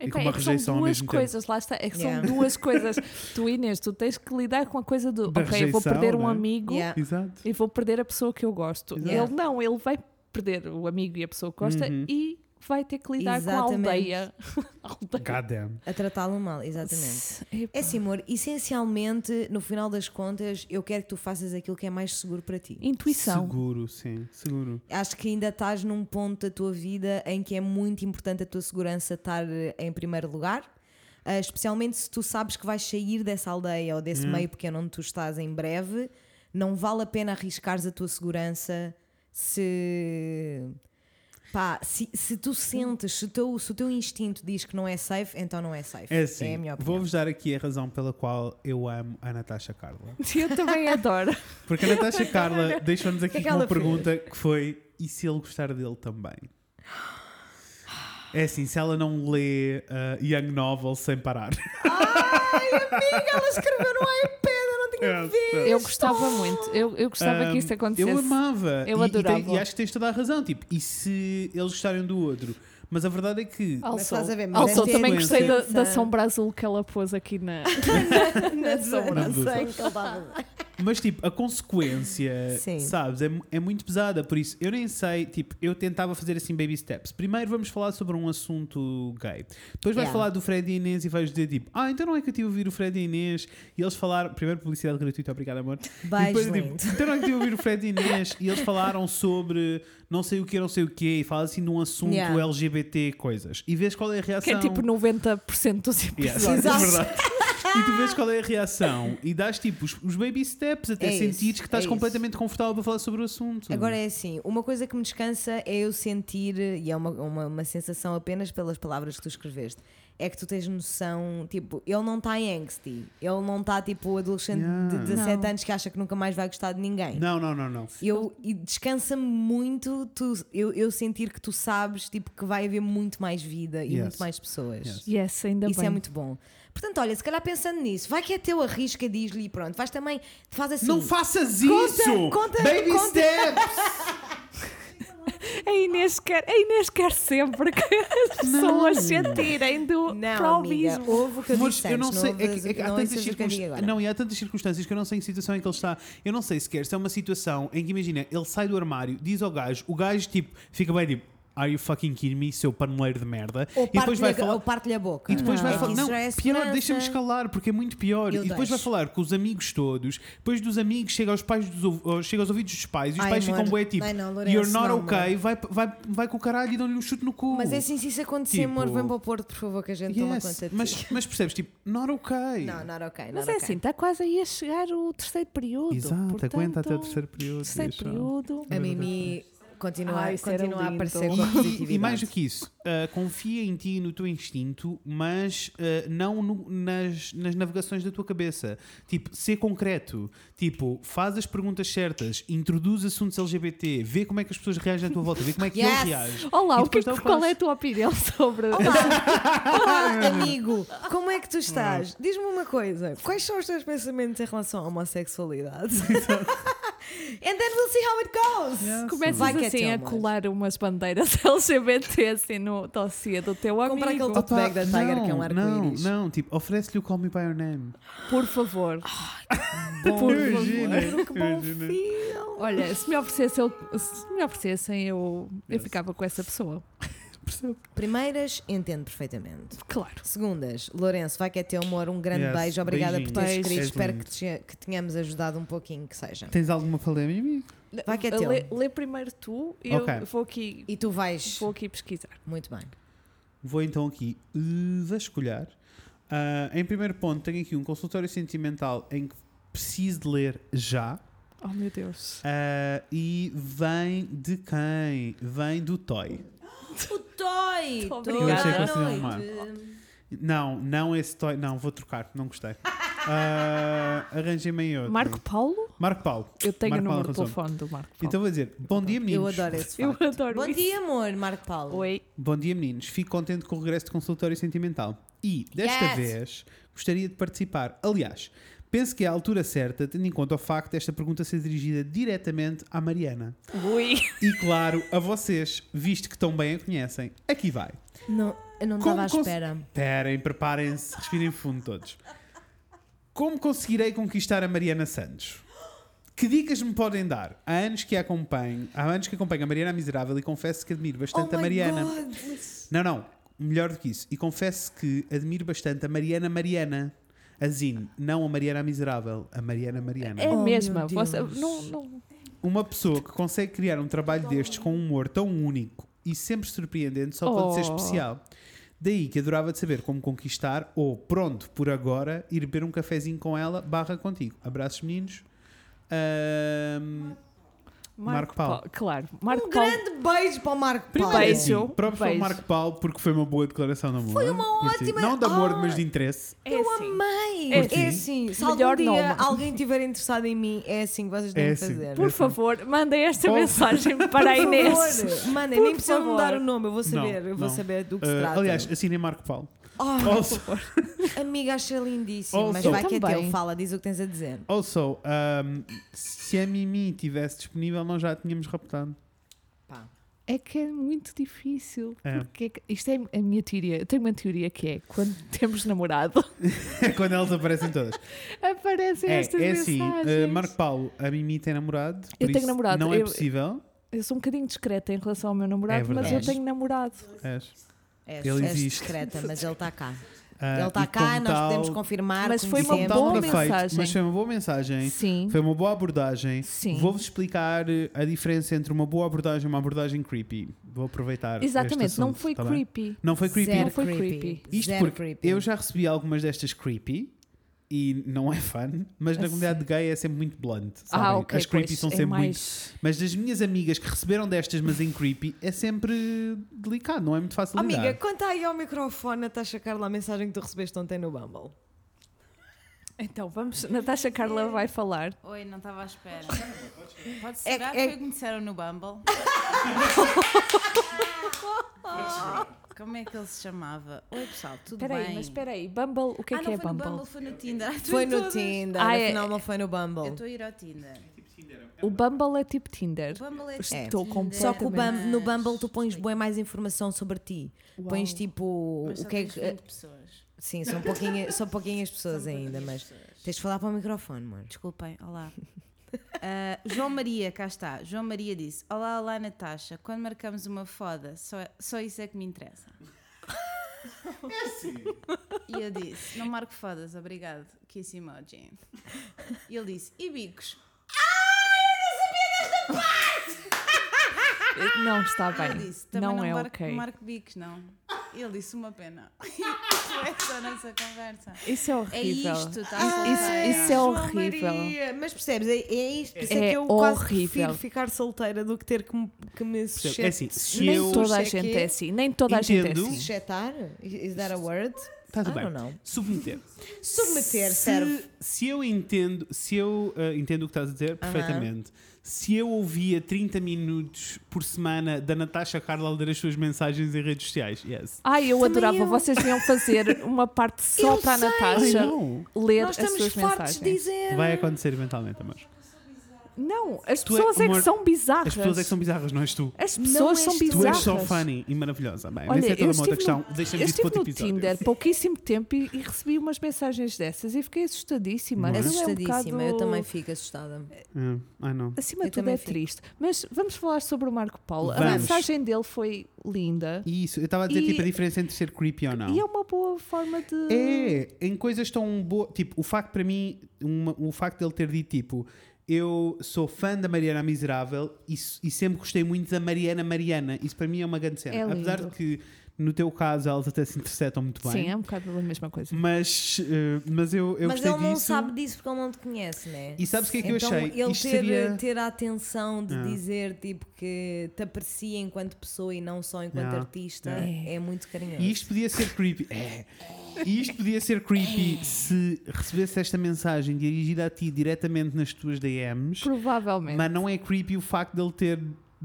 Speaker 1: E com
Speaker 3: Epá,
Speaker 1: uma
Speaker 3: é que
Speaker 1: rejeição
Speaker 3: são
Speaker 1: ao
Speaker 3: duas
Speaker 1: mesmo tempo.
Speaker 3: coisas, lá está. É que
Speaker 2: Yeah.
Speaker 3: são duas coisas. Tu, Inês, tu tens que lidar com a coisa do
Speaker 1: Da
Speaker 3: ok, eu vou
Speaker 1: rejeição,
Speaker 3: perder um
Speaker 1: não é?
Speaker 3: amigo
Speaker 2: Yeah.
Speaker 1: Exato.
Speaker 3: e vou perder a pessoa que eu gosto.
Speaker 2: Yeah.
Speaker 3: Ele não, ele vai perder o amigo e a pessoa que gosta
Speaker 1: Uhum.
Speaker 3: e vai ter que lidar
Speaker 2: Exatamente.
Speaker 3: com a aldeia. A aldeia.
Speaker 1: God damn.
Speaker 2: A tratá-lo mal, exatamente.
Speaker 3: Epá.
Speaker 2: É assim, amor, essencialmente, no final das contas, eu quero que tu faças aquilo que é mais seguro para ti.
Speaker 3: Intuição.
Speaker 1: Seguro, sim, seguro.
Speaker 2: Acho que ainda estás num ponto da tua vida em que é muito importante a tua segurança estar eh, em primeiro lugar. Ah, especialmente se tu sabes que vais sair dessa aldeia ou
Speaker 1: Uhum.
Speaker 2: desse meio pequeno onde tu estás em breve, não vale a pena arriscares a tua segurança se. Pá, se, se tu sentes, se, o teu- se o teu instinto diz que não é safe, então não é safe.
Speaker 1: É assim,
Speaker 2: a minha opinião.
Speaker 1: vou-vos dar aqui a razão pela qual eu amo a Natasha Carla.
Speaker 3: Eu também adoro.
Speaker 1: Porque a Natasha Carla deixou-nos aqui
Speaker 2: Que que
Speaker 1: com uma
Speaker 2: ela fez?
Speaker 1: pergunta que foi: e se ele gostar dele também? É assim, se ela não lê ah, Young Novel sem parar.
Speaker 2: Ai, amiga, ela escreveu no iPad, eu não tinha
Speaker 1: É,
Speaker 2: visto.
Speaker 1: é.
Speaker 3: Eu gostava muito. Eu, eu gostava que isto
Speaker 1: Ah,
Speaker 3: acontecesse.
Speaker 1: Eu amava.
Speaker 3: Eu
Speaker 1: E- e tem- E,
Speaker 3: adorava.
Speaker 1: acho que tens toda a razão. Tipo, e se eles gostarem do outro? Mas a verdade é que.
Speaker 3: Ao
Speaker 2: Mas
Speaker 3: sol.
Speaker 2: estás a ver, mas
Speaker 3: Ao
Speaker 2: é
Speaker 3: sol,
Speaker 2: ter
Speaker 3: também gostei da,
Speaker 2: diferença.
Speaker 3: da sombra azul que ela pôs aqui na.
Speaker 1: É
Speaker 2: Não sei,
Speaker 1: Não duvido.
Speaker 2: sei que ele estava.
Speaker 1: Mas tipo, a consequência,
Speaker 2: Sim.
Speaker 1: sabes, é, mu- é muito pesada. Por isso, eu nem sei, tipo, eu tentava fazer assim baby steps. Primeiro vamos falar sobre um assunto gay. Depois vais
Speaker 2: Yeah.
Speaker 1: falar do Fred e Inês e vais dizer tipo, ah, então não é que eu tive a ouvir o Fred e Inês e eles falaram, primeiro publicidade gratuita, obrigado amor. e
Speaker 2: Beijo
Speaker 1: depois,
Speaker 2: lindo.
Speaker 1: tipo, então não é que eu tive a ouvir o Fred e Inês e eles falaram sobre não sei o que, não sei o que, e fala assim de um assunto
Speaker 2: Yeah.
Speaker 1: LGBT coisas. E vês qual é a
Speaker 3: Que
Speaker 1: reação.
Speaker 3: é tipo 90% dos
Speaker 1: Yeah,
Speaker 3: episódios.
Speaker 1: é
Speaker 2: Exato.
Speaker 1: verdade. E tu vês qual é a reação e dás tipo os, os baby steps até
Speaker 2: É isso,
Speaker 1: sentires que estás
Speaker 2: é isso.
Speaker 1: completamente confortável para falar sobre o assunto.
Speaker 2: Agora é assim, uma coisa que me descansa é eu sentir, e é uma, uma, uma sensação apenas pelas palavras que tu escreveste, é que tu tens noção, tipo, ele não está em angsty, ele não está tipo adolescente
Speaker 1: Yeah.
Speaker 2: de 17
Speaker 3: Não.
Speaker 2: anos que acha que nunca mais vai gostar de ninguém.
Speaker 1: Não, não, não, não.
Speaker 2: Eu, é- e assim, descansa-me muito tu, eu, eu sentir que tu sabes tipo, que vai haver muito mais vida e
Speaker 1: Yes.
Speaker 2: muito mais pessoas.
Speaker 1: Yes.
Speaker 3: Yes, ainda
Speaker 2: Isso
Speaker 3: bem.
Speaker 2: é muito bom. Portanto, olha, se calhar pensando nisso, vai que é teu, arrisca, diz-lhe e pronto. Faz também, faz assim.
Speaker 1: Não faças
Speaker 2: Conta,
Speaker 1: isso!
Speaker 2: conta,
Speaker 1: baby
Speaker 2: conta.
Speaker 1: steps!
Speaker 3: A Inês quer, a Inês quer sempre que as pessoas se atirem do para o
Speaker 2: Não, amiga,
Speaker 3: abismo.
Speaker 2: houve o que eu
Speaker 1: Mas
Speaker 2: disse
Speaker 1: eu não
Speaker 2: antes,
Speaker 1: sei, é
Speaker 2: ouves-
Speaker 1: que- é que há
Speaker 2: não
Speaker 1: tantas
Speaker 2: ouças o que eu digo
Speaker 1: circunstâncias.
Speaker 2: agora.
Speaker 1: Não, e há tantas circunstâncias que eu não sei em que situação em que ele está. Eu não sei sequer se é uma situação em que, imagina, ele sai do armário, diz ao gajo, o gajo tipo, fica bem tipo, are you fucking kidding me, seu paneleiro de merda?
Speaker 2: Ou
Speaker 1: e depois vai
Speaker 2: parte-lhe a-
Speaker 1: falar.
Speaker 2: ou parte-lhe a boca.
Speaker 1: E depois
Speaker 3: Não.
Speaker 1: vai
Speaker 3: É que
Speaker 1: falar.
Speaker 2: isso
Speaker 1: Não,
Speaker 2: já é
Speaker 1: pior,
Speaker 2: segurança.
Speaker 1: deixa-me escalar, porque é muito pior.
Speaker 2: Eu
Speaker 1: e depois vai
Speaker 2: deixo.
Speaker 1: falar com os amigos todos, depois dos amigos chega aos, pais dos, ouv- ou chega aos ouvidos dos pais e os
Speaker 2: Ai,
Speaker 1: pais ficam
Speaker 2: amor.
Speaker 1: bué tipo,
Speaker 2: Ai, não, Lourenço,
Speaker 1: you're not
Speaker 2: não,
Speaker 1: okay, vai, vai, vai com o caralho e dão-lhe um chute no cu.
Speaker 2: Mas é assim, se isso acontecer,
Speaker 1: Tipo-
Speaker 2: amor, vem para o Porto, por favor, que a gente toma
Speaker 1: Yes,
Speaker 2: conta de ti.
Speaker 1: mas, mas percebes, tipo, not okay.
Speaker 2: Não, not ok, not
Speaker 3: Mas
Speaker 2: ok.
Speaker 3: é assim, está quase aí a chegar o terceiro período.
Speaker 1: Exato,
Speaker 3: portanto,
Speaker 1: aguenta até o terceiro período.
Speaker 3: Terceiro
Speaker 1: deixa.
Speaker 3: período.
Speaker 2: A Mimi continua,
Speaker 3: Ai, isso era
Speaker 2: continua a
Speaker 3: lindo.
Speaker 2: aparecer É com a
Speaker 1: E-
Speaker 2: positividade.
Speaker 1: E, mais do que isso, ah, confia em ti e no teu instinto, mas ah, não no- nas, nas navegações da tua cabeça. Tipo, ser concreto. Tipo, faz as perguntas certas, introduz assuntos LGBT, vê como é que as pessoas reagem à tua volta, vê como é que
Speaker 2: Yes!
Speaker 1: ele reage.
Speaker 3: Olá,
Speaker 1: E
Speaker 3: o que,
Speaker 1: depois dá o
Speaker 3: qual é a
Speaker 1: passo.
Speaker 3: tua opinião sobre.
Speaker 2: Olá, amigo, como é que
Speaker 1: Hum.
Speaker 2: tu estás? Diz-me uma coisa, quais são os teus pensamentos em relação à homossexualidade? And then we'll see how it goes.
Speaker 1: Yes.
Speaker 3: Começas
Speaker 2: Vai que é
Speaker 3: assim
Speaker 2: teu,
Speaker 3: a
Speaker 2: amor.
Speaker 3: colar umas bandeiras LGBT assim no dossiê do teu amigo.
Speaker 2: Compra aquele tote
Speaker 1: Opa,
Speaker 2: bag da Tiger que é um
Speaker 1: não, não,
Speaker 2: arco-íris.
Speaker 1: não, tipo, oferece-lhe o Call Me By Your Name.
Speaker 3: Por favor.
Speaker 2: Bom,
Speaker 1: Imagina,
Speaker 2: que um bom
Speaker 1: imagina.
Speaker 2: filme.
Speaker 3: Olha, se me oferecessem, eu, se me oferecessem, eu, eu ficava com essa pessoa.
Speaker 1: Percebo.
Speaker 2: Primeiras, entendo perfeitamente.
Speaker 3: Claro.
Speaker 2: Segundas, Lourenço, vai que é teu amor, um grande
Speaker 1: Yes,
Speaker 2: beijo, obrigada por teres
Speaker 3: beijinhos.
Speaker 2: escrito,
Speaker 1: És
Speaker 2: espero
Speaker 1: lindo.
Speaker 2: que, te- que tenhamos ajudado um pouquinho, que seja.
Speaker 1: Tens alguma palavra, amigo?
Speaker 2: Vai que é teu.
Speaker 3: lê, lê primeiro tu e
Speaker 1: Ok.
Speaker 3: eu vou aqui,
Speaker 2: E tu
Speaker 1: Um
Speaker 2: vais.
Speaker 3: vou aqui pesquisar.
Speaker 2: Muito bem.
Speaker 1: Vou então aqui uh, vasculhar. Ah, em primeiro ponto, tenho aqui um consultório sentimental em que preciso de ler já.
Speaker 3: Oh meu Deus.
Speaker 1: Ah, e vem de quem? Vem do Toy.
Speaker 2: O Toy!
Speaker 3: Tô
Speaker 2: Toy
Speaker 1: obrigada. Eu achei que
Speaker 2: à
Speaker 1: fosse
Speaker 2: noite.
Speaker 1: Não, não esse Toy. Não, vou trocar, não gostei. Ah, Arranjei-me em outro.
Speaker 3: Marco Paulo?
Speaker 1: Marco Paulo.
Speaker 3: Eu tenho
Speaker 1: Marco
Speaker 3: o número
Speaker 1: Paulo
Speaker 3: de
Speaker 1: Gonçalo.
Speaker 3: telefone do Marco Paulo.
Speaker 1: Então vou dizer, bom dia
Speaker 6: Eu
Speaker 1: meninos.
Speaker 6: adoro esse
Speaker 3: eu
Speaker 6: facto.
Speaker 3: adoro
Speaker 2: Bom
Speaker 3: isso.
Speaker 2: dia, amor, Marco Paulo.
Speaker 3: Oi.
Speaker 1: Bom dia meninos, fico contente com o regresso do consultório sentimental. E, desta
Speaker 2: Yes!
Speaker 1: vez, gostaria de participar. Aliás, penso que é a altura certa, tendo em conta o facto desta pergunta ser dirigida diretamente à Mariana.
Speaker 3: Ui.
Speaker 1: E claro, a vocês, visto que tão bem a conhecem. Aqui vai.
Speaker 2: Não, eu não
Speaker 1: Como
Speaker 2: estava à
Speaker 1: cons-
Speaker 2: espera.
Speaker 1: Esperem, preparem-se, respirem fundo todos. Como conseguirei conquistar a Mariana Santos? Que dicas me podem dar? Há anos que a acompanho, há anos que acompanho a Mariana Miserável e confesso que admiro bastante a
Speaker 2: oh my
Speaker 1: Mariana.
Speaker 2: God.
Speaker 1: Não, não, melhor do que isso. E confesso que admiro bastante a Mariana Mariana. Azine, não a Mariana Miserável, a Mariana Mariana.
Speaker 3: É a
Speaker 2: Oh,
Speaker 3: mesma.
Speaker 2: meu
Speaker 3: Você,
Speaker 2: Deus.
Speaker 3: não, não.
Speaker 1: Uma pessoa que consegue criar um trabalho destes com um humor tão único e sempre surpreendente só pode ser
Speaker 3: Oh.
Speaker 1: especial. Daí que adorava de saber como conquistar ou, pronto, por agora, ir beber um cafezinho com ela barra contigo. Abraços, meninos. Ahm, Marco Paulo.
Speaker 3: Claro. Marco
Speaker 2: Um
Speaker 3: Paulo.
Speaker 2: grande beijo para o Marco Paulo.
Speaker 1: primeiro,
Speaker 3: Beijo,
Speaker 1: assim, para o professor
Speaker 3: beijo.
Speaker 1: Marco Paulo, porque foi uma boa declaração de amor. Foi
Speaker 2: uma ótima-
Speaker 1: Não de amor,
Speaker 2: Ah.
Speaker 1: mas de interesse.
Speaker 3: É
Speaker 2: Eu
Speaker 3: assim.
Speaker 2: amei!
Speaker 3: É
Speaker 1: assim.
Speaker 2: É assim, se
Speaker 3: Melhor
Speaker 2: algum dia
Speaker 3: nome.
Speaker 2: alguém estiver interessado em mim, é assim que vocês devem
Speaker 1: assim.
Speaker 2: fazer.
Speaker 1: É
Speaker 3: Por
Speaker 1: assim.
Speaker 3: favor, mandem esta
Speaker 1: Por-
Speaker 3: mensagem para a Inês.
Speaker 2: favor, mandem,
Speaker 3: Por
Speaker 2: nem precisam
Speaker 3: favor.
Speaker 2: mudar o nome, eu vou saber,
Speaker 1: Não,
Speaker 2: eu vou
Speaker 1: não.
Speaker 2: saber do que se
Speaker 1: Ah,
Speaker 2: trata.
Speaker 1: aliás, assinem Marco Paulo.
Speaker 2: Oh,
Speaker 1: Also,
Speaker 2: amiga, achei lindíssimo,
Speaker 1: Oh,
Speaker 2: mas
Speaker 1: sou-
Speaker 2: vai
Speaker 3: Eu
Speaker 2: que é
Speaker 3: também.
Speaker 2: teu, fala, diz o que tens a dizer.
Speaker 1: also, ahm, se a Mimi estivesse disponível, nós já a tínhamos raptado.
Speaker 3: É que é muito difícil.
Speaker 1: É.
Speaker 3: Porque é que- isto é a minha teoria. Eu tenho uma teoria que é quando temos namorado,
Speaker 1: É quando elas aparecem todas.
Speaker 3: aparecem
Speaker 1: É,
Speaker 3: estas
Speaker 1: é assim,
Speaker 3: mensagens.
Speaker 1: eh, Marco Paulo, a Mimi tem namorado. por
Speaker 3: Eu tenho
Speaker 1: isso
Speaker 3: namorado,
Speaker 1: Não é
Speaker 3: eu-
Speaker 1: possível.
Speaker 3: Eu sou um bocadinho discreta em relação ao meu namorado, mas
Speaker 1: É verdade.
Speaker 3: eu tenho namorado.
Speaker 1: És.
Speaker 2: É,
Speaker 1: Ele
Speaker 2: és
Speaker 1: existe.
Speaker 2: discreta, mas ele está cá.
Speaker 1: Ah,
Speaker 2: Ele
Speaker 1: e
Speaker 2: está cá,
Speaker 1: como
Speaker 2: nós
Speaker 1: tal-
Speaker 2: podemos confirmar.
Speaker 3: Mas foi uma
Speaker 1: como
Speaker 2: conhecemos.
Speaker 1: tal,
Speaker 3: boa
Speaker 1: não é feito,
Speaker 3: mensagem.
Speaker 1: mas foi uma boa mensagem.
Speaker 3: Sim.
Speaker 1: Foi uma boa abordagem.
Speaker 3: Sim.
Speaker 1: Vou-vos explicar eh, a diferença entre uma boa abordagem e uma abordagem creepy. Vou aproveitar. este
Speaker 3: Exatamente, não
Speaker 1: assunto,
Speaker 3: foi
Speaker 1: tá bem?
Speaker 3: creepy.
Speaker 1: Não foi creepy.
Speaker 2: Zero
Speaker 3: Não foi
Speaker 2: creepy.
Speaker 3: creepy.
Speaker 1: Isto
Speaker 2: Zero
Speaker 1: porque
Speaker 2: creepy.
Speaker 1: eu já recebi algumas destas creepy e não é fun, mas na comunidade gay é sempre muito blunt. Sabem?
Speaker 3: Ah, ok.
Speaker 1: As creepy
Speaker 3: pois,
Speaker 1: são
Speaker 3: é
Speaker 1: sempre muito
Speaker 3: mais...
Speaker 1: Mas das minhas amigas que receberam destas, mas em creepy, é sempre delicado, não é muito fácil lidar.
Speaker 2: Amiga, conta aí ao microfone tá a Tasha Carla a mensagem que tu recebeste ontem no Bumble.
Speaker 3: Então, vamos. Natasha Carla vai falar.
Speaker 7: Oi, não estava à espera. Pode
Speaker 2: É-
Speaker 7: ser, será
Speaker 2: é-
Speaker 7: que foi o que me disseram no Bumble? Como é que ele se chamava? Oi pessoal, tudo
Speaker 3: Espera
Speaker 7: bem?
Speaker 3: aí, mas espera aí. Bumble, o que é
Speaker 7: ah,
Speaker 3: que
Speaker 7: não
Speaker 3: é
Speaker 7: foi
Speaker 3: Bumble?
Speaker 7: no Bumble, foi no Tinder. Ai, tu
Speaker 2: Foi
Speaker 7: em
Speaker 2: no
Speaker 7: todas.
Speaker 2: Tinder,
Speaker 3: Ah, é-
Speaker 2: afinal não foi no
Speaker 7: Eu
Speaker 2: Bumble.
Speaker 7: estou a ir ao Tinder.
Speaker 3: O Bumble é tipo Tinder.
Speaker 7: O Bumble é
Speaker 3: Estou
Speaker 7: Tinder,
Speaker 3: completamente-
Speaker 2: Só que o Bum- no
Speaker 7: mas-
Speaker 2: Bumble tu pões bem mais informação sobre ti.
Speaker 3: Uau.
Speaker 2: Pões tipo.
Speaker 7: mas
Speaker 2: o
Speaker 7: só
Speaker 2: que é
Speaker 7: tens
Speaker 2: que.
Speaker 7: 20 pessoas.
Speaker 2: Sim, são pouquinhas, são pouquinhas pessoas
Speaker 7: São
Speaker 2: ainda,
Speaker 7: pouquinhas
Speaker 2: mas.
Speaker 7: pessoas.
Speaker 2: Tens de falar para o microfone, mano.
Speaker 7: Desculpem, olá. Ah, João Maria, cá está. João Maria disse: Olá, olá, Natasha. Quando marcamos uma foda, só, só isso é que me interessa. E eu disse: Não marco fodas, obrigado. Kiss emoji. E ele disse: E bicos?
Speaker 3: Ah, Não está bem.
Speaker 7: Eu disse: Também
Speaker 3: Não,
Speaker 7: não,
Speaker 3: é
Speaker 7: marco,
Speaker 3: ok.
Speaker 7: marco bicos, não. E ele disse: Uma pena. E isto é só a nossa conversa.
Speaker 3: Isso é
Speaker 7: É
Speaker 3: horrível.
Speaker 7: isto, está
Speaker 3: Isso- isso é horrível.
Speaker 2: Ah, Mas percebes, é, é isto. Por isso
Speaker 3: É
Speaker 2: que eu quase
Speaker 3: horrível.
Speaker 2: prefiro ficar solteira do que ter que me, que me
Speaker 1: Percebe?
Speaker 2: suscetar.
Speaker 1: É assim, se
Speaker 2: Nem
Speaker 1: eu-
Speaker 2: sou
Speaker 3: Toda a
Speaker 2: cheque-
Speaker 3: gente é assim. Nem toda a gente é
Speaker 1: Entendo.
Speaker 3: assim.
Speaker 2: Suscetar? Is that a word?
Speaker 1: Tá tudo
Speaker 2: I
Speaker 1: bem.
Speaker 2: don't know.
Speaker 1: Submeter.
Speaker 2: Submeter
Speaker 1: se,
Speaker 2: serve.
Speaker 1: Se eu entendo, se eu ah, entendo o que estás a dizer perfeitamente, se eu ouvia 30 minutos por semana da Natasha Carla a ler as suas mensagens em redes sociais, yes.
Speaker 3: Ai, eu
Speaker 2: Também
Speaker 3: adorava.
Speaker 2: eu.
Speaker 3: Vocês deviam fazer uma parte só
Speaker 2: Eu
Speaker 3: para a
Speaker 2: sei.
Speaker 3: Natasha
Speaker 1: Ai, não.
Speaker 3: ler
Speaker 2: Nós
Speaker 3: as
Speaker 2: estamos
Speaker 3: suas
Speaker 2: fartos
Speaker 3: mensagens.
Speaker 2: de dizer.
Speaker 1: Vai acontecer eventualmente, amor.
Speaker 3: Não, as
Speaker 1: Tu é-
Speaker 3: pessoas é,
Speaker 1: amor,
Speaker 3: que são bizarras.
Speaker 1: As pessoas é que são bizarras, não és tu.
Speaker 3: As pessoas
Speaker 2: és
Speaker 3: são
Speaker 2: tu.
Speaker 1: Tu és
Speaker 3: bizarras.
Speaker 1: só funny e maravilhosa. Bem,
Speaker 3: Olha,
Speaker 1: mas é toda
Speaker 3: eu
Speaker 1: uma outra
Speaker 3: estive
Speaker 1: questão.
Speaker 3: no, eu
Speaker 1: Deixa-me isso
Speaker 3: estive
Speaker 1: para outro
Speaker 3: no
Speaker 1: episódio.
Speaker 3: Tinder pouquíssimo tempo e, e recebi umas mensagens dessas e fiquei assustadíssima. Aquilo é um
Speaker 2: Assustadíssima, eu
Speaker 3: bocado-
Speaker 2: também fico assustada.
Speaker 1: Hum, Ai não.
Speaker 3: Acima
Speaker 2: Eu
Speaker 3: de tudo
Speaker 2: também
Speaker 3: é
Speaker 2: fico.
Speaker 3: triste. Mas vamos falar sobre o Marco Paulo. A
Speaker 1: Vamos.
Speaker 3: mensagem dele foi linda
Speaker 1: Isso, eu estava a dizer
Speaker 3: E-
Speaker 1: tipo a diferença entre ser creepy ou não.
Speaker 3: e é uma boa forma de.
Speaker 1: É, em coisas tão boas. Tipo, o facto para mim, uma- o facto dele ter dito tipo, eu sou fã da Mariana Miserável e, s- e sempre gostei muito da Mariana Mariana. Isso para mim é uma grande cena.
Speaker 3: É lindo.
Speaker 1: Apesar de que No teu caso, elas até se interceptam muito
Speaker 3: Sim,
Speaker 1: bem.
Speaker 3: é um bocado a mesma coisa.
Speaker 1: Mas, eh, mas eu, eu
Speaker 2: Mas
Speaker 1: gostei
Speaker 2: ele não
Speaker 1: disso.
Speaker 2: sabe disso porque ele não te conhece, né?
Speaker 1: E sabes o que é que
Speaker 2: então,
Speaker 1: eu achei?
Speaker 2: Ele
Speaker 1: Isto
Speaker 2: ter,
Speaker 1: seria-
Speaker 2: ter a atenção de
Speaker 1: Ah.
Speaker 2: dizer tipo que te aprecia enquanto pessoa e não só enquanto
Speaker 1: Ah.
Speaker 2: artista
Speaker 3: Ah.
Speaker 2: é muito carinhoso.
Speaker 1: E isto podia ser creepy. É. E isto podia ser creepy se recebesse esta mensagem dirigida a ti diretamente nas tuas DMs,
Speaker 3: Provavelmente.
Speaker 1: mas não é creepy o facto de ele ter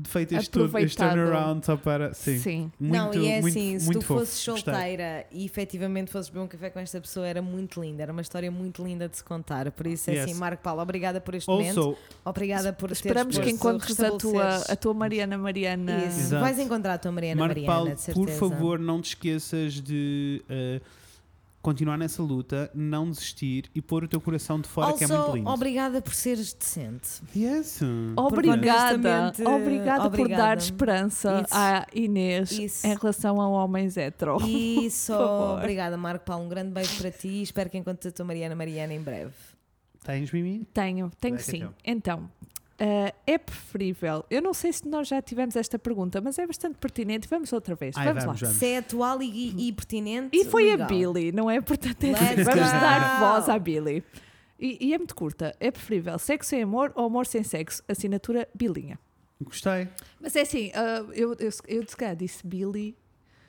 Speaker 1: feito este, tu- este
Speaker 3: Aproveitado.
Speaker 1: turnaround só para. Sim.
Speaker 3: Sim.
Speaker 1: Muito,
Speaker 2: não, e é
Speaker 1: muito,
Speaker 2: assim, se
Speaker 1: muito
Speaker 2: tu
Speaker 1: fofo.
Speaker 2: fosses
Speaker 1: Gostei.
Speaker 2: solteira e efetivamente fosses beber um café com esta pessoa, era muito linda, era uma história muito linda de se contar. Por isso é
Speaker 1: Yes.
Speaker 2: assim, Marco Paulo, obrigada por este momento.
Speaker 1: Also,
Speaker 2: Obrigada por teres
Speaker 3: Esperamos que
Speaker 2: posto-
Speaker 3: encontres a tua,
Speaker 2: restabeleceres.
Speaker 3: a tua Mariana Mariana.
Speaker 2: Isso.
Speaker 1: Exato.
Speaker 2: Vais encontrar a tua Mariana
Speaker 1: Marco
Speaker 2: Mariana,
Speaker 1: Paulo,
Speaker 2: de certeza.
Speaker 1: por favor, não te esqueças de eh, continuar nessa luta, não desistir e pôr o teu coração de fora,
Speaker 2: Also,
Speaker 1: que é muito lindo.
Speaker 2: obrigada por seres decente.
Speaker 1: Yes.
Speaker 2: Oh.
Speaker 3: Obrigada,
Speaker 2: honestamente,
Speaker 3: obrigada, por
Speaker 2: obrigada.
Speaker 3: dar esperança
Speaker 2: Isso.
Speaker 3: à Inês
Speaker 2: Isso.
Speaker 3: em relação a homens hetero.
Speaker 2: E só
Speaker 3: É, favor.
Speaker 2: obrigada, Marco Paulo. Um grande beijo para ti e espero que encontres a tua Mariana Mariana em breve.
Speaker 1: Tens, Mimi?
Speaker 3: Tenho, tenho
Speaker 1: Vai,
Speaker 3: sim.
Speaker 1: Raquel.
Speaker 3: Então, ah, é preferível. Eu não sei se nós já tivemos esta pergunta, mas é bastante pertinente. Vamos outra vez.
Speaker 1: Ai,
Speaker 3: vamos,
Speaker 1: vamos,
Speaker 3: lá.
Speaker 1: vamos.
Speaker 2: Se é atual e, e pertinente.
Speaker 3: E foi
Speaker 2: legal.
Speaker 3: a Billy, não é? Portanto, é
Speaker 2: Let's
Speaker 3: vamos dar
Speaker 2: go.
Speaker 3: voz à Billy. E, e é muito curta. É preferível sexo sem amor ou amor sem sexo? Assinatura Bilinha.
Speaker 1: Gostei.
Speaker 3: Mas é assim, ah, eu, eu, eu se calhar disse Billy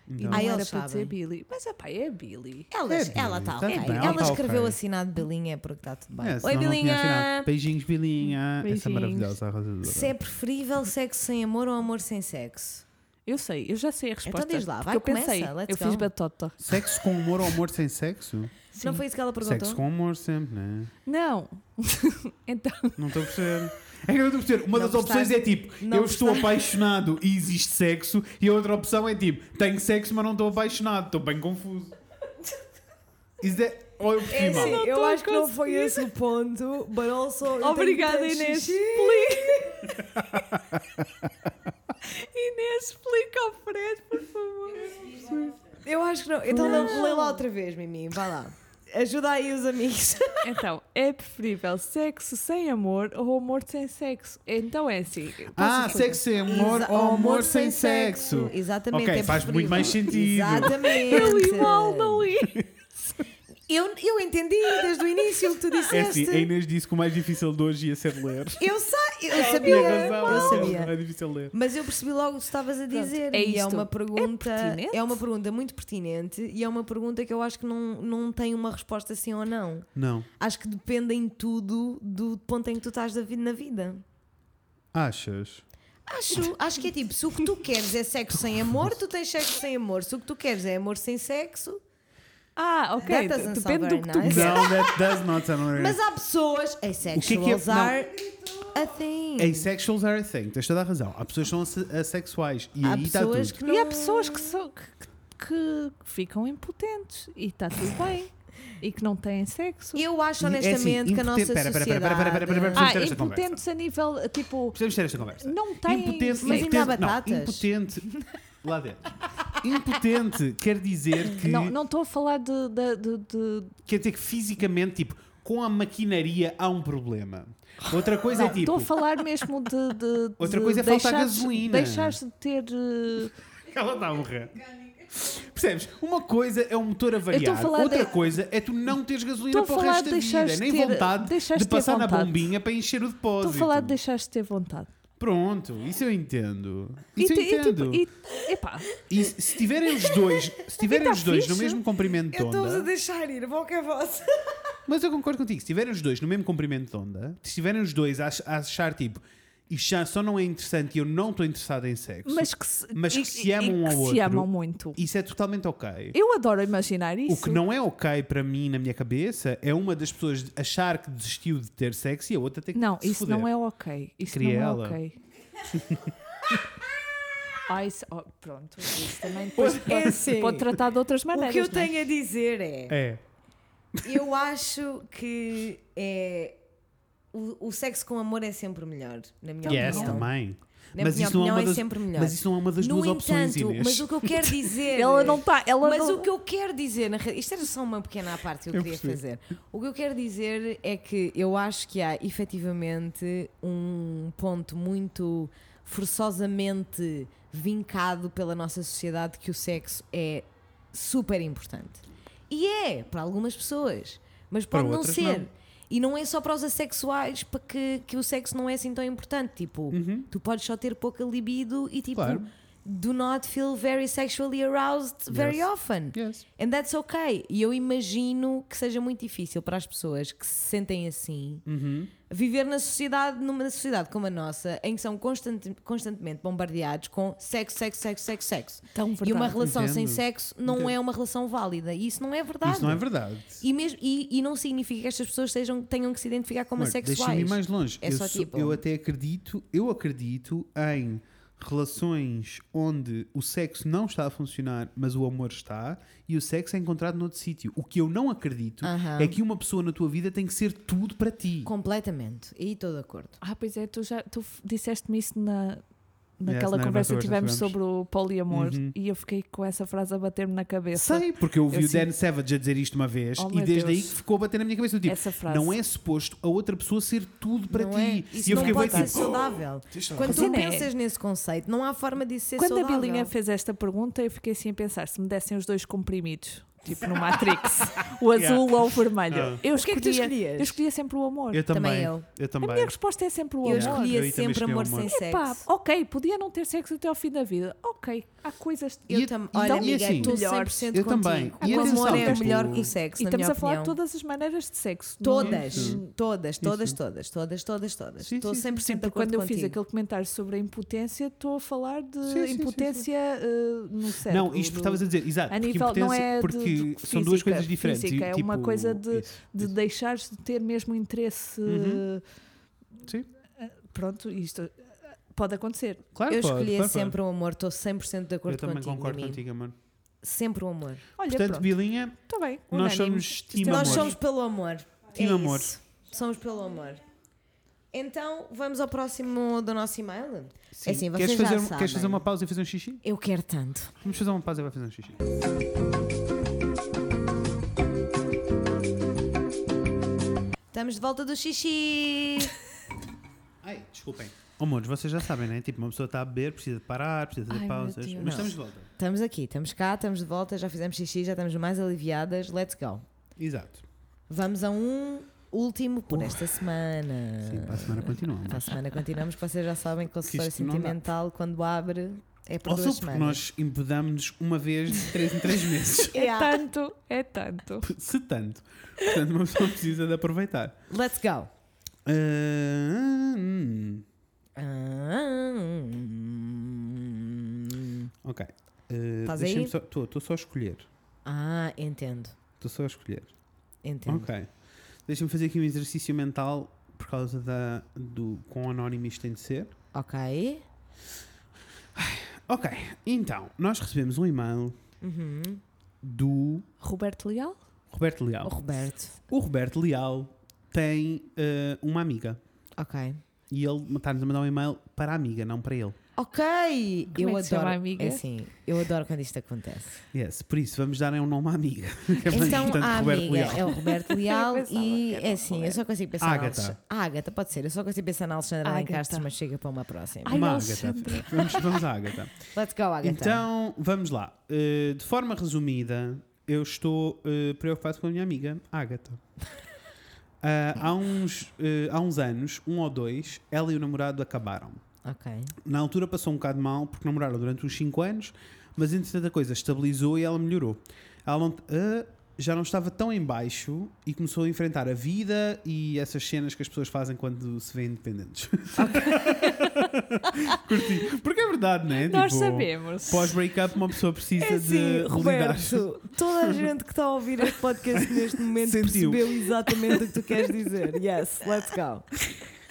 Speaker 3: e
Speaker 1: Então,
Speaker 3: não
Speaker 2: Ah,
Speaker 3: era
Speaker 2: eles
Speaker 3: para dizer
Speaker 2: sabem.
Speaker 3: Billy. Mas, ah, pá, é a Billy.
Speaker 2: Elas-
Speaker 1: É
Speaker 2: ela
Speaker 1: Billy,
Speaker 2: está
Speaker 1: tá
Speaker 2: ok.
Speaker 1: bem, ela
Speaker 2: ela
Speaker 1: tá
Speaker 2: escreveu
Speaker 1: ok.
Speaker 2: assinado Belinha porque está tudo bem.
Speaker 1: É,
Speaker 2: Oi,
Speaker 1: senão não tinha
Speaker 2: Belinha!
Speaker 1: assinado. Beijinhos, Bilinha. Essa é
Speaker 3: Beijinhos.
Speaker 1: maravilhosa arrasadora.
Speaker 2: Se é preferível sexo sem amor ou amor sem sexo?
Speaker 3: Eu sei, eu já sei a resposta.
Speaker 2: diz lá,
Speaker 3: porque
Speaker 2: vai,
Speaker 3: eu pensei,
Speaker 2: começa, let's
Speaker 3: eu fiz
Speaker 2: go.
Speaker 3: batota.
Speaker 1: Sexo com amor ou amor sem sexo?
Speaker 2: Não foi isso que ela perguntou?
Speaker 1: Sexo com amor sempre, né?
Speaker 3: Não. então,
Speaker 1: Não estou a perceber. É que eu não estou a perceber. Uma
Speaker 2: Não
Speaker 1: das opções
Speaker 2: gostaste?
Speaker 1: é tipo,
Speaker 2: Não
Speaker 1: eu estou
Speaker 2: gostaste?
Speaker 1: apaixonado e existe sexo. E a outra opção é tipo, tenho sexo, mas não estou apaixonado. Estou bem confuso. Is that... Ou eu
Speaker 2: É
Speaker 1: prefiro
Speaker 2: assim,
Speaker 1: mal.
Speaker 2: eu acho que não foi esse o ponto, but also. eu tenho
Speaker 3: obrigada
Speaker 2: tanto
Speaker 3: Inês.
Speaker 2: xixi.
Speaker 3: Please. Inês, explica ao Fred, por favor.
Speaker 2: Eu acho que não. Então não. lê lá outra vez, Mimi, vá lá. Ajuda aí os amigos.
Speaker 3: Então, é preferível sexo sem amor ou amor sem sexo? Então é assim. posso
Speaker 1: Ah,
Speaker 3: explicar?
Speaker 1: sexo sem amor
Speaker 2: oh,
Speaker 1: ou amor sem sexo.
Speaker 2: Exatamente.
Speaker 1: Ok,
Speaker 2: é
Speaker 1: faz muito
Speaker 2: preferível.
Speaker 1: mais sentido.
Speaker 2: Exatamente.
Speaker 3: Eu li mal, não li.
Speaker 2: Eu, eu entendi desde o início o que tu
Speaker 1: É assim,
Speaker 2: disseste.
Speaker 1: a Inês disse que o mais difícil de hoje ia ser ler.
Speaker 2: eu, sa eu
Speaker 1: Tinha
Speaker 2: sabia.
Speaker 1: razão,
Speaker 2: Eu
Speaker 1: É o
Speaker 2: sabia.
Speaker 1: mais difícil de ler.
Speaker 2: Mas eu percebi logo o que estavas a dizer.
Speaker 3: é
Speaker 2: e é
Speaker 3: isto.
Speaker 2: uma pergunta. é
Speaker 3: pertinente?
Speaker 2: uma pergunta muito pertinente e é uma pergunta que eu acho que não, não tem uma resposta sim ou não.
Speaker 1: Não.
Speaker 2: Acho que depende em tudo do ponto em que tu estás da vi- na vida.
Speaker 1: Achas?
Speaker 2: Acho, acho que é tipo, se o que tu queres é sexo sem amor, tu tens sexo sem amor. Se o que tu queres é amor sem sexo,
Speaker 3: Ah, ok.
Speaker 2: That doesn't sound
Speaker 3: Depende do
Speaker 2: very
Speaker 3: que tu
Speaker 2: nice.
Speaker 1: Não, that does not sound right.
Speaker 2: mas há pessoas. Asexuals
Speaker 1: é Não. É
Speaker 2: are a thing.
Speaker 3: assim,
Speaker 1: Asexuals are a thing, tens toda a razão. Há pessoas que são asse- assexuais e
Speaker 2: Há
Speaker 1: aí está tudo.
Speaker 2: pessoas que não.
Speaker 3: E há pessoas que, são- que, que ficam impotentes e está tudo bem. e que não têm sexo.
Speaker 2: Eu acho
Speaker 1: E é assim,
Speaker 2: honestamente que
Speaker 1: impotente-
Speaker 2: a nossa
Speaker 1: pera, pera,
Speaker 2: sociedade.
Speaker 1: pera, pera, pera, pera, pera, pera.
Speaker 3: ah,
Speaker 1: precisamos ter esta conversa.
Speaker 3: impotentes a nível, tipo,
Speaker 1: Precisamos ter esta conversa.
Speaker 3: não têm
Speaker 1: impotente,
Speaker 2: Mas ainda há
Speaker 1: impotente- não,
Speaker 2: batatas?
Speaker 1: impotente. Lá dentro. Impotente quer dizer que.
Speaker 3: Não, não estou a falar de, de, de, de-
Speaker 1: Quer dizer que fisicamente, tipo, com a maquinaria há um problema. Outra coisa é tipo.
Speaker 3: Estou a falar mesmo de. de-
Speaker 1: Outra
Speaker 3: de
Speaker 1: coisa é faltar
Speaker 3: deixares-
Speaker 1: gasolina.
Speaker 3: Deixares de ter. eh,
Speaker 1: Ela está a morrer. Percebes? Uma coisa é um motor
Speaker 3: Eu estou a
Speaker 1: avariado,
Speaker 3: falar
Speaker 1: outra
Speaker 3: de-
Speaker 1: coisa é tu não teres gasolina
Speaker 3: Estou a
Speaker 1: para o
Speaker 3: falar
Speaker 1: resto
Speaker 3: de
Speaker 1: da vida,
Speaker 3: deixares
Speaker 1: nem
Speaker 3: ter-
Speaker 1: vontade
Speaker 3: deixares
Speaker 1: de
Speaker 3: ter
Speaker 1: passar na
Speaker 3: vontade.
Speaker 1: bombinha para encher o depósito.
Speaker 3: Estou a falar de deixares de ter vontade.
Speaker 1: Pronto, isso eu entendo. Isso
Speaker 3: ti-
Speaker 1: eu entendo.
Speaker 3: tipo, e- epá,
Speaker 1: E se se tiverem os dois, se tiverem
Speaker 3: tá
Speaker 1: os dois no
Speaker 3: fixe.
Speaker 1: mesmo comprimento de
Speaker 2: Ah, Eu estou-vos a
Speaker 1: onda,
Speaker 2: deixar ir, bom que é vossa.
Speaker 1: mas eu concordo contigo, se tiverem os dois no mesmo comprimento de onda, se tiverem os dois a, ach- a achar tipo, isto já só não é interessante e eu não estou interessado em sexo,
Speaker 3: mas que se,
Speaker 1: Mas
Speaker 3: e-
Speaker 1: que se
Speaker 3: e- e
Speaker 1: amam um
Speaker 3: que
Speaker 1: ao
Speaker 3: se
Speaker 1: outro.
Speaker 3: amam muito.
Speaker 1: isso é totalmente ok.
Speaker 3: Eu adoro imaginar isso.
Speaker 1: O que não é ok para mim, na minha cabeça, é uma das pessoas achar que desistiu de ter sexo e a outra ter que
Speaker 3: Não,
Speaker 1: se
Speaker 3: isso
Speaker 1: foder.
Speaker 3: não é ok. Isso
Speaker 1: Queria
Speaker 3: não é
Speaker 1: ela.
Speaker 3: ok. Ah, isso, oh, pronto, isso também depois
Speaker 2: É
Speaker 3: pode,
Speaker 2: assim,
Speaker 3: pode tratar de outras
Speaker 2: O
Speaker 3: maneiras.
Speaker 2: que eu
Speaker 3: não é?
Speaker 2: tenho a dizer é.
Speaker 1: É.
Speaker 2: Eu acho que é. O, o sexo com amor é sempre melhor, na minha
Speaker 1: Yes,
Speaker 2: opinião.
Speaker 1: é também.
Speaker 2: Na
Speaker 1: mas
Speaker 2: minha
Speaker 1: isso não é
Speaker 2: opinião,
Speaker 1: uma
Speaker 2: é
Speaker 1: das,
Speaker 2: sempre melhor.
Speaker 1: Mas isso não é uma das
Speaker 2: no
Speaker 1: duas
Speaker 2: entanto,
Speaker 1: opções, Inês.
Speaker 2: mas o que eu quero dizer.
Speaker 3: Ela não está. Ela
Speaker 2: Mas
Speaker 3: não-
Speaker 2: o que eu quero dizer, na re- isto era só uma pequena à parte que eu,
Speaker 1: Eu
Speaker 2: queria
Speaker 1: percebi.
Speaker 2: fazer. O que eu quero dizer é que eu acho que há efetivamente um ponto muito forçosamente vincado pela nossa sociedade que o sexo é super importante. E é, para algumas pessoas, mas
Speaker 1: Para
Speaker 2: pode não
Speaker 1: outras,
Speaker 2: ser.
Speaker 1: não.
Speaker 2: E não é só para os assexuais para que, que o sexo não é assim tão importante. Tipo, tu podes só ter pouca libido e tipo,
Speaker 1: Uhum. Claro.
Speaker 2: do not feel very sexually aroused very
Speaker 1: Yes.
Speaker 2: often.
Speaker 1: Yes.
Speaker 2: And that's okay. E eu imagino que seja muito difícil para as pessoas que se sentem assim viver na sociedade, numa sociedade como a nossa, em que são constante- constantemente bombardeados com sexo, sexo, sexo, sexo, sexo.
Speaker 3: Tão
Speaker 2: E uma
Speaker 3: verdade.
Speaker 2: relação sem
Speaker 1: Entendo.
Speaker 2: sexo não
Speaker 1: Entendo.
Speaker 2: é uma relação válida. E isso não é verdade.
Speaker 1: Isso não é verdade.
Speaker 2: E, mesmo, e, e não significa que estas pessoas sejam, tenham que se identificar como
Speaker 1: Olha, Deixa-me ir
Speaker 2: assexuais.
Speaker 1: mais longe.
Speaker 2: É
Speaker 1: eu,
Speaker 2: só
Speaker 1: sou-
Speaker 2: tipo-
Speaker 1: eu até acredito, eu acredito em relações onde o sexo não está a funcionar, mas o amor está, e o sexo é encontrado noutro sítio. O que eu não acredito
Speaker 2: Aham.
Speaker 1: é que uma pessoa na tua vida tem que ser tudo para ti.
Speaker 2: Completamente. E estou de acordo.
Speaker 3: Ah, pois é, tu já tu f- disseste-me isso na, naquela
Speaker 1: na
Speaker 3: conversa que
Speaker 1: conversa
Speaker 3: tivemos
Speaker 1: tivemos.
Speaker 3: sobre o poliamor
Speaker 1: Uhum.
Speaker 3: e eu fiquei com essa frase a bater-me na cabeça.
Speaker 1: Sei, porque eu ouvi
Speaker 3: Eu
Speaker 1: o Dan Savage a dizer isto uma vez
Speaker 3: Oh,
Speaker 1: e
Speaker 3: meu
Speaker 1: desde
Speaker 3: Deus.
Speaker 1: aí que ficou a bater na minha cabeça. Eu, tipo,
Speaker 3: Essa frase.
Speaker 1: não é suposto a outra pessoa ser tudo para
Speaker 2: Não
Speaker 1: ti.
Speaker 2: é?
Speaker 1: e
Speaker 2: Isso
Speaker 1: eu
Speaker 2: não
Speaker 1: fiquei bem
Speaker 2: pode ser
Speaker 1: tipo,
Speaker 2: saudável. Quando tu
Speaker 3: Sim, né?
Speaker 2: pensas nesse conceito, não há forma disso ser
Speaker 3: Quando
Speaker 2: saudável.
Speaker 3: a
Speaker 1: é
Speaker 3: Bilinha fez esta pergunta, eu fiquei assim a pensar: se me dessem os dois comprimidos, tipo no Matrix, o azul ou o vermelho,
Speaker 1: Ah.
Speaker 3: eu
Speaker 2: que é que tu
Speaker 3: escolhia,
Speaker 2: escolhias?
Speaker 3: eu escolhia sempre o amor.
Speaker 1: eu também,
Speaker 2: Também eu.
Speaker 1: eu
Speaker 3: a
Speaker 1: também.
Speaker 3: minha resposta é sempre
Speaker 2: Eu
Speaker 3: o amor.
Speaker 1: Eu
Speaker 2: escolhia
Speaker 1: também
Speaker 2: sempre
Speaker 1: escolhi
Speaker 2: amor
Speaker 1: amor.
Speaker 2: sem
Speaker 3: Epá,
Speaker 2: sexo.
Speaker 3: ok, podia não ter sexo até ao fim da vida. Ok, há coisas.
Speaker 2: Eu
Speaker 1: E-
Speaker 2: tam-
Speaker 1: e-
Speaker 2: Olha,
Speaker 1: e
Speaker 2: amiga,
Speaker 1: assim,
Speaker 2: estou
Speaker 3: melhor.
Speaker 2: 100%
Speaker 1: Eu
Speaker 2: contigo.
Speaker 1: também.
Speaker 2: O
Speaker 1: E
Speaker 2: amor
Speaker 1: atenção,
Speaker 2: é
Speaker 1: tipo-
Speaker 2: melhor que o sexo,
Speaker 3: E
Speaker 2: na
Speaker 3: estamos
Speaker 2: minha
Speaker 3: a falar de
Speaker 2: opinião.
Speaker 3: todas as maneiras de sexo. não-
Speaker 2: Todas, todas, todas,
Speaker 1: Sim.
Speaker 2: todas, todas, todas, todas.
Speaker 1: Sim,
Speaker 2: Estou
Speaker 1: sim, tipo, sim,
Speaker 2: 100%
Speaker 3: Sim,
Speaker 2: de
Speaker 3: porque
Speaker 2: acordo
Speaker 3: quando eu
Speaker 2: contigo.
Speaker 3: fiz aquele comentário sobre a impotência, estou a falar de
Speaker 1: Sim, sim, sim,
Speaker 3: impotência eh, no cérebro.
Speaker 1: Não, isto
Speaker 3: do-
Speaker 1: porque estavas a dizer, exato,
Speaker 3: a
Speaker 1: porque,
Speaker 3: nível- não
Speaker 1: impotência-
Speaker 3: é de-
Speaker 1: porque
Speaker 3: de
Speaker 1: são duas
Speaker 3: física,
Speaker 1: coisas diferentes.
Speaker 3: física,
Speaker 1: e,
Speaker 3: é uma
Speaker 1: tipo,
Speaker 3: coisa de-
Speaker 1: isso,
Speaker 3: de
Speaker 1: isso.
Speaker 3: deixares de ter mesmo interesse.
Speaker 1: Uhum.
Speaker 3: eh,
Speaker 1: Sim.
Speaker 3: eh, Pronto, isto eh, pode acontecer.
Speaker 1: Claro,
Speaker 2: Eu
Speaker 1: Ah, pode,
Speaker 2: escolhi
Speaker 1: claro, pode.
Speaker 2: sempre o amor, estou 100% de
Speaker 1: Eu
Speaker 2: acordo
Speaker 1: também
Speaker 2: contigo.
Speaker 1: concordo
Speaker 2: Mimi.
Speaker 1: contigo, amor.
Speaker 2: Sempre o amor.
Speaker 3: Olha,
Speaker 1: Portanto,
Speaker 3: pronto,
Speaker 1: Bilinha,
Speaker 3: está bem.
Speaker 1: nós
Speaker 3: unânime.
Speaker 1: somos
Speaker 3: Isto é
Speaker 1: Team
Speaker 3: um-
Speaker 2: Nós
Speaker 1: amor.
Speaker 2: somos pelo amor.
Speaker 1: Team
Speaker 2: É
Speaker 1: amor.
Speaker 2: isso. Somos pelo amor. Então, vamos ao próximo do nosso e-mail? É assim, vocês
Speaker 1: queres,
Speaker 2: já
Speaker 1: fazer,
Speaker 2: sabem.
Speaker 1: queres fazer uma pausa e fazer um xixi?
Speaker 2: Eu quero tanto.
Speaker 1: Vamos fazer uma pausa e vai fazer um xixi.
Speaker 2: Estamos de volta do xixi.
Speaker 1: Ai, desculpem. Amores, Oh, vocês já sabem, né? Tipo, uma pessoa está a beber, precisa de parar, precisa fazer
Speaker 3: Ai, meu
Speaker 1: pausas.
Speaker 3: Deus.
Speaker 1: Mas
Speaker 2: Não.
Speaker 1: estamos de volta.
Speaker 2: estamos aqui, estamos cá, estamos de volta, já fizemos xixi, já estamos mais aliviadas. Let's go.
Speaker 1: Exato.
Speaker 2: Vamos a um último por esta semana.
Speaker 1: Sim, eh, para a semana continuamos.
Speaker 2: Para a semana continuamos, que vocês já sabem que o consultório
Speaker 1: isto não dá. Oh,
Speaker 2: sentimental, quando abre, é por
Speaker 1: Ou só
Speaker 2: duas
Speaker 1: porque
Speaker 2: semanas.
Speaker 1: nós empedámos-nos uma vez de 3 em 3 meses.
Speaker 3: É tanto, é tanto.
Speaker 1: Se tanto. Portanto, uma pessoa precisa de aproveitar.
Speaker 2: Let's go.
Speaker 1: Ah, hum.
Speaker 2: Ah,
Speaker 1: ok. Ah,
Speaker 2: Estás
Speaker 1: Deixa-me
Speaker 2: aí?
Speaker 1: só. Estou só a escolher.
Speaker 2: Ah, entendo.
Speaker 1: Estou só a escolher.
Speaker 2: Entendo.
Speaker 1: Ok. Deixa-me fazer aqui um exercício mental por causa da, do quão anónimo isto tem de ser.
Speaker 2: Ok.
Speaker 1: Ok, então, nós recebemos um e-mail
Speaker 2: Uhum.
Speaker 1: do
Speaker 3: Roberto Leal?
Speaker 1: Roberto
Speaker 2: O
Speaker 1: Leal.
Speaker 2: Oh, Roberto.
Speaker 1: O Roberto Leal tem eh, uma amiga
Speaker 2: Ok.
Speaker 1: e ele está-nos a mandar um e-mail para a amiga, não para ele.
Speaker 2: Ok.
Speaker 3: que
Speaker 2: eu
Speaker 3: se
Speaker 2: adoro.
Speaker 3: chama a amiga?
Speaker 2: É assim, eu adoro quando isto acontece.
Speaker 1: Yes, por isso, vamos dar um nome à amiga. Que é bem
Speaker 2: então,
Speaker 1: importante,
Speaker 2: a
Speaker 1: Roberto
Speaker 2: amiga
Speaker 1: Leal.
Speaker 2: é o Roberto Leal
Speaker 3: Eu pensava
Speaker 2: e
Speaker 3: que era
Speaker 2: é assim, eu só consigo pensar na
Speaker 1: Ágata.
Speaker 2: Alexandra. Ágata, pode ser. Eu só consigo pensar na Alexandra
Speaker 3: Ágata.
Speaker 2: Lencastre, mas chega para uma próxima.
Speaker 3: Ai,
Speaker 1: Uma Ágata.
Speaker 3: Alexandre.
Speaker 1: Vamos, vamos à Ágata.
Speaker 2: Let's go, Ágata.
Speaker 1: Ah. Então, vamos lá. Eh, de forma resumida, eu estou eh, preocupado com a minha amiga, Ágata. Ah, há, uns, eh, há uns anos, um ou dois, ela e o namorado acabaram.
Speaker 2: Ok.
Speaker 1: Na altura passou um bocado mal, porque namoraram durante uns 5 anos, mas entretanto a coisa estabilizou e ela melhorou. Ela não- ah, já não estava tão em baixo e começou a enfrentar a vida e essas cenas que as pessoas fazem quando se vêem independentes. Curti. Porque é verdade, não é?
Speaker 3: Nós
Speaker 1: Tipo,
Speaker 3: sabemos.
Speaker 1: Pós-breakup, uma pessoa precisa
Speaker 2: É assim,
Speaker 1: de lidar.
Speaker 2: Roberto, toda a gente que está a ouvir este podcast neste momento
Speaker 1: Sentiu.
Speaker 2: percebeu exatamente o que tu queres dizer. Yes, let's go.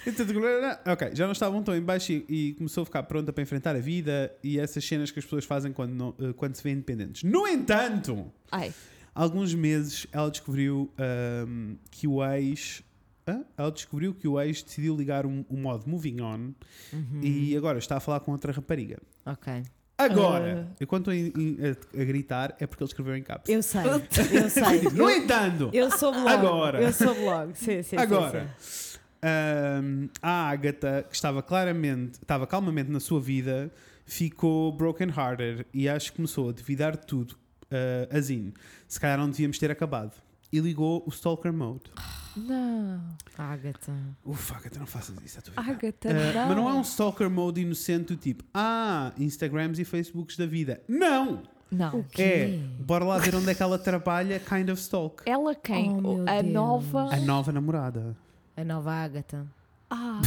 Speaker 1: Entretanto, Ok, já não estavam tão em baixo e, e começou a ficar pronta para enfrentar a vida e essas cenas que as pessoas fazem quando, não- eh, quando se vêem independentes. No entanto,
Speaker 3: Ai,
Speaker 1: alguns meses ela descobriu ahm, que o ex. Hã? Ela descobriu que o ex decidiu ligar um, um modo Moving On
Speaker 2: Hum.
Speaker 1: e agora está a falar com outra rapariga.
Speaker 2: Uhum. Ok.
Speaker 1: Agora, eu quando estou em- em- a, a gritar é porque ele escreveu em caps.
Speaker 2: Ah. Eu sei, eu sei.
Speaker 1: No entanto,
Speaker 2: Eu, eu soube logo.
Speaker 1: Agora.
Speaker 2: Eu soube logo. Sim, sim, sim,
Speaker 1: Agora, Ahm, a Agatha, que estava claramente, estava calmamente na sua vida, ficou broken-hearted e acho que começou a devidar tudo. Uh, assim, se calhar não devíamos ter acabado. E ligou o Stalker Mode.
Speaker 3: Não.
Speaker 2: Agatha.
Speaker 1: Ufa, Agatha, Uh, então não faças isso à tua vida.
Speaker 3: Agatha,
Speaker 1: Uh,
Speaker 3: não.
Speaker 1: mas não é um stalker mode inocente do tipo, ah, Instagrams e Facebooks da vida. Não!
Speaker 3: Não.
Speaker 1: É, bora lá ver onde é que ela trabalha, kind of stalk.
Speaker 3: Ela quem?
Speaker 2: Oh, meu
Speaker 3: a
Speaker 2: Deus.
Speaker 3: nova.
Speaker 1: A nova namorada.
Speaker 2: A nova Agatha.
Speaker 3: Ah,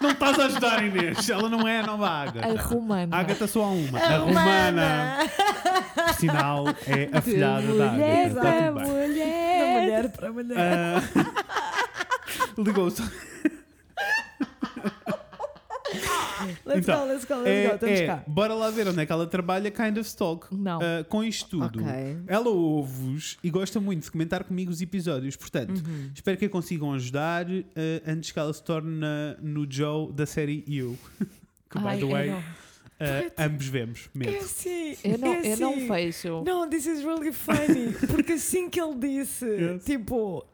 Speaker 1: Não estás a ajudar, Inês. Ela não é a nova
Speaker 3: a
Speaker 1: Agatha.
Speaker 3: romana.
Speaker 1: A Agatha só há uma. A romana. Por sinal, é a filhada da
Speaker 3: mulher
Speaker 1: Agatha. Tá
Speaker 3: para
Speaker 1: tudo bem.
Speaker 2: É.
Speaker 3: mulher.
Speaker 2: para mulher.
Speaker 1: Ah, Ligou-se.
Speaker 2: Let's
Speaker 1: então,
Speaker 2: go, let's go, let's
Speaker 1: É,
Speaker 2: go. Estamos
Speaker 1: é,
Speaker 2: cá.
Speaker 1: bora lá ver onde é que ela trabalha, kind of stalk.
Speaker 3: Não.
Speaker 1: Ah, com isto tudo.
Speaker 2: Ok.
Speaker 1: Ela ouve-vos e gosta muito de comentar comigo os episódios. Portanto,
Speaker 2: Uhum.
Speaker 1: espero que a consigam ajudar eh, antes que ela se torne na- no Joe da série You. que, by
Speaker 3: Ai,
Speaker 2: é
Speaker 1: the
Speaker 3: eu
Speaker 1: way,
Speaker 3: não.
Speaker 1: eh, ambos vemos. Medo.
Speaker 2: Eu sim.
Speaker 3: Eu não,
Speaker 2: eu
Speaker 3: eu não
Speaker 2: sim.
Speaker 3: vejo.
Speaker 2: assim, é Não, this is really funny. Porque assim que ele disse,
Speaker 1: Yes.
Speaker 2: tipo,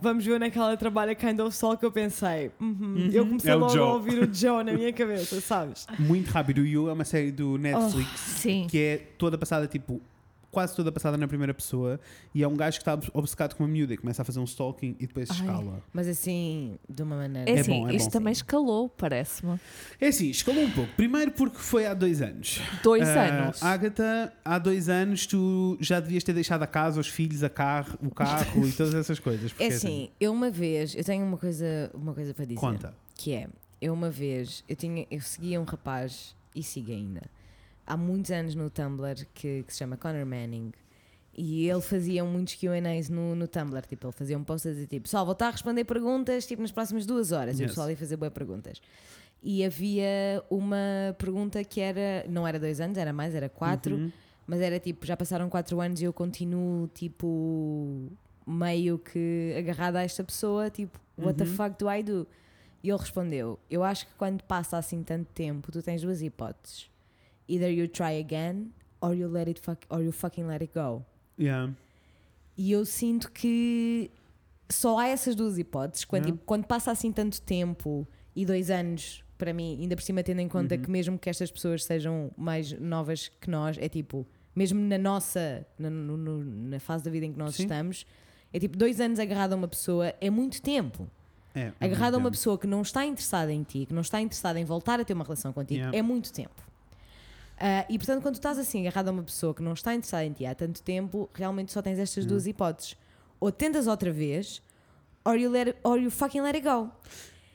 Speaker 2: vamos ver naquela trabalha Kind of Soul que eu pensei. uhum. Eu comecei
Speaker 1: É o
Speaker 2: logo
Speaker 1: Joe.
Speaker 2: a ouvir o Joe na minha cabeça, sabes?
Speaker 1: Muito rápido. O You é uma série do Netflix
Speaker 3: Sim.
Speaker 1: que é toda passada, tipo, quase toda passada na primeira pessoa. E é um gajo que está obcecado com uma miúda e começa a fazer um stalking e depois
Speaker 3: Ai.
Speaker 1: escala.
Speaker 2: Mas assim, de uma maneira.
Speaker 3: É
Speaker 1: bom,
Speaker 3: assim,
Speaker 1: é
Speaker 3: isto
Speaker 1: bom.
Speaker 3: também escalou, parece-me.
Speaker 1: É assim, escalou um pouco. Primeiro porque foi há dois anos.
Speaker 3: Dois
Speaker 1: Ah,
Speaker 3: anos.
Speaker 1: Agatha, há dois anos tu já devias ter deixado a casa, os filhos, a carro, o carro e todas essas coisas. porque
Speaker 2: É assim, eu uma vez, eu tenho uma coisa, uma coisa para dizer.
Speaker 1: Conta.
Speaker 2: Que é, eu uma vez, eu, tinha, eu seguia um rapaz, e sigo ainda, há muitos anos no Tumblr, que, que se chama Connor Manning. E ele fazia muitos QAs no, no Tumblr, tipo, ele fazia um post a dizer tipo, pessoal, vou estar a responder perguntas tipo, nas próximas duas horas. E o
Speaker 1: Yes.
Speaker 2: pessoal ia fazer boas perguntas. E havia uma pergunta que era, não era dois anos, era mais, era quatro, mas era tipo, já passaram quatro anos e eu continuo tipo meio que agarrada a esta pessoa, tipo, what the fuck do I do? E ele respondeu: Eu acho que quando passa assim tanto tempo, tu tens duas hipóteses. Either you try again or you let it fuck, or you fucking let it go.
Speaker 1: Yeah.
Speaker 2: E eu sinto que só há essas duas hipóteses. Quando,
Speaker 1: Yeah.
Speaker 2: quando passa assim tanto tempo e dois anos, para mim, ainda por cima, tendo em
Speaker 1: Uhum.
Speaker 2: conta que mesmo que estas pessoas sejam mais novas que nós, é tipo, mesmo na nossa, na, no- no- na fase da vida em que nós
Speaker 1: Sim.
Speaker 2: estamos, é tipo, dois anos agarrado a uma pessoa é muito tempo.
Speaker 1: É,
Speaker 2: Agarrado a uma
Speaker 1: entendo.
Speaker 2: pessoa que não está interessada em ti, que não está interessada em voltar a ter uma relação contigo,
Speaker 1: Yeah.
Speaker 2: é muito tempo. Ah, e portanto, quando tu estás assim agarrado a uma pessoa que não está interessada em ti há tanto tempo, realmente só tens estas duas hipóteses. Ou tentas outra vez, or you, let, or you fucking let it go.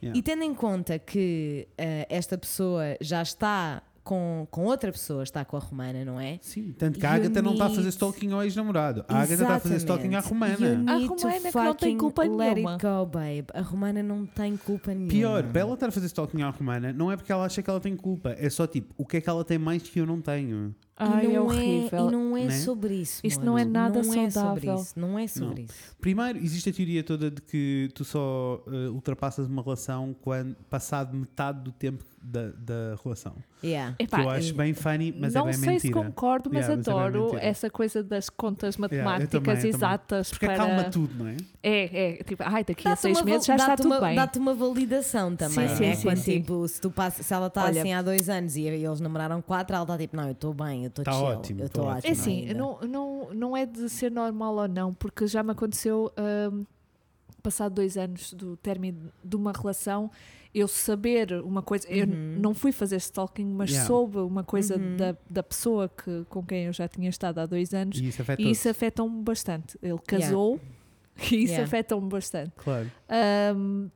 Speaker 1: Yeah.
Speaker 2: E tendo em conta que ah, esta pessoa já está com, com outra pessoa, está com a romana, não é?
Speaker 1: Sim, tanto que a
Speaker 2: You
Speaker 1: Agatha não está a fazer
Speaker 2: need-
Speaker 1: stalking ao ex-namorado. A Agatha está a fazer stalking à romana.
Speaker 3: A romana que não tem culpa
Speaker 2: let
Speaker 3: nenhuma.
Speaker 2: It go, babe. A romana não tem culpa nenhuma.
Speaker 1: Pior, para ela estar a fazer stalking à romana, não é porque ela acha que ela tem culpa. É só tipo, o que é que ela tem mais que eu não tenho?
Speaker 3: Ai,
Speaker 2: e não
Speaker 3: é horrível.
Speaker 2: e não é
Speaker 1: Né?
Speaker 2: sobre isso.
Speaker 3: Isso
Speaker 2: mano.
Speaker 3: não é nada
Speaker 2: não É
Speaker 3: saudável.
Speaker 2: sobre isso. Não é sobre isso.
Speaker 1: Primeiro, existe a teoria toda de que tu só eh, ultrapassas uma relação quando passado metade do tempo da, da relação.
Speaker 2: Yeah.
Speaker 1: Que
Speaker 3: Epá, eh,
Speaker 1: eu acho bem funny, mas é
Speaker 3: não
Speaker 1: bem
Speaker 3: sei
Speaker 1: mentira.
Speaker 3: se concordo, mas
Speaker 1: Yeah, mas é bem
Speaker 3: adoro
Speaker 1: mentira.
Speaker 3: essa coisa das contas
Speaker 1: eu
Speaker 3: matemáticas
Speaker 1: também, eu também.
Speaker 3: exatas
Speaker 1: Porque
Speaker 3: para.
Speaker 1: acalma tudo, não é?
Speaker 3: É, é, tipo, ai, daqui a
Speaker 2: Dá-te
Speaker 3: seis
Speaker 2: uma val-
Speaker 3: meses já está
Speaker 2: dá-te
Speaker 3: tudo
Speaker 2: uma-
Speaker 3: bem.
Speaker 2: Dá-te uma validação também.
Speaker 1: Sim,
Speaker 2: não
Speaker 1: sim,
Speaker 2: é?
Speaker 1: sim,
Speaker 2: Quando,
Speaker 3: sim.
Speaker 2: tipo, se, tu passa, se ela está
Speaker 3: Olha-
Speaker 2: assim há dois anos e eles namoraram quatro, ela está tipo, não, eu estou bem, eu estou
Speaker 1: Tá
Speaker 2: chill.
Speaker 1: ótimo,
Speaker 2: eu
Speaker 1: tá
Speaker 2: estou
Speaker 1: ótimo.
Speaker 2: ótimo.
Speaker 3: É assim,
Speaker 2: ainda.
Speaker 3: não, não, não é de ser normal ou não, porque já me aconteceu, hum, passado dois anos do término de uma relação, eu saber uma coisa. Eu não fui fazer stalking, mas
Speaker 1: Yeah.
Speaker 3: soube uma coisa da, da pessoa que, com quem eu já tinha estado há dois anos.
Speaker 1: E isso afeta
Speaker 3: E isso afeta-me bastante. Ele casou e isso
Speaker 2: Yeah.
Speaker 3: afeta-me bastante.
Speaker 1: Claro.
Speaker 3: Ahm,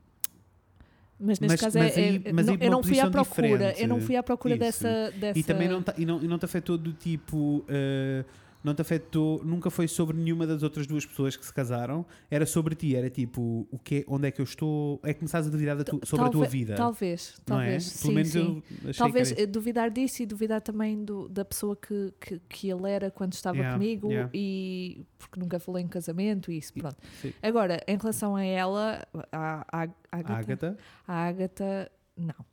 Speaker 3: mas neste
Speaker 1: Mas-
Speaker 3: caso
Speaker 1: mas
Speaker 3: é,
Speaker 1: aí-
Speaker 3: é-
Speaker 1: mas
Speaker 3: não-
Speaker 1: aí
Speaker 3: eu
Speaker 1: uma
Speaker 3: não fui à
Speaker 1: posição
Speaker 3: procura. Eu não
Speaker 1: diferente.
Speaker 3: fui à procura
Speaker 1: Isso.
Speaker 3: dessa, dessa.
Speaker 1: E também não, ta- e não, e não te afetou do tipo. eh, não te afetou, nunca foi sobre nenhuma das outras duas pessoas que se casaram, era sobre ti, era tipo, o que, onde é que eu estou, é que começaste a duvidar da tu- sobre a tua
Speaker 3: Talve-
Speaker 1: vida,
Speaker 3: Talvez,
Speaker 1: não é?
Speaker 3: talvez.
Speaker 1: Pelo
Speaker 3: sim,
Speaker 1: menos
Speaker 3: sim.
Speaker 1: eu achei
Speaker 3: Talvez
Speaker 1: que era
Speaker 3: eh, duvidar disso e duvidar também do- da pessoa que, que, que ele era quando estava
Speaker 1: Yeah,
Speaker 3: comigo
Speaker 1: yeah.
Speaker 3: e porque nunca falei em casamento e isso, pronto.
Speaker 1: sim.
Speaker 3: Agora, em relação a ela, a, a, a
Speaker 1: isso.
Speaker 3: Agatha,
Speaker 1: Ágata.
Speaker 3: a Agatha, não.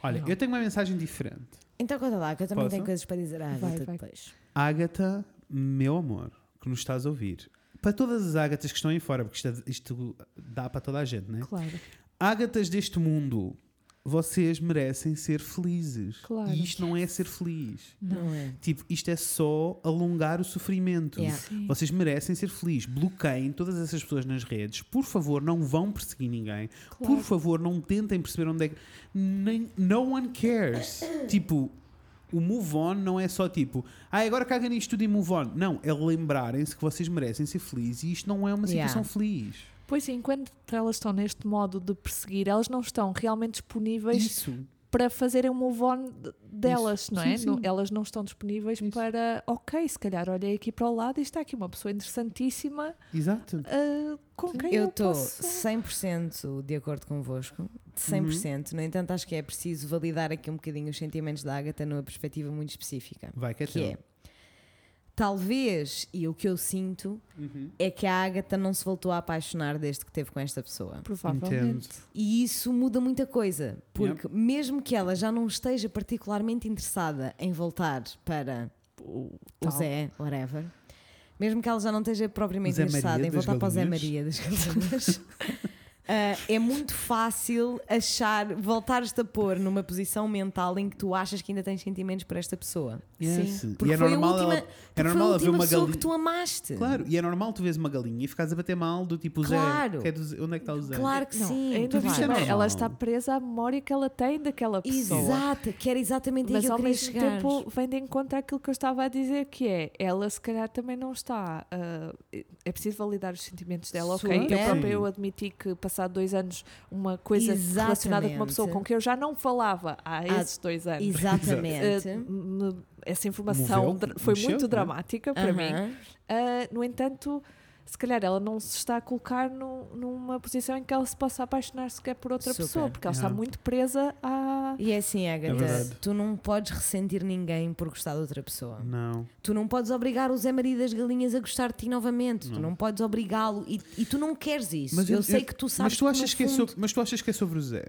Speaker 1: Olha,
Speaker 3: Não.
Speaker 1: eu tenho uma mensagem diferente.
Speaker 2: Então conta lá, que eu também
Speaker 1: Posso?
Speaker 2: tenho coisas para dizer à
Speaker 3: Vai,
Speaker 2: Agatha
Speaker 3: vai.
Speaker 2: depois.
Speaker 1: Ágata, meu amor, que nos estás a ouvir. Para todas as Ágatas que estão aí fora, porque isto, isto dá para toda a gente, não é?
Speaker 3: Claro.
Speaker 1: Ágatas deste mundo, vocês merecem ser felizes.
Speaker 3: Claro.
Speaker 1: E isto não é ser feliz.
Speaker 2: Não é?
Speaker 1: Tipo, isto é só alongar o sofrimento.
Speaker 2: Yeah.
Speaker 3: Sim.
Speaker 1: Vocês merecem ser felizes. Bloqueiem todas essas pessoas nas redes. Por favor, não vão perseguir ninguém. Por favor, não tentem perceber onde é que. Nem, no one cares. tipo, o move on não é só tipo, ah, agora caga nisto tudo e move on. Não, é lembrarem-se que vocês merecem ser felizes e isto não é uma
Speaker 2: Yeah.
Speaker 1: situação feliz.
Speaker 3: Pois, enquanto elas estão neste modo de perseguir, elas não estão realmente disponíveis
Speaker 1: Isso.
Speaker 3: para fazerem um move on de- delas, não é?
Speaker 1: Sim,
Speaker 3: Não-
Speaker 1: sim.
Speaker 3: elas não estão disponíveis para, ok, se calhar olhei aqui para o lado e está aqui uma pessoa interessantíssima
Speaker 1: Exato.
Speaker 3: ah, com quem eu
Speaker 2: Eu estou
Speaker 3: posso... Uhum.
Speaker 2: 100% de acordo convosco, de 100%. No entanto, acho que é preciso validar aqui um bocadinho os sentimentos da Agatha numa perspectiva muito específica.
Speaker 1: Vai, que é
Speaker 2: Que
Speaker 1: teu.
Speaker 2: é, talvez, e o que eu sinto,
Speaker 1: Uhum.
Speaker 2: é que a Agatha não se voltou a apaixonar desde que teve com esta pessoa.
Speaker 3: Provavelmente.
Speaker 2: E isso muda muita coisa, porque mesmo que ela já não esteja particularmente interessada em voltar para o, o
Speaker 3: Tal.
Speaker 2: Zé, whatever, mesmo que ela já não esteja propriamente
Speaker 1: Zé Maria
Speaker 2: interessada em
Speaker 1: das
Speaker 2: voltar para o Zé
Speaker 1: Galinhas.
Speaker 2: Maria das Galinhas, ah, é muito fácil achar, voltares-te a pôr numa posição mental em que tu achas que ainda tens sentimentos para esta pessoa.
Speaker 1: Yes.
Speaker 2: Porque
Speaker 1: E é
Speaker 2: foi
Speaker 1: normal,
Speaker 2: a última,
Speaker 1: ela-
Speaker 2: porque
Speaker 1: é normal
Speaker 2: foi a
Speaker 1: haver
Speaker 2: última
Speaker 1: uma
Speaker 2: pessoa
Speaker 1: galinha.
Speaker 2: que tu amaste.
Speaker 1: Claro, e é normal tu vês uma galinha e ficares a bater mal do tipo Zé.
Speaker 2: Claro.
Speaker 1: que é do Zé- Onde é que está o Zé?
Speaker 2: Claro que
Speaker 3: Não,
Speaker 2: sim.
Speaker 3: ainda por
Speaker 1: claro.
Speaker 3: cima,
Speaker 1: Isso é normal.
Speaker 3: ela está presa à memória que ela tem daquela pessoa.
Speaker 2: Exato, que era exatamente aí
Speaker 3: Mas
Speaker 2: que eu
Speaker 3: ao
Speaker 2: queria
Speaker 3: mesmo
Speaker 2: chegar.
Speaker 3: tempo vem de encontro àquilo que eu estava a dizer, que é ela se calhar também não está. ah, é preciso validar os sentimentos dela, ok? Eu
Speaker 2: Super.
Speaker 3: própria eu admiti que passado dois anos uma coisa relacionada com uma
Speaker 2: Exatamente. Ah,
Speaker 3: pessoa com que eu já não falava há esses dois anos.
Speaker 2: Exatamente.
Speaker 3: ah, me- essa informação
Speaker 1: Moveu,
Speaker 3: dra- foi
Speaker 1: mexeu,
Speaker 3: muito
Speaker 1: né?
Speaker 3: dramática para mim.
Speaker 2: é? Aham.
Speaker 3: Ah, no entanto, se calhar ela não se está a colocar no- numa posição em que ela se possa apaixonar sequer por outra
Speaker 2: Super.
Speaker 3: pessoa, porque ela está
Speaker 1: Yeah.
Speaker 3: muito presa à.
Speaker 2: E é assim, Agatha,
Speaker 1: verdade. Hum.
Speaker 2: tu não podes ressentir ninguém por gostar de outra pessoa.
Speaker 1: Não.
Speaker 2: Tu não podes obrigar o Zé Maria das Galinhas a gostar de ti novamente. Tu não podes obrigá-lo e, e tu não queres isso. eu, sei que tu sabes
Speaker 1: mas tu achas
Speaker 2: que,
Speaker 1: que é
Speaker 2: no fundo,
Speaker 1: sobre, Mas tu achas que é sobre o Zé?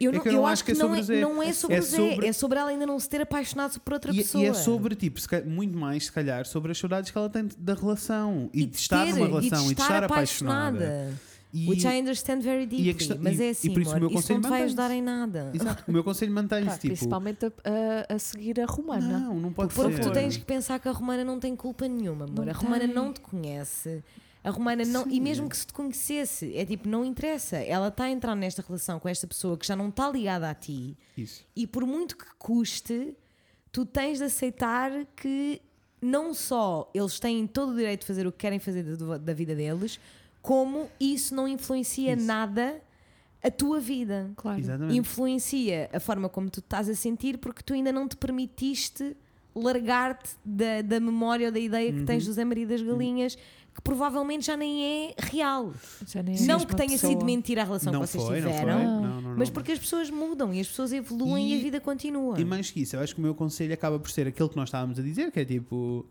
Speaker 2: eu,
Speaker 1: é
Speaker 2: não,
Speaker 1: que eu não acho que é
Speaker 2: não
Speaker 1: sobre o Zé.
Speaker 2: não é sobre
Speaker 1: É
Speaker 2: o Zé,
Speaker 1: sobre-
Speaker 2: é sobre ela ainda não se ter apaixonado por outra
Speaker 1: E,
Speaker 2: pessoa.
Speaker 1: e é sobre, tipo, se ca- muito mais, se calhar, sobre as saudades que ela tem da relação e, de
Speaker 2: de
Speaker 1: estar
Speaker 2: ter-
Speaker 1: numa relação
Speaker 2: e de estar apaixonada.
Speaker 1: E-
Speaker 2: Which I understand very
Speaker 1: e
Speaker 2: deeply.
Speaker 1: a questão-
Speaker 2: mas
Speaker 1: e-
Speaker 2: é
Speaker 1: e
Speaker 2: assim,
Speaker 1: por isso o
Speaker 2: amor,
Speaker 1: meu
Speaker 2: isso não te
Speaker 1: conselho
Speaker 2: vai ajudar
Speaker 1: mantém-se.
Speaker 2: em nada.
Speaker 1: Exato. O meu conselho mantém-se,
Speaker 3: Pá,
Speaker 1: tipo.
Speaker 3: principalmente a, a- a seguir a romana.
Speaker 1: Não, não pode
Speaker 2: é? Porque
Speaker 1: ser.
Speaker 2: tu tens que pensar que a Romana não tem culpa nenhuma, amor.
Speaker 3: Não
Speaker 2: a Romana
Speaker 3: tem.
Speaker 2: não te conhece. A Romana não. E mesmo que se te conhecesse, é tipo, não interessa. Ela está a entrar nesta relação com esta pessoa que já não está ligada a ti.
Speaker 1: Isso.
Speaker 2: E por muito que custe, tu tens de aceitar que não só eles têm todo o direito de fazer o que querem fazer da, da vida deles, como isso não influencia nada a tua vida
Speaker 3: Claro.
Speaker 1: Exatamente.
Speaker 2: influencia a forma como tu estás a sentir porque tu ainda não te permitiste largar-te da, da memória ou da ideia que
Speaker 1: Uhum.
Speaker 2: tens do Zé Maria das Galinhas que provavelmente já nem é real.
Speaker 3: Já nem é a
Speaker 2: não
Speaker 3: mesma
Speaker 2: que tenha
Speaker 3: pessoa.
Speaker 2: sido mentira a relação
Speaker 1: Não
Speaker 2: que vocês
Speaker 1: foi, não foi.
Speaker 2: tiveram,
Speaker 1: Não, não, não.
Speaker 2: mas porque as pessoas mudam e as pessoas evoluem e,
Speaker 1: E-
Speaker 2: a vida continua.
Speaker 1: E mais que isso, eu acho que o meu conselho acaba por ser aquele que nós estávamos a dizer, que é tipo,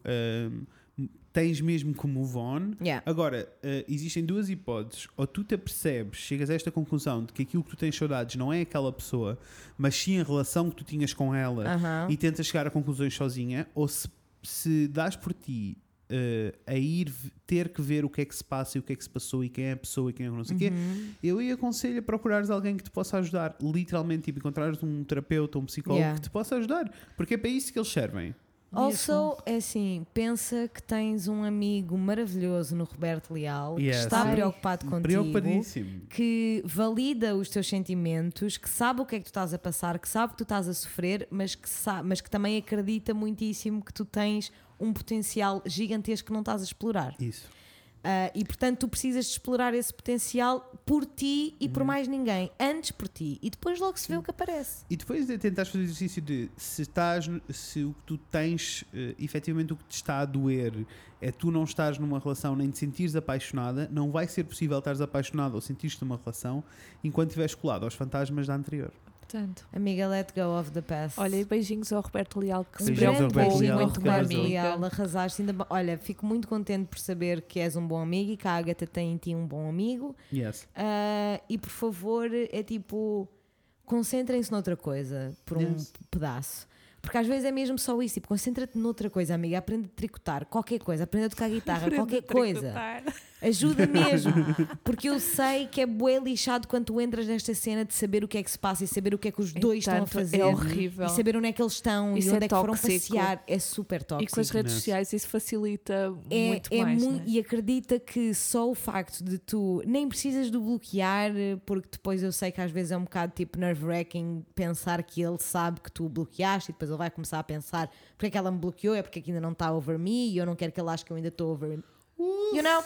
Speaker 1: hum, tens mesmo que move on.
Speaker 2: Yeah.
Speaker 1: Agora, eh, existem duas hipóteses. Ou tu te apercebes, chegas a esta conclusão de que aquilo que tu tens saudades não é aquela pessoa, mas sim a relação que tu tinhas com ela
Speaker 2: Aham.
Speaker 1: e tentas chegar a conclusões sozinha, ou se, se dás por ti eh, a ir v- ter que ver o que é que se passa e o que é que se passou e quem é a pessoa e quem é o não sei o quê,
Speaker 2: Uhum.
Speaker 1: eu ia aconselho a procurares alguém que te possa ajudar. Literalmente, tipo, encontrares um terapeuta, um psicólogo
Speaker 2: Yeah.
Speaker 1: que te possa ajudar, porque é para isso que eles servem.
Speaker 2: Also, é assim, pensa que tens um amigo maravilhoso no Roberto Leal
Speaker 1: Yes.
Speaker 2: que está
Speaker 1: Ai,
Speaker 2: preocupado contigo.
Speaker 1: Preocupadíssimo.
Speaker 2: que valida os teus sentimentos, que sabe o que é que tu estás a passar, que sabe que tu estás a sofrer, mas que, sabe, mas que também acredita muitíssimo que tu tens um potencial gigantesco que não estás a explorar.
Speaker 1: Isso.
Speaker 2: Ah, e portanto, tu precisas de explorar esse potencial por ti e
Speaker 3: Uhum.
Speaker 2: por mais ninguém. Antes por ti. E depois logo se vê o que aparece.
Speaker 1: E depois de tentares fazer o exercício de se, estás, no- se o que tu tens, eh, efetivamente o que te está a doer é tu não estás numa relação nem te sentires apaixonada, não vai ser possível estares apaixonada ou sentir-te numa relação enquanto estiveres colado aos fantasmas da anterior.
Speaker 3: Portanto,
Speaker 2: Amiga, let go of the past. Um
Speaker 3: olha, e beijinhos ao Roberto Leal que se
Speaker 1: Beijinhos ao
Speaker 3: preocupou
Speaker 1: Roberto Leal,
Speaker 3: muito
Speaker 1: que
Speaker 3: com a
Speaker 1: arrasou.
Speaker 2: Leal,
Speaker 3: amiga.
Speaker 2: arrasaste. Ainda, bem- olha, fico muito contente por saber que és um bom amigo e que a Agatha tem em ti um bom amigo.
Speaker 1: Yes.
Speaker 2: Ah, e por favor, é tipo, concentrem-se noutra coisa por um
Speaker 1: Yes.
Speaker 2: pedaço. Porque às vezes é mesmo só isso, tipo, concentra-te noutra coisa, amiga, aprende a tricotar, qualquer coisa, aprende a tocar guitarra, qualquer coisa. Ajuda mesmo. Porque eu sei que é bué lixado quando tu entras nesta cena de saber o que é que se passa e saber o que é que os dois estão a
Speaker 3: Entanto, é
Speaker 2: fazer.
Speaker 3: horrível.
Speaker 2: E saber onde é que eles estão
Speaker 3: Isso
Speaker 2: e onde
Speaker 3: é
Speaker 2: é, que foram
Speaker 3: tóxico.
Speaker 2: passear. É super
Speaker 3: E
Speaker 2: tóxico.
Speaker 3: com as redes
Speaker 1: Não.
Speaker 3: sociais isso facilita
Speaker 2: É,
Speaker 3: muito
Speaker 2: é
Speaker 3: mais.
Speaker 2: mu-
Speaker 3: né?
Speaker 2: E acredita que só o facto de tu nem precisas de o bloquear, eh, porque depois eu sei que às vezes é um bocado tipo nerve-wracking pensar que ele sabe que tu o bloqueaste e depois ele vai começar a pensar porque é que ela me bloqueou, é porque é que ainda não está over me e eu não quero que ele ache que eu ainda estou over me. You know?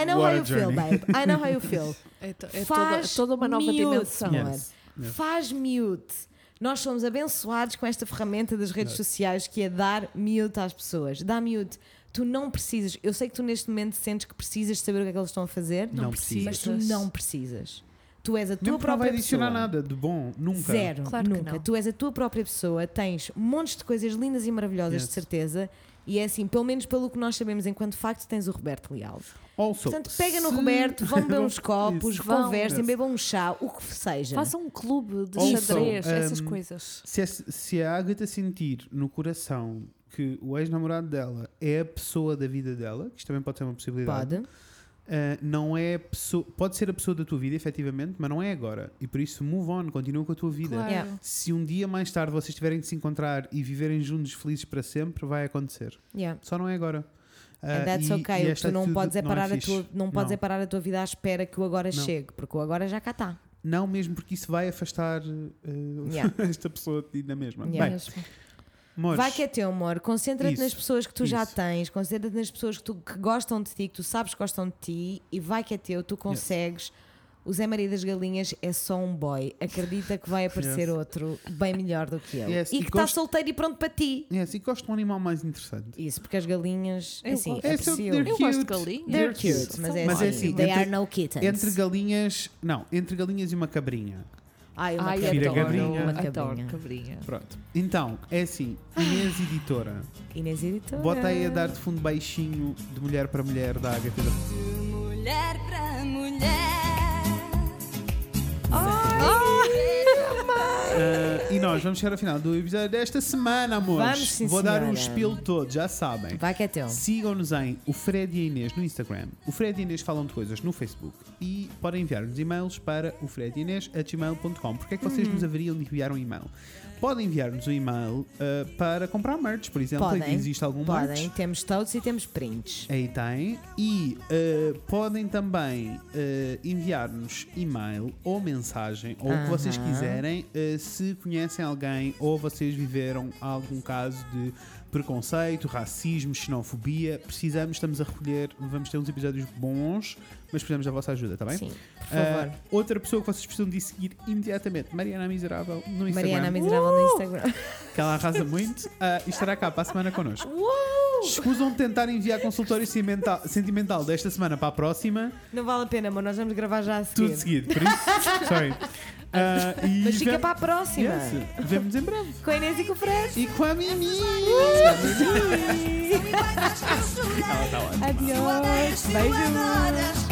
Speaker 2: I
Speaker 8: What
Speaker 2: know how
Speaker 8: a
Speaker 2: you feel,
Speaker 8: journey.
Speaker 2: babe. I know how you feel.
Speaker 3: É, to- é toda,
Speaker 2: Faz
Speaker 3: toda uma nova
Speaker 2: mute,
Speaker 3: dimensão.
Speaker 2: amor.
Speaker 1: Yes. Yes.
Speaker 2: Faz mute. Nós somos abençoados com esta ferramenta das redes sociais que é dar mute às pessoas. Dá mute. Tu não precisas. Eu sei que tu neste momento sentes que precisas de saber o que é que eles estão a fazer,
Speaker 1: Não
Speaker 3: precisa.
Speaker 2: mas tu não precisas. Tu és a
Speaker 1: Mesmo
Speaker 2: tua
Speaker 1: que não vai
Speaker 2: própria
Speaker 1: adicionar
Speaker 2: pessoa.
Speaker 1: nada de bom, nunca.
Speaker 2: Zero,
Speaker 3: Claro que
Speaker 2: nunca.
Speaker 3: não.
Speaker 2: Tu és a tua própria pessoa, tens montes de coisas lindas e maravilhosas,
Speaker 1: Yes.
Speaker 2: de certeza. E é assim, pelo menos pelo que nós sabemos, enquanto facto, tens o Roberto Leal.
Speaker 1: Also,
Speaker 2: Portanto, pega no
Speaker 1: se-
Speaker 2: Roberto, vão beber uns copos,
Speaker 1: Isso.
Speaker 3: Vão.
Speaker 2: conversem,
Speaker 1: Yes.
Speaker 2: bebam um chá, o que seja.
Speaker 3: Faça um clube de
Speaker 1: Ouçam,
Speaker 3: xadrez, essas
Speaker 1: hum,
Speaker 3: coisas.
Speaker 1: Se, a- se a Agatha sentir no coração que o ex-namorado dela é a pessoa da vida dela, que isto também pode ser uma possibilidade,
Speaker 2: Pode.
Speaker 1: Uh, não é a pessoa, pode ser a pessoa da tua vida, efetivamente, mas não é agora. E por isso, move on, continua com a tua vida.
Speaker 3: Claro.
Speaker 2: Yeah.
Speaker 1: Se um dia mais tarde vocês tiverem de se encontrar e viverem juntos felizes para sempre, vai acontecer.
Speaker 2: Yeah.
Speaker 1: Só não é agora. Uh,
Speaker 2: And that's
Speaker 1: e-
Speaker 2: ok,
Speaker 1: e
Speaker 2: o que
Speaker 1: esta
Speaker 2: tu não
Speaker 1: atitude
Speaker 2: podes, é
Speaker 1: é
Speaker 2: parar a
Speaker 1: fixe.
Speaker 2: tua, não podes
Speaker 1: Não.
Speaker 2: é parar a tua vida à espera que o agora
Speaker 1: Não.
Speaker 2: chegue, porque o agora já cá está.
Speaker 1: Não, mesmo porque isso vai afastar uh,
Speaker 2: Yeah.
Speaker 1: esta pessoa de ti na mesma.
Speaker 2: Yeah.
Speaker 1: Bem,
Speaker 3: Mesmo.
Speaker 1: amores,
Speaker 2: Vai que é teu amor, concentra-te
Speaker 1: Isso,
Speaker 2: nas pessoas que tu já
Speaker 1: isso.
Speaker 2: tens, concentra-te nas pessoas que, tu, que gostam de ti, que tu sabes que gostam de ti e vai que é teu, tu consegues. O Zé Maria das Galinhas é só um boy, acredita que vai aparecer
Speaker 1: Yes.
Speaker 2: outro bem melhor do que ele
Speaker 1: Yes,
Speaker 2: e
Speaker 1: e
Speaker 2: que está
Speaker 1: gosto-
Speaker 2: solteiro e pronto para ti.
Speaker 1: é assim, gosto de um animal mais interessante.
Speaker 2: Isso, porque as galinhas,
Speaker 3: Eu
Speaker 2: assim,
Speaker 3: gosto.
Speaker 1: É só-
Speaker 2: aprecio.
Speaker 1: they're
Speaker 3: Eu gosto de
Speaker 1: cute.
Speaker 3: galinhas.
Speaker 2: They're
Speaker 1: They're cute.
Speaker 2: cute, mas é,
Speaker 1: Mas é
Speaker 2: assim,
Speaker 1: assim,
Speaker 2: they
Speaker 1: entre-
Speaker 2: are no kittens.
Speaker 1: Entre galinhas, não, entre galinhas e uma cabrinha.
Speaker 2: Ai, uma
Speaker 3: Ai,
Speaker 1: Vira
Speaker 2: cabrinha.
Speaker 3: adoro,
Speaker 1: cabrinha.
Speaker 2: Uma
Speaker 3: adoro
Speaker 2: cabrinha.
Speaker 3: cabrinha.
Speaker 1: Pronto. Então, é assim, Inês Editora.
Speaker 2: Inês Editora.
Speaker 1: Bota aí a dar de fundo baixinho de mulher para mulher da Agatha.
Speaker 7: Mulher pra mulher.
Speaker 1: Ah, e nós vamos chegar ao final do episódio desta semana, amores.
Speaker 2: Vamos, sim,
Speaker 1: Vou dar um
Speaker 2: senhora.
Speaker 1: espelho todo, já sabem.
Speaker 2: Vai que é teu.
Speaker 1: Sigam-nos em o Fred e a Inês no Instagram. O Fred e a Inês falam de coisas no Facebook e podem enviar-nos e-mails para o fredinês.gmail.com. Porquê é que
Speaker 2: Uhum.
Speaker 1: vocês nos haveriam de enviar um e-mail? Podem enviar-nos um e-mail ah, para comprar merch, por exemplo.
Speaker 2: Podem.
Speaker 1: Existe algum merch?
Speaker 2: Podem, temos todos e temos prints.
Speaker 1: Aí tem. E uh, podem também uh, enviar-nos e-mail ou mensagem, ou o que vocês quiserem, uh, se conhecem alguém ou vocês viveram algum caso de preconceito, racismo, xenofobia. Precisamos, estamos a recolher, vamos ter uns episódios bons, mas precisamos da vossa ajuda, está bem?
Speaker 2: Sim, por
Speaker 1: Ah,
Speaker 2: favor.
Speaker 1: outra pessoa que vocês precisam de seguir imediatamente, Mariana Miserável, no Instagram. Uh!
Speaker 2: Mariana Miserável no Instagram.
Speaker 1: que ela arrasa muito ah, e estará cá para a semana connosco. Escusam de tentar enviar consultório sentimental, sentimental desta semana para a próxima,
Speaker 2: Não vale a pena, mas nós vamos gravar já a
Speaker 1: tudo
Speaker 2: seguir.
Speaker 1: seguido, por isso. Sorry. Ah, e
Speaker 2: Mas fica
Speaker 1: vemo-
Speaker 2: para a próxima.
Speaker 1: Yes, vemo-nos em breve.
Speaker 2: Com a Inês e com o Fred.
Speaker 1: E com a Mimi!
Speaker 7: São iguais às calçulas. Adiós. Beijo.